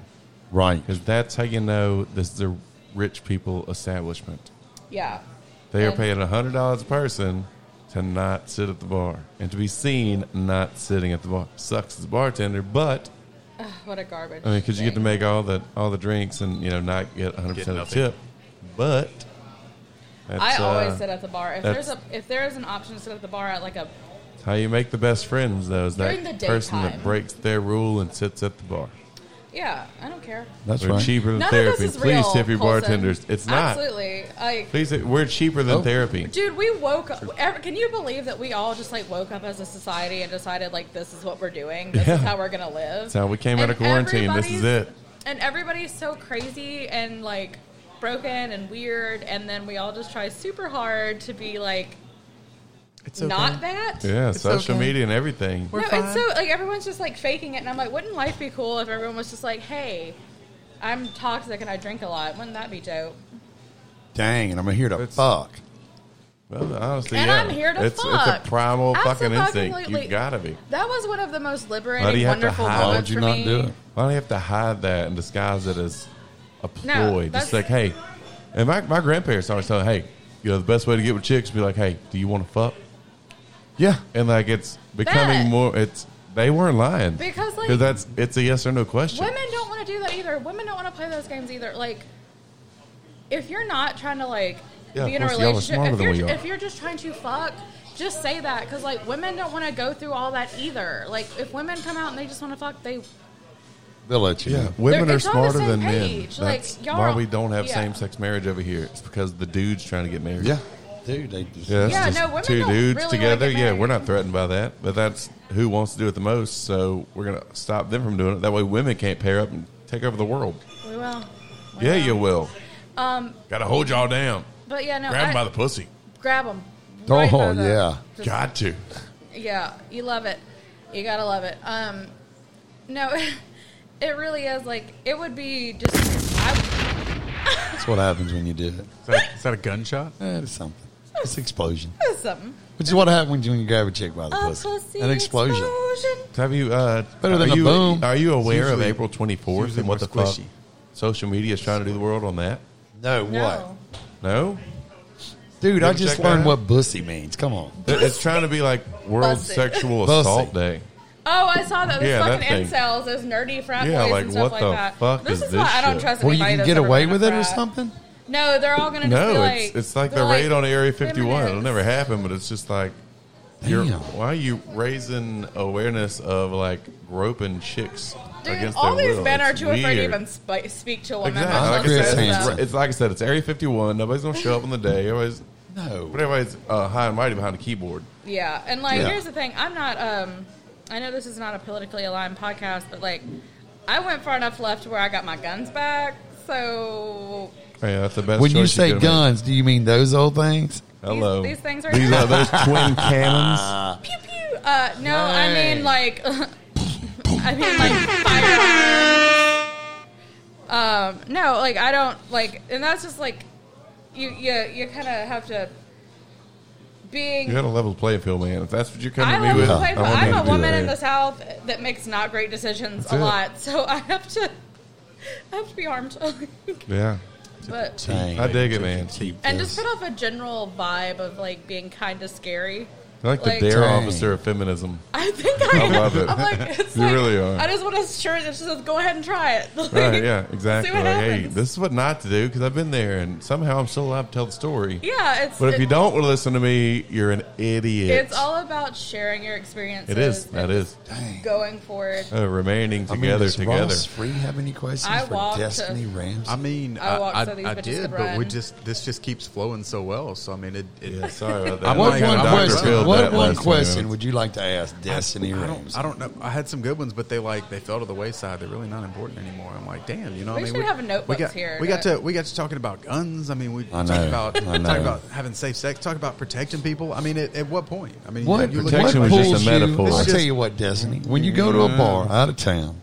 S1: Right.
S4: Because that's how you know this is a rich people establishment.
S12: Yeah.
S4: They are
S12: And-
S4: paying $100 a person to not sit at the bar and to be seen not sitting at the bar. Sucks as a bartender, but
S12: Ugh, what a garbage.
S4: I mean, because you get to make all the all the drinks and you know not get 100
S12: Get
S4: percent of the
S12: nothing.
S4: tip, but
S12: I
S4: that's,
S12: always
S4: uh,
S12: sit at the bar. If
S4: that's
S12: there's a if there is an option to sit at the bar at like a
S4: how you make the best friends. Though is
S12: During
S4: that
S12: the
S4: person that
S12: daytime.
S4: breaks their rule and sits at the bar.
S12: yeah, I don't care.
S1: That's
S4: we're
S1: right.
S4: cheaper than
S12: None of
S4: therapy.
S12: this is
S4: Please
S12: real,
S4: tip your
S12: Colson.
S4: bartenders. It's not.
S12: Absolutely. Like
S4: Please, we're cheaper than therapy.
S12: Dude, we woke up. ev- Can you believe that we all just like woke up as a society and decided like this is what we're doing. This
S4: Yeah.
S12: is how we're gonna live.
S4: That's how we came out
S12: And
S4: of quarantine. This is
S12: everybody's-
S4: it.
S12: And everybody's so crazy and like broken and weird, and then we all just try super hard to be like not that.
S4: Yeah,
S12: It's
S4: social
S12: okay.
S4: media and everything.
S12: no, it's so like everyone's just like faking it, and I'm like, wouldn't life be cool if everyone was just like, hey, I'm toxic and I drink a lot? Wouldn't that be dope?
S1: Dang, and I'm here to fuck.
S4: Well, honestly,
S12: And
S4: yeah.
S12: I'm here to
S4: it's,
S12: fuck.
S4: It's a primal fucking
S12: Absolutely.
S4: instinct. You gotta be.
S12: That was one of the most liberating,
S4: Why do you have to
S12: wonderful
S4: hide?
S12: moments for me.
S4: Why do you have to hide that and disguise it as a
S12: No,
S4: ploy?
S12: that's-
S4: Just like, hey, and my, my grandparents always tell me, hey, you know, the best way to get with chicks be like, hey, do you want to fuck?
S1: Yeah,
S4: and like it's becoming
S12: That-
S4: more. It's they weren't lying
S12: Because, like-
S4: that's it's a yes or no question.
S12: Women don't want to do that either. Women don't want to play those games either. Like, if you're not trying to like
S4: Yeah,
S12: be in
S4: of
S12: a
S4: course, y'all are
S12: relationship,
S4: smarter
S12: if
S4: than
S12: you're,
S4: we are.
S12: if you're just trying to fuck, just say that because like women don't want to go through all that either. Like, if women come out and they just want to fuck, they
S1: They'll let you.
S4: Yeah,
S1: know.
S4: women
S12: They're-
S4: are
S12: it's on the
S4: smarter than
S12: same
S4: men.
S12: page. Like,
S4: That's
S12: y'all
S4: why
S12: are-
S4: we don't have
S12: yeah.
S4: same-sex marriage over here. It's because the dudes trying to get married.
S1: Yeah, dude, they just
S4: Yeah, it's
S12: Yeah,
S4: just
S12: no, women
S4: two
S12: don't
S4: dudes
S12: really wanna
S4: together.
S12: get
S4: Yeah,
S12: married.
S4: we're not threatened by that, but that's who wants to do it the most. So we're gonna stop them from doing it. That way, women can't pair up and take over the world.
S12: we will. We
S4: Yeah,
S12: will.
S4: you will.
S12: Um,
S4: Gotta hold y'all down.
S12: but yeah, no,
S4: Grab 'em
S12: I-
S4: by the pussy.
S12: grab them.
S4: Oh
S1: yeah.
S12: Just-
S4: got to.
S12: Yeah, you love it. You gotta love it. Um, no, <laughs> it really is like it would be just. I,
S1: That's what happens when you do it. Is
S5: that, is that a gunshot?
S1: it's something. It's explosion.
S12: something.
S1: Which is what happens when you grab a chick by the
S12: A
S1: pussy.
S12: pussy
S1: An explosion.
S4: Have you uh,
S1: Better than
S4: are
S1: a
S4: you,
S1: boom.
S4: Are you
S1: It's
S4: aware
S1: usually-
S4: of April twenty fourth
S1: it's
S4: and what the
S1: usually more
S4: fuck
S1: squishy.
S4: social media is trying to do the world on that?
S1: No, what?
S4: No,
S1: Dude,
S4: You
S1: I
S4: ever
S1: just
S4: check that
S1: learned
S4: out?
S1: what bussy means. Come on.
S4: It- It's trying to be like World
S12: Bussy.
S4: Sexual
S1: Bussy.
S4: Assault Day.
S12: Oh, I saw that. Those
S4: Yeah, that
S12: fucking
S4: thing.
S12: incels, those nerdy frat
S4: Yeah,
S12: boys
S4: like,
S12: and stuff
S4: what the
S12: like that.
S4: fuck
S12: this
S4: is
S12: why
S4: this
S12: I don't
S4: shit?
S12: trust
S4: Well, you
S12: anybody.
S4: can
S12: that's
S4: get
S12: ever
S4: away
S12: been in a
S4: with it or
S12: frat.
S4: something?
S12: No, they're all gonna just be
S4: No,
S12: like
S4: it's it's like the
S12: they're
S4: raid on Area 51. It'll
S12: feminists.
S4: never happen, but it's just like, you're, why are you raising awareness of like groping chicks
S12: Dude,
S4: against
S12: all
S4: their
S12: these
S4: will?
S12: men are
S4: It's
S12: too afraid to
S4: weird.
S12: even sp- speak to a woman.
S4: Exactly.
S12: much
S4: Like I,
S12: less
S4: said,
S12: those
S4: it's,
S12: that-
S4: it's like I said, it's Area 51. Nobody's gonna show up on the day. Everybody's
S1: no,
S4: but everybody's uh, high and mighty behind a keyboard.
S12: Yeah, and like
S4: Yeah.
S12: here's the thing: I'm not. um I know this is not a politically aligned podcast, but like, I went far enough left where I got my guns back. So
S4: Yeah, that's the best.
S1: when
S4: choice
S1: you say
S4: could've made.
S1: guns, do you mean those old things?
S4: Hello.
S12: these things right
S4: These
S12: here. <laughs>
S4: are those twin
S1: Ah.
S4: cannons.
S12: pew pew. Uh, no, I
S4: Nice.
S12: mean like, <laughs> I mean like firearms. Um, no, like I don't like, and that's just like, you you you kind of have to being.
S4: You got to level the playing field, man. If that's what you're coming
S12: I
S4: to me
S12: love
S4: with,
S12: to play, but
S4: want you
S12: I'm
S4: to
S12: a
S4: do
S12: woman
S4: that.
S12: in the South that makes not <laughs> great decisions
S4: That's
S12: a
S4: it.
S12: lot, so I have to, I have to be armed. <laughs>
S4: Yeah.
S12: But
S4: I dig it, man.
S12: and just put off a general vibe of like being kind of scary.
S4: I like the dare officer of feminism.
S12: I think I,
S4: I love it.
S12: am like, it's
S4: You
S12: like,
S4: really are.
S12: I just want a shirt that just says, "Go ahead and try it." <laughs> Like,
S4: Right, yeah, exactly.
S12: See what
S4: Like, hey,
S12: happens.
S4: this is what not to do because I've been there and somehow I'm still allowed to tell the story.
S12: Yeah, it's-
S4: But if
S12: it-
S4: you don't listen to me, you're an idiot.
S12: It's all about sharing your experiences.
S4: It is. That is.
S12: Going forward.
S4: Uh, remaining
S1: I mean,
S4: together,
S1: does
S4: together.
S1: Ross Free have any questions
S12: I
S1: for
S12: walked to-
S1: Destiny Rams?
S5: I mean,
S12: I
S5: I,
S12: walked
S5: I,
S12: so these
S5: I
S12: bitches
S5: did,
S12: could
S5: but we
S12: run.
S5: just this just keeps flowing so well. So I mean, it. it yeah,
S4: sorry about
S5: <laughs>
S1: What one question, what one question would you like to ask Destiny
S5: I
S1: Rams?
S5: don't, I don't know. I had some good ones, but they like they fell to the wayside. They're really not important anymore. I'm like, damn, you know.
S12: We
S5: I mean,
S12: should have a notebook
S5: got,
S12: here
S5: We got
S12: to-
S5: to we got to talking about guns. I mean, we
S1: I
S5: talked
S1: know,
S5: about
S1: I
S5: talked
S1: know.
S5: about having safe sex. Talk about protecting people. I mean, at, at what point? I mean,
S1: What,
S5: you look-
S1: protection
S5: what
S1: was
S5: pulls
S1: just a
S5: you-
S1: metaphor. Mm-hmm.
S5: it's
S1: I tell
S5: just-
S1: you what, Destiny, when you go to a bar out of town,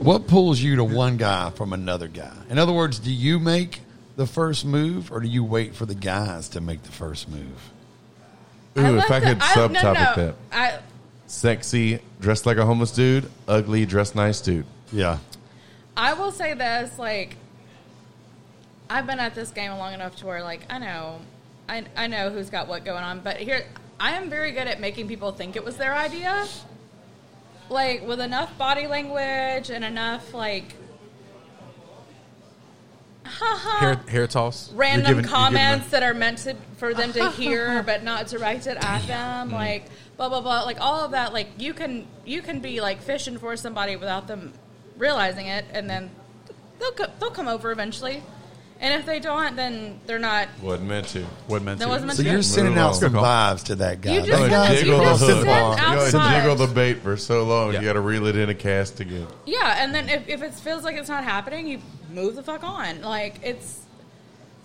S1: what pulls you to one guy from another guy? In other words, do you make the first move, or do you wait for the guys to make the first move?
S4: Ooh, if
S12: love
S4: I
S12: the-
S4: could
S12: I- no,
S4: subtopic
S12: no.
S4: that.
S12: I-
S4: Sexy, dressed like a homeless dude. Ugly, dressed nice dude.
S1: Yeah.
S12: I will say this, like I've been at this game long enough to where like I know I, I know who's got what going on, but here I am very good at making people think it was their idea. Like with enough body language and enough like
S5: hair, hair toss. You're
S12: random
S5: giving- you're giving
S12: comments that are meant to for them to hear but not directed at them
S5: Mm-hmm.
S12: like blah blah blah like all of that like you can you can be like fishing for somebody without them realizing it and then they'll co- they'll come over eventually and if they don't then they're not
S4: Wasn't meant to.
S5: Wasn't meant
S12: That to. wasn't meant
S1: so
S12: to.
S1: you're
S12: Move
S1: sending out
S4: along.
S1: some vibes to that guy.
S12: You just
S1: that
S12: got-
S1: guy's
S12: you
S4: Jiggle
S12: just
S4: the hook.
S12: sent out
S4: You
S12: vibes.
S4: jiggle the bait for so long, you got to reel it in a cast again.
S12: yeah and then if, if it feels like it's not happening you move the fuck on like it's <laughs>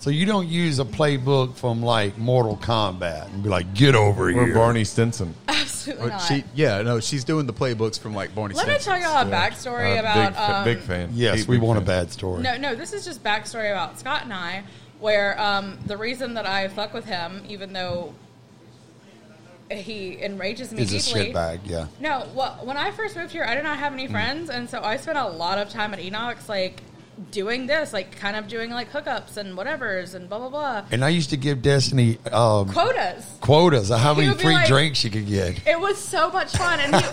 S1: So you don't use a playbook from like Mortal Kombat and be like, "Get over
S4: We're
S1: here."
S4: Barney Stinson.
S12: absolutely
S5: But
S12: not
S5: she, yeah, no, she's doing the playbooks from like Barney.
S12: Let me tell
S5: Stinson.
S12: y'all a Yeah. backstory Uh, about, big fa- um, big fan.
S1: Yes,
S5: Big,
S1: we
S5: big
S1: want a
S5: fan.
S1: bad story.
S12: No, no, this is just backstory about Scott and I, where um, the reason that I fuck with him, even though he enrages me
S1: He's a
S12: deeply.
S1: shitbag, Mm. yeah.
S12: No, well, when I first moved here, I did not have any friends, and so I spent a lot of time at Enoch's, like, doing this, like, kind of doing, like, hookups and whatever's and blah, blah, blah.
S1: And I used to give Destiny um,
S12: Quotas.
S1: quotas of how
S12: He
S1: many
S12: would be
S1: free
S12: like-
S1: drinks you could get.
S12: It was so much fun, and
S1: <laughs>
S12: he,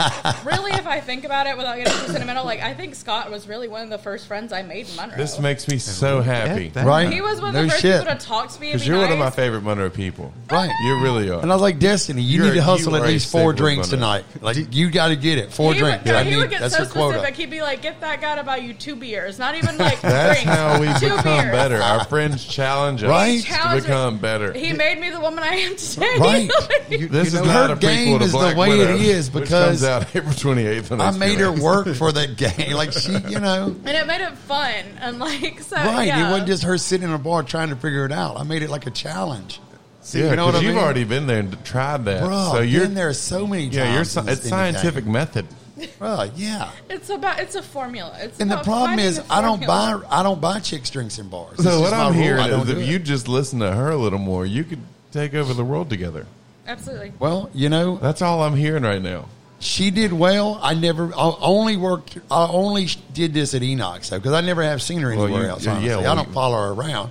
S12: really, if I think about it without getting too sentimental, like I think Scott was really one of the first friends I made in Monroe.
S4: This makes me so happy.
S1: that. Right?
S12: He was one of
S4: No
S12: the first
S4: shit.
S12: people to talk to me. and
S4: Because
S12: be
S4: you're one of
S12: nice.
S4: my favorite Monroe people.
S1: Right.
S4: You really are.
S1: And I was like, Destiny, you
S4: You're-
S1: need to hustle
S4: you
S1: at
S4: are a
S1: least four
S4: staple
S1: drinks
S4: Monroe.
S1: tonight. Like, you got to get it. Four
S12: he
S1: drinks.
S12: Would, no,
S1: I
S12: he
S1: need-
S12: would get
S1: that's
S12: so
S1: your quota.
S12: specific. He'd be like, "Get that guy to buy you two beers, not even like
S4: That's
S12: drinks.
S4: how we
S12: two
S4: become
S12: beers."
S4: better. Our friends challenge us
S1: Right?
S4: to become better.
S12: He made me the woman I am today. <laughs>
S1: Right.
S4: this
S1: you
S4: is
S1: know,
S4: not
S1: her
S4: a prequel
S1: game
S4: to
S1: is the
S4: Black
S1: way it
S4: Widow,
S1: is
S4: which
S1: because
S4: comes out <laughs> April 28th. on
S1: I
S4: HBO.
S1: made her work for that game. Like, she,
S12: <laughs>
S1: you know.
S12: and it made it fun. And like so,
S1: Right.
S12: Uh, Yeah.
S1: It wasn't just her sitting in a bar trying to figure it out. I made it like a challenge. See,
S4: yeah,
S1: you know what I
S4: 'cause
S1: mean?
S4: you've already been there and tried that.
S1: Bruh,
S4: so you're
S1: been there so many
S4: Yeah, you're
S1: times
S4: sci-
S1: in this
S4: it's
S1: thing
S4: scientific method.
S1: Bruh, yeah.
S12: It's about. It's a formula. It's
S1: And the
S12: about
S1: problem
S12: finding
S1: is,
S12: the
S1: I don't buy
S12: formula.
S1: I don't buy chicks drinks in bars. It's
S4: So what
S1: just my
S4: I'm
S1: rule. I
S4: hearing
S1: don't
S4: is,
S1: do
S4: if
S1: it.
S4: you just listen to her a little more, you could take over the world together.
S12: Absolutely.
S1: Well, you know,
S4: that's all I'm hearing right now.
S1: She did well. I never. I only worked. I only sh- did this at Enoch, though, because I never have seen her
S4: Well,
S1: anywhere
S4: you-
S1: else.
S4: yeah,
S1: honestly.
S4: well,
S1: I don't
S4: you-
S1: follow her around.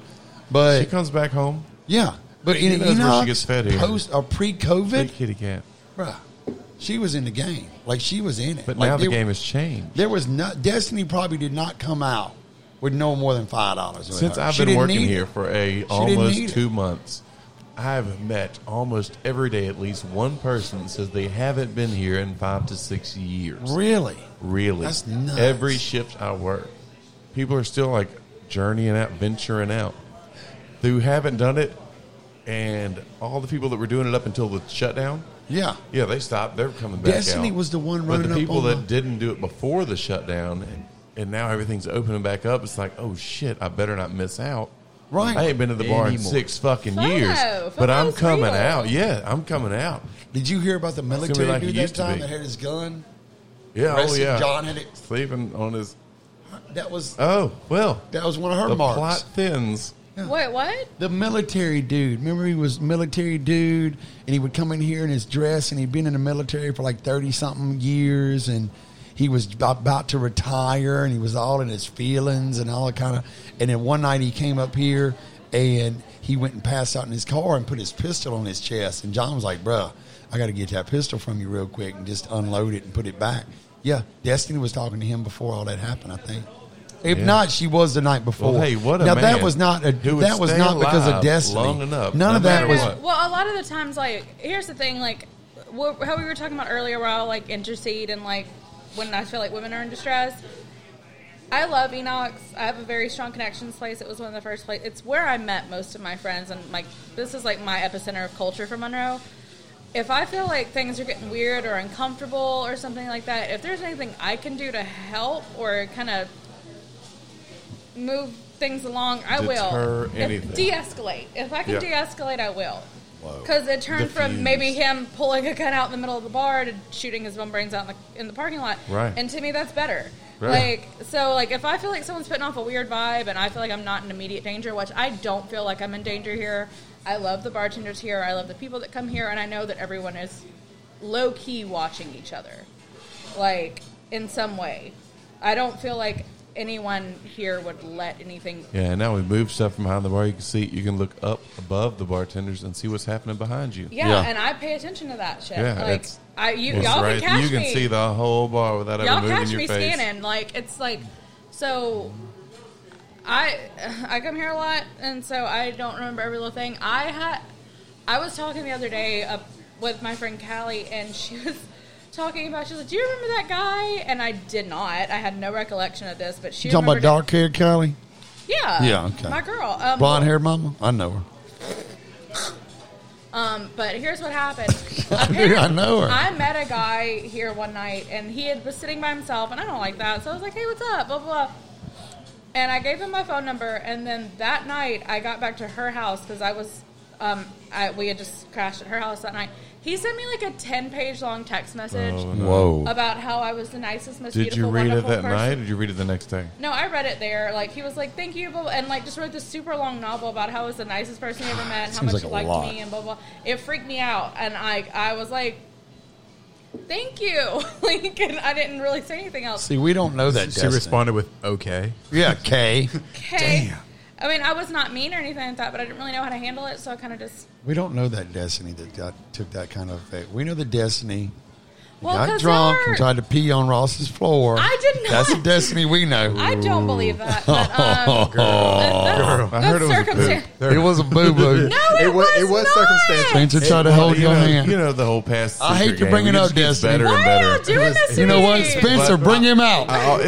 S1: But
S4: she comes back home.
S1: Yeah, but
S4: She
S1: in
S4: knows where
S1: Enoch,
S4: she gets fed here.
S1: post or pre-COVID,
S4: Big kitty cat.
S1: bruh, she was in the game. Like she was in it.
S4: But
S1: Like,
S4: now the
S1: there-
S4: game has changed.
S1: There was no Destiny. Probably did not come out with no more than five dollars.
S4: Since I've been working here for a almost two months, I've met almost every day at least one person that says they haven't been here in five to six years.
S1: Really?
S4: Really?
S1: That's nuts.
S4: Every shift I work, people are still like journeying out, venturing out. Who haven't done it, and all the people that were doing it up until the shutdown.
S1: Yeah.
S4: yeah, they stopped. They're coming back.
S1: Destiny
S4: out.
S1: was the one
S4: But
S1: running
S4: the
S1: up
S4: people
S1: on
S4: that
S1: the-
S4: didn't do it before the shutdown and, and now everything's opening back up. It's like, oh shit, I better not miss out.
S1: Right.
S4: I ain't been to the bar in
S1: Anymore.
S4: six fucking
S1: Photo.
S4: years. But I'm
S1: Photo's
S4: coming
S1: real.
S4: out. Yeah, I'm coming out.
S1: Did you hear about the military
S4: like it
S1: dude that
S4: used to
S1: time
S4: be.
S1: that had his gun?
S4: Yeah, oh
S1: Arrested
S4: yeah.
S1: John had it.
S4: Sleeping on his
S1: That was
S4: Oh, well.
S1: That was one of her
S4: the
S1: marks.
S4: plot thins.
S12: Wait, what?
S1: The military dude. Remember, he was military dude, and he would come in here in his dress, and he'd been in the military for like thirty something years, and he was ab- about to retire and he was all in his feelings and all that kind of. And then one night he came up here and he went and passed out in his car and put his pistol on his chest. And John was like, bruh, I got to get that pistol from you real quick and just unload it and put it back. Yeah, Destiny was talking to him before all that happened, I think. If
S4: Yeah.
S1: not, she was the night before.
S4: Well, hey, what a
S1: now that
S4: man
S1: was not a,
S4: who would
S1: that was
S4: stay
S1: not because
S4: alive
S1: of Destiny.
S4: long enough,
S1: None
S4: no
S1: of that
S4: matter
S1: was
S4: what.
S12: Well, a lot of the times, like, here's the thing, like, wh- how we were talking about earlier, where I like intercede and like when I feel like women are in distress. I love Enox. I have a very strong connection to this place. It was one of the first place. It's where I met most of my friends, and like this is like my epicenter of culture for Monroe. If I feel like things are getting weird or uncomfortable or something like that, if there's anything I can do to help or kind of move things along, I
S4: Deter
S12: will.
S4: anything.
S12: If, de-escalate. If I can
S4: Yeah. Oh,
S12: de-escalate, I will. Because it turned
S4: Diffuse.
S12: from maybe him pulling a gun out in the middle of the bar to shooting his bum brains out in the, in the parking lot.
S4: Right.
S12: And to me, that's better.
S4: Right.
S12: Like so, like if I feel like someone's putting off a weird vibe, and I feel like I'm not in immediate danger, which I don't feel like I'm in danger here. I love the bartenders here. I love the people that come here, and I know that everyone is low key watching each other, like in some way. I don't feel like anyone here would let anything
S4: Yeah, and now we move stuff from behind the bar. You can see, you can look up above the bartenders and see what's happening behind you.
S12: Yeah, and I pay attention to that shit.
S4: Yeah,
S12: like
S4: it's-
S12: I, you,
S4: it's
S12: y'all
S4: right-
S12: can catch
S4: You can
S12: me.
S4: see the whole bar without
S12: y'all
S4: ever moving
S12: catch
S4: your
S12: me
S4: face.
S12: scanning. Like it's like so. I I come here a lot, and so I don't remember every little thing. I had I was talking the other day uh, with my friend Callie, and she <laughs> was talking about. She was like, "Do you remember that guy?" And I did not. I had no recollection of this, but she
S1: You talking about
S12: remembered it.
S1: dark haired Callie?
S12: Yeah,
S1: Yeah, okay.
S12: my girl, um,
S1: Blonde haired mama? I
S12: <laughs>
S1: know her. <laughs>
S12: Um, but here's what happened.
S4: <laughs>
S1: Dude, I know her.
S12: I met a guy here one night, and he had, was sitting by himself, and I don't like that. So I was like, "Hey, what's up?" Blah blah. blah. And I gave him my phone number, and then that night I got back to her house because I was, um, I, we had just crashed at her house that night. He sent me like a ten-page long text message
S4: Oh, no. Whoa.
S12: about how I was the nicest, most
S4: Did
S12: beautiful,
S4: you read it
S12: wonderful
S4: that
S12: person.
S4: night? Or did you read it the next day?
S12: No, I read it there. Like he was like, "Thank you," blah, blah, and like just wrote this super long novel about how I was the nicest person he ever met, and how much
S4: Seems like
S12: he
S4: a
S12: liked
S4: lot.
S12: me, and blah blah. It freaked me out, and I I was like, "Thank you," <laughs> like, and I didn't really say anything else.
S1: See, we don't know that.
S5: She
S1: Destiny.
S5: responded with okay.
S1: Yeah,
S4: <laughs>
S1: K.
S12: Okay. I mean, I was not mean or anything like that, but I didn't really know how to handle it, so I kind of
S4: <laughs>
S12: just
S1: We don't know that Destiny that got, took that kind of effect. We know the Destiny that
S12: Well, 'cause
S1: got drunk
S12: there
S1: and
S12: were-
S1: tried to pee on Ross's floor.
S12: I did not.
S1: That's the Destiny we know.
S12: I don't believe that. But,
S1: <laughs>
S12: um,
S1: girl,
S12: that's heard it was a circumstan-
S1: boo. It was a boo
S4: <laughs>
S1: boo.
S12: No, it
S5: was, it was circumstantial.
S1: Spencer tried to
S4: Well,
S1: hold
S4: you
S1: your
S4: know,
S1: hand.
S4: You know the whole past.
S1: I hate
S4: secret
S1: to bring
S4: game.
S1: it up,
S4: just gets
S1: Destiny.
S4: Better and
S1: Why
S4: better. Oh,
S12: doing
S4: It was-
S12: this to
S1: You know
S12: me?
S1: what, Spencer? Bring him out.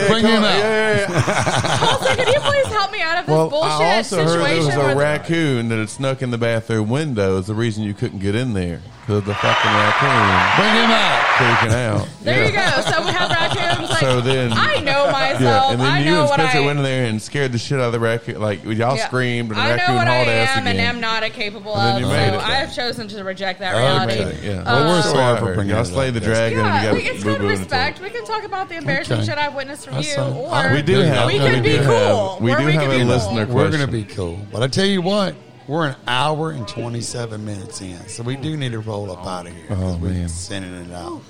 S1: bring him out.
S12: Tulsa, can you please help me out of this
S4: Well,
S12: bullshit
S4: I also heard there
S12: situation?
S4: was
S12: where
S4: a
S12: the-
S4: raccoon that had snuck in the bathroom window. Is the reason you couldn't get in there because the fucking raccoon.
S1: Bring him out.
S4: Freaking out.
S12: There
S4: Yeah.
S12: you go. So we have
S4: <laughs>
S12: raccoons. Like,
S4: so then
S12: I
S4: <laughs>
S12: know myself.
S4: and then
S12: I
S4: you
S12: know
S4: and
S12: what
S4: Spencer
S12: I
S4: went in there and scared the shit out of the raccoon. Like y'all
S12: Yeah.
S4: screamed and the
S12: I know
S4: raccoon
S12: what I
S4: hauled ass
S12: am
S4: again.
S12: and am not a capable
S4: And then
S12: of.
S4: you
S12: So
S4: made it. Oh,
S12: I have chosen to reject that reality. Um,
S4: Okay, Yeah. Well, we're sorry for bringing y'all slay the dragon.
S12: Yeah,
S4: and
S12: we,
S4: you got
S12: it's good
S4: boo-boo in the
S12: respect. We can talk about the embarrassing
S4: Okay.
S12: shit I've witnessed from
S4: That's
S12: you,
S4: fine.
S12: or
S4: We do have-
S12: we
S4: no,
S12: can
S4: we
S12: be
S4: do
S12: cool.
S4: have- we
S12: Or
S4: do have
S12: can
S4: a
S12: be
S4: listener
S12: cool.
S1: We're going
S4: question.
S1: to be cool. But I tell you what, we're an hour and 27 minutes in. So we do need to roll up out of here. 'cause
S4: Oh,
S1: we're
S4: man.
S1: Sending it out.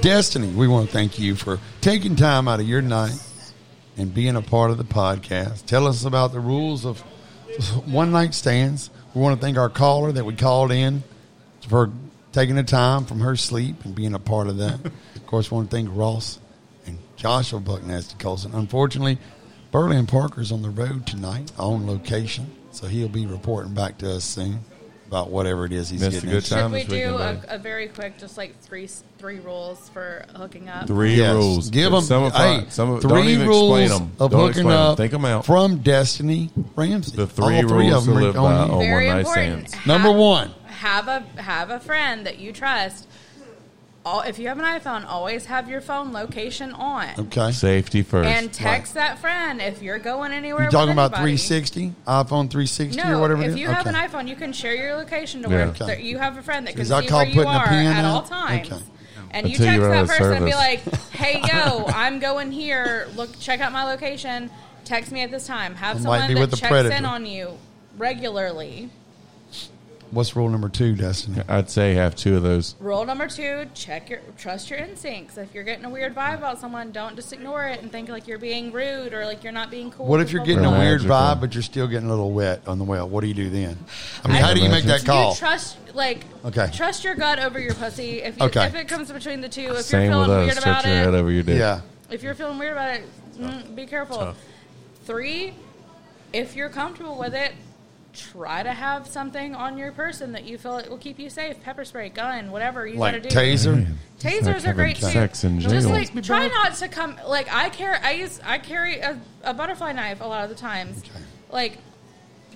S1: Destiny, we want to thank you for taking time out of your night and being a part of the podcast. Tell us about the rules of one night stands. We want to thank our caller that we called in for taking the time from her sleep and being a part of
S4: <laughs>
S1: that. of course, we want to thank Ross and Joshua Bucknasty Colson. Unfortunately, Burley Parker's on the road tonight on location, so he'll be reporting back to us soon about whatever it is he's
S4: Missed a
S1: getting.
S4: good
S1: into.
S4: time
S12: Should we do a, a very quick, just like three s- three rules for hooking up?
S4: Three
S1: Yes.
S4: rules.
S1: Give them
S4: Some of
S1: hey,
S4: some of,
S1: 3
S4: don't even
S1: rules
S4: explain them.
S1: of
S4: don't
S1: hooking
S4: explain
S1: up.
S4: Them. Think them out.
S1: from Destiny Ramsey.
S4: The three
S1: All three
S4: rules
S1: of them
S4: to
S1: are
S4: live
S1: on
S4: by
S1: you.
S4: on
S12: Very
S4: one night
S12: important.
S4: stands.
S1: Number one.
S12: Have a have a friend that you trust. All, if you have an iPhone, always have your phone location on.
S1: Okay.
S4: Safety first.
S12: And text that friend if you're going anywhere.
S1: You talking
S12: with
S1: about
S12: anybody.
S1: 360 iPhone 360
S12: No,
S1: or whatever? it
S12: if
S1: is?
S12: you have
S1: Okay.
S12: an iPhone, you can share your location to
S1: Yeah.
S12: where
S1: Okay.
S12: that you have a friend that can
S1: Is
S12: see
S1: that called
S12: where you
S1: putting a
S12: are
S1: pin
S12: at
S1: in?
S12: all times.
S1: Okay.
S12: And you
S4: Until
S12: text
S4: you're out
S12: that
S4: of
S12: person and be
S4: service.
S12: like, "Hey,
S1: <laughs>
S12: yo, I'm going here. Look, check out my location. Text me at this time. Have
S1: I might
S12: someone
S1: be
S12: that
S1: with a
S12: checks
S1: predator."
S12: in on you regularly."
S1: what's rule number two, Destiny?
S4: I'd say have two of those.
S12: Rule number two: check your trust your instincts. If you're getting a weird vibe about someone, don't just ignore it and think like you're being rude or like you're not being cool.
S1: What if you're getting a
S4: Right.
S1: weird
S4: Magical.
S1: vibe, but you're still getting a little wet on the well? What do you do then? I mean, how do you make that
S12: You
S1: call?
S12: trust like
S1: Okay.
S12: Trust your gut over your pussy. If you,
S1: Okay.
S12: if it comes between the two, if
S4: Same
S12: you're
S4: with
S12: feeling
S4: us.
S12: weird
S4: Touch
S12: about
S4: your head
S12: it,
S4: over your dick.
S1: Yeah.
S12: if you're feeling weird about it, mm, be careful.
S4: Tough.
S12: Three, if you're comfortable with it, try to have something on your person that you feel it will keep you safe. Pepper spray, gun, whatever you
S1: Like
S12: got to do.
S1: taser?
S5: Mm-hmm.
S1: Man,
S12: Tasers
S1: like
S12: are great too.
S1: having sex in
S12: Just
S1: jail.
S12: like try not to come. Like I carry, I use, I carry a, a butterfly knife a lot of the times. Like,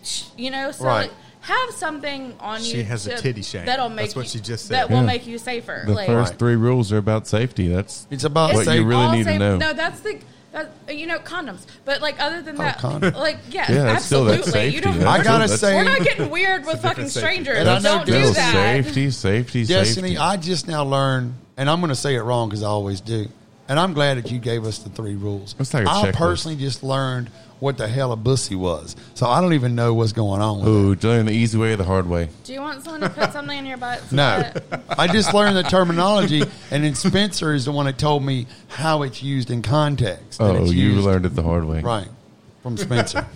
S12: sh- you know, so
S5: Right.
S12: like, have something on you.
S5: She has a
S12: to-
S5: titty shame.
S12: That'll make
S5: That's what
S12: you-
S5: she just said.
S12: That will
S4: Yeah.
S12: make you safer.
S4: The
S12: like,
S4: first three rules are about safety. That's
S1: it's about
S4: what you really
S12: all
S4: need to
S12: safe-
S4: know.
S12: No, that's the that, you know condoms. But like other than
S4: Oh,
S12: that,
S4: condoms.
S12: like yeah,
S4: Yeah, that's still-
S12: absolutely.
S4: that's
S12: you
S4: safety.
S12: don't.
S4: That's
S12: we're
S4: still-
S12: not-
S4: that's-
S12: We're not
S1: <laughs>
S12: getting weird with fucking strangers. don't do
S4: still
S12: that.
S4: Safety, safety,
S1: Destiny,
S4: safety.
S1: I just now learned, and I'm going to say it wrong because I always do. And I'm glad that you gave us the three rules.
S4: Let's
S1: I
S4: take a checklist.
S1: personally just learned what the hell a bussy was, so I don't even know what's going on. With
S4: Ooh, doing the easy way or the hard way.
S12: Do you want someone to put something in your butt?
S4: <laughs>
S12: so
S1: No,
S12: that-
S1: I just learned the terminology, and then Spencer is the one that told me how it's used in context. that
S4: Oh,
S1: it's
S4: you
S1: used-
S4: learned it the hard way.
S1: right from Spencer,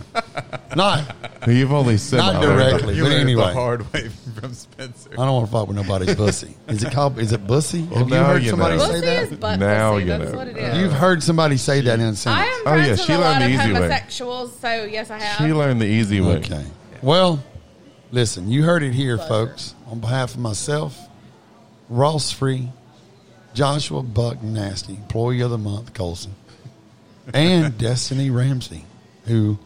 S1: not
S4: You've only said
S1: not
S4: the hard way.
S1: directly,
S5: You
S1: but
S5: learned it
S1: anyway.
S5: the hard way <laughs> from Spencer.
S1: I don't want to fuck with
S4: <laughs>
S1: nobody's bussy. Is it called? Is it bussy? Have you
S4: now
S1: heard
S4: you
S1: somebody
S4: know.
S1: say
S4: Bussy
S1: that?
S12: is butt
S4: Now
S12: pussy.
S4: you
S12: That's
S4: know.
S12: what it is.
S1: You've heard somebody say that in a sentence.
S12: I am
S4: Oh,
S12: friends
S4: yeah,
S12: with
S4: she
S12: a
S4: learned
S12: lot
S4: the
S12: of
S4: easy way.
S12: homosexuals, so yes, I have.
S4: She learned the easy way.
S1: Okay. Well, listen, you heard it here, folks. On behalf of myself, Ross Free, Joshua Buck Nasty, Employee of the Month Colson,
S12: <laughs>
S1: and Destiny Ramsey, who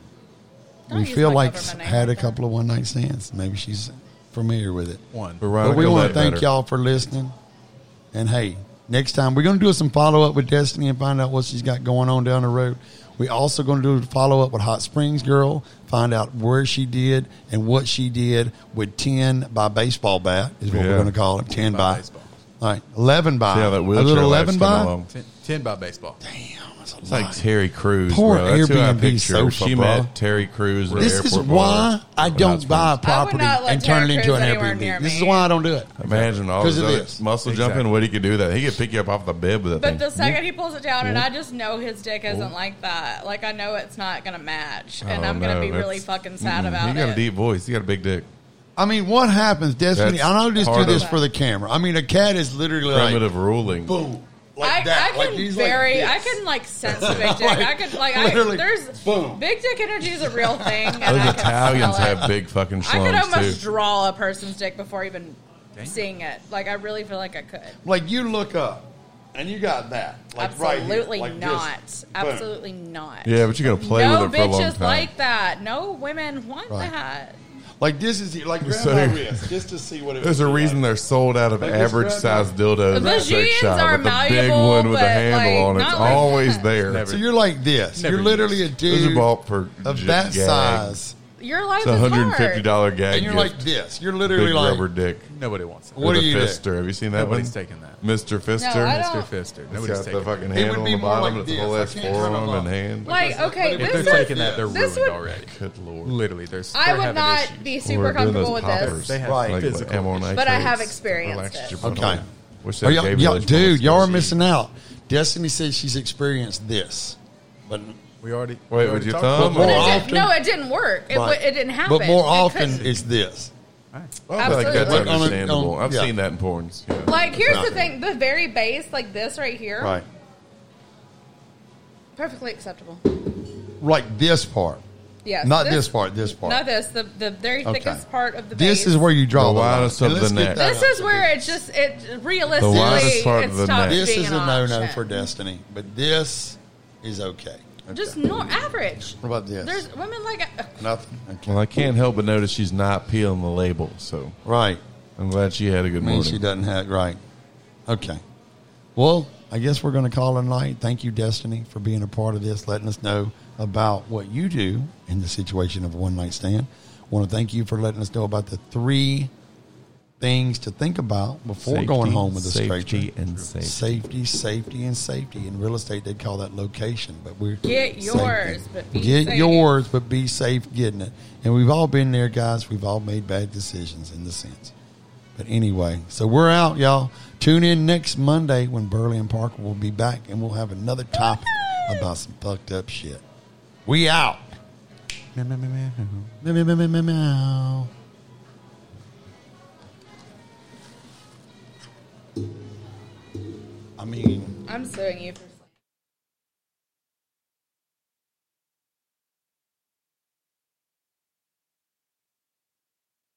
S12: Don't
S1: we
S12: use
S1: feel
S12: my
S1: like
S12: government name
S1: had a
S12: like that.
S1: couple of one night stands. Maybe she's familiar with it.
S5: One.
S1: But we
S4: Veronica
S1: want to
S4: Ledbetter.
S1: thank y'all for listening. And hey, next time we're going to do some follow up with Destiny and find out what she's got going on down the road. We also going to do a follow up with Hot Springs Girl, find out where she did and what she did with ten by baseball bat is what we're
S4: Yeah.
S1: going to call it. Ten,
S5: by
S1: by,
S5: baseball.
S1: all right, eleven by
S4: See how that
S1: a
S4: wheelchair
S1: little
S4: life's
S1: eleven by.
S4: coming along.
S5: Ten, ten by baseball.
S4: It's like Terry Crews.
S1: Poor
S4: bro. That's who I
S1: Airbnb
S4: picture.
S1: sofa,
S4: she
S1: bro.
S4: met Terry Crews. at
S1: This
S4: the
S1: is
S4: airport
S1: why
S4: bar.
S1: I don't buy a property
S12: not let
S1: and turn it
S12: Terry
S1: into an
S12: Crews anywhere
S1: Airbnb.
S12: near
S1: This is
S12: me.
S1: why I don't do it.
S4: Imagine all
S1: 'Cause
S4: his
S1: of
S4: other
S1: this.
S4: muscle jumping. What he could do with that he could pick you up off the bed with that
S12: But
S4: thing.
S12: the second he pulls it down, and I just know his dick isn't
S4: Yeah.
S12: like that. Like I know it's not gonna match, and
S4: Oh,
S12: I'm gonna
S4: no,
S12: be really
S4: that's-
S12: fucking sad
S4: Mm-mm.
S12: about
S4: He got
S12: it.
S4: a deep voice. He got a big dick.
S1: I mean, what happens, Destiny?
S4: That's
S1: and I'll just do
S4: part
S1: this
S4: of-
S1: for the camera. I mean, a cat is literally like,
S4: Primitive ruling.
S1: boom.
S12: I,
S1: Like that.
S12: I
S1: Like,
S12: can
S1: he's like
S12: very,
S1: this.
S12: I can like
S1: <laughs>
S12: sense a big dick. I
S1: Like,
S12: can like, I,
S1: literally,
S12: there's
S1: boom.
S12: big dick energy is a real thing. And I
S4: Those
S12: can
S4: Italians
S12: smell it.
S4: have big fucking
S12: I could almost
S4: schlums too.
S12: draw a person's dick before even seeing it. Like I really feel like I could.
S1: Like you look up and you got that. Like right
S12: Absolutely
S1: here, like
S12: not.
S1: This. Boom.
S12: Absolutely not.
S4: Yeah, but you're gonna play
S12: no
S4: with it for a long
S12: bitches
S4: time.
S12: like that. No women want
S1: Right.
S12: that.
S1: Like this is like grab
S4: So-
S1: my wrist just to see what it
S4: There's
S1: would
S4: a
S1: be
S4: reason
S1: like.
S4: they're sold out of
S1: Like, just
S4: average
S1: grab
S4: size dildos.
S12: The
S4: at sex
S12: Vegans
S4: shop,
S12: are
S4: but the big
S12: malleable,
S4: one with the
S12: but,
S4: handle
S12: like,
S4: on it's
S12: not like
S4: always
S12: that.
S4: there.
S1: So you're like this.
S5: Never
S1: you're literally
S5: used.
S1: a
S4: Those are
S1: dude
S4: bought for
S1: of
S4: j-
S1: that
S4: gag.
S1: size,
S12: Your life
S4: It's a
S12: is
S4: hundred and
S12: hard.
S4: fifty dollar gag.
S1: and you're
S4: gift.
S1: like this. You're literally
S4: big
S1: like
S4: rubber dick.
S5: Nobody wants that.
S1: What
S4: with
S1: do
S4: a
S1: you do?
S4: Fister. Have you seen that
S5: Nobody's
S4: one?
S5: taking that.
S4: Mister Fister.
S12: No, I
S5: Mr.
S12: don't-
S5: Fister.
S4: It's
S5: Nobody's
S4: got the
S5: taking
S4: fucking
S1: It would
S4: handle on
S1: be
S4: the
S1: more
S4: bottom.
S1: like
S4: it's a
S1: this.
S4: whole
S1: I
S4: ass
S1: can't turn 'em
S4: forearm
S1: off.
S4: and hand.
S12: Like okay,
S5: If
S12: this
S5: they're
S12: is
S5: taking that, they're
S12: this
S5: ruined
S12: would-
S5: already.
S4: Good lord.
S5: Literally, there's.
S12: I would not be super comfortable with this.
S5: They have
S1: Right.
S4: Like
S5: physical.
S4: ammo
S5: issues.
S12: But I
S4: nitrates
S12: have
S4: that
S12: experienced
S4: relaxed
S12: it.
S4: your butt
S1: Okay.
S4: on. Wish
S1: Are
S4: that
S1: y'all-
S4: gay
S1: y'all-
S4: village
S1: dude,
S4: bullets
S1: y'all are
S4: was-
S1: missing out. Destiny says she's experienced this, but
S5: We already. we
S4: Wait,
S5: already
S4: with your
S5: talked about
S4: thumb?
S1: But
S4: or-
S1: more
S12: It didn't-
S1: often-
S12: no, it didn't work. It,
S1: Right.
S12: w- it didn't happen.
S1: but more
S12: It
S1: often
S12: couldn't.
S1: it's this.
S4: Well, I feel like that's
S12: Absolutely.
S1: Like on a-
S4: understandable.
S1: on-
S4: I've
S1: yeah.
S4: seen that in porns. Yeah.
S12: Like here's the
S1: Nothing.
S12: thing: the very base, like this right here, perfectly acceptable.
S1: Right. This part.
S12: Yes,
S1: Not this part, this part.
S12: Not this. The the very
S1: Okay.
S12: thickest part of the base.
S1: This is where you draw
S4: The
S1: the, line.
S4: widest of
S1: And let's
S4: the
S1: get
S4: neck.
S1: that
S12: This
S1: out.
S12: is where it just it
S4: The widest part
S12: realistically
S4: of
S12: it
S4: the
S12: stops
S4: neck.
S12: being
S1: This is
S12: an
S1: a no no
S12: option.
S1: for Destiny, but this is okay.
S12: just nor average.
S1: What about this?
S12: There's women like
S1: Nothing. Okay.
S4: Well, I can't help but notice she's not peeling the label, so
S1: Right.
S4: I'm glad she had a good
S1: I mean,
S4: morning.
S1: she doesn't have right. Okay. Well, I guess we're going to call it a night. Thank you, Destiny, for being a part of this, letting us know about what you do in the situation of a one night stand. want to thank you for letting us know about the three things to think about before
S4: Safety,
S1: going home with a
S4: safety,
S1: stretcher.
S4: and safety.
S1: safety, safety, and safety. In real estate, they call that location, but we're
S12: Get yours, but be
S1: get
S12: safe.
S1: yours, but be safe getting it. And we've all been there, guys. We've all made bad decisions in the sense. But anyway, so we're out, y'all. Tune in next Monday when Burley and Parker will be back, and we'll have another topic about some fucked up shit. We out. Meow, meow, meow, meow, meow, meow. I mean,
S12: I'm suing you for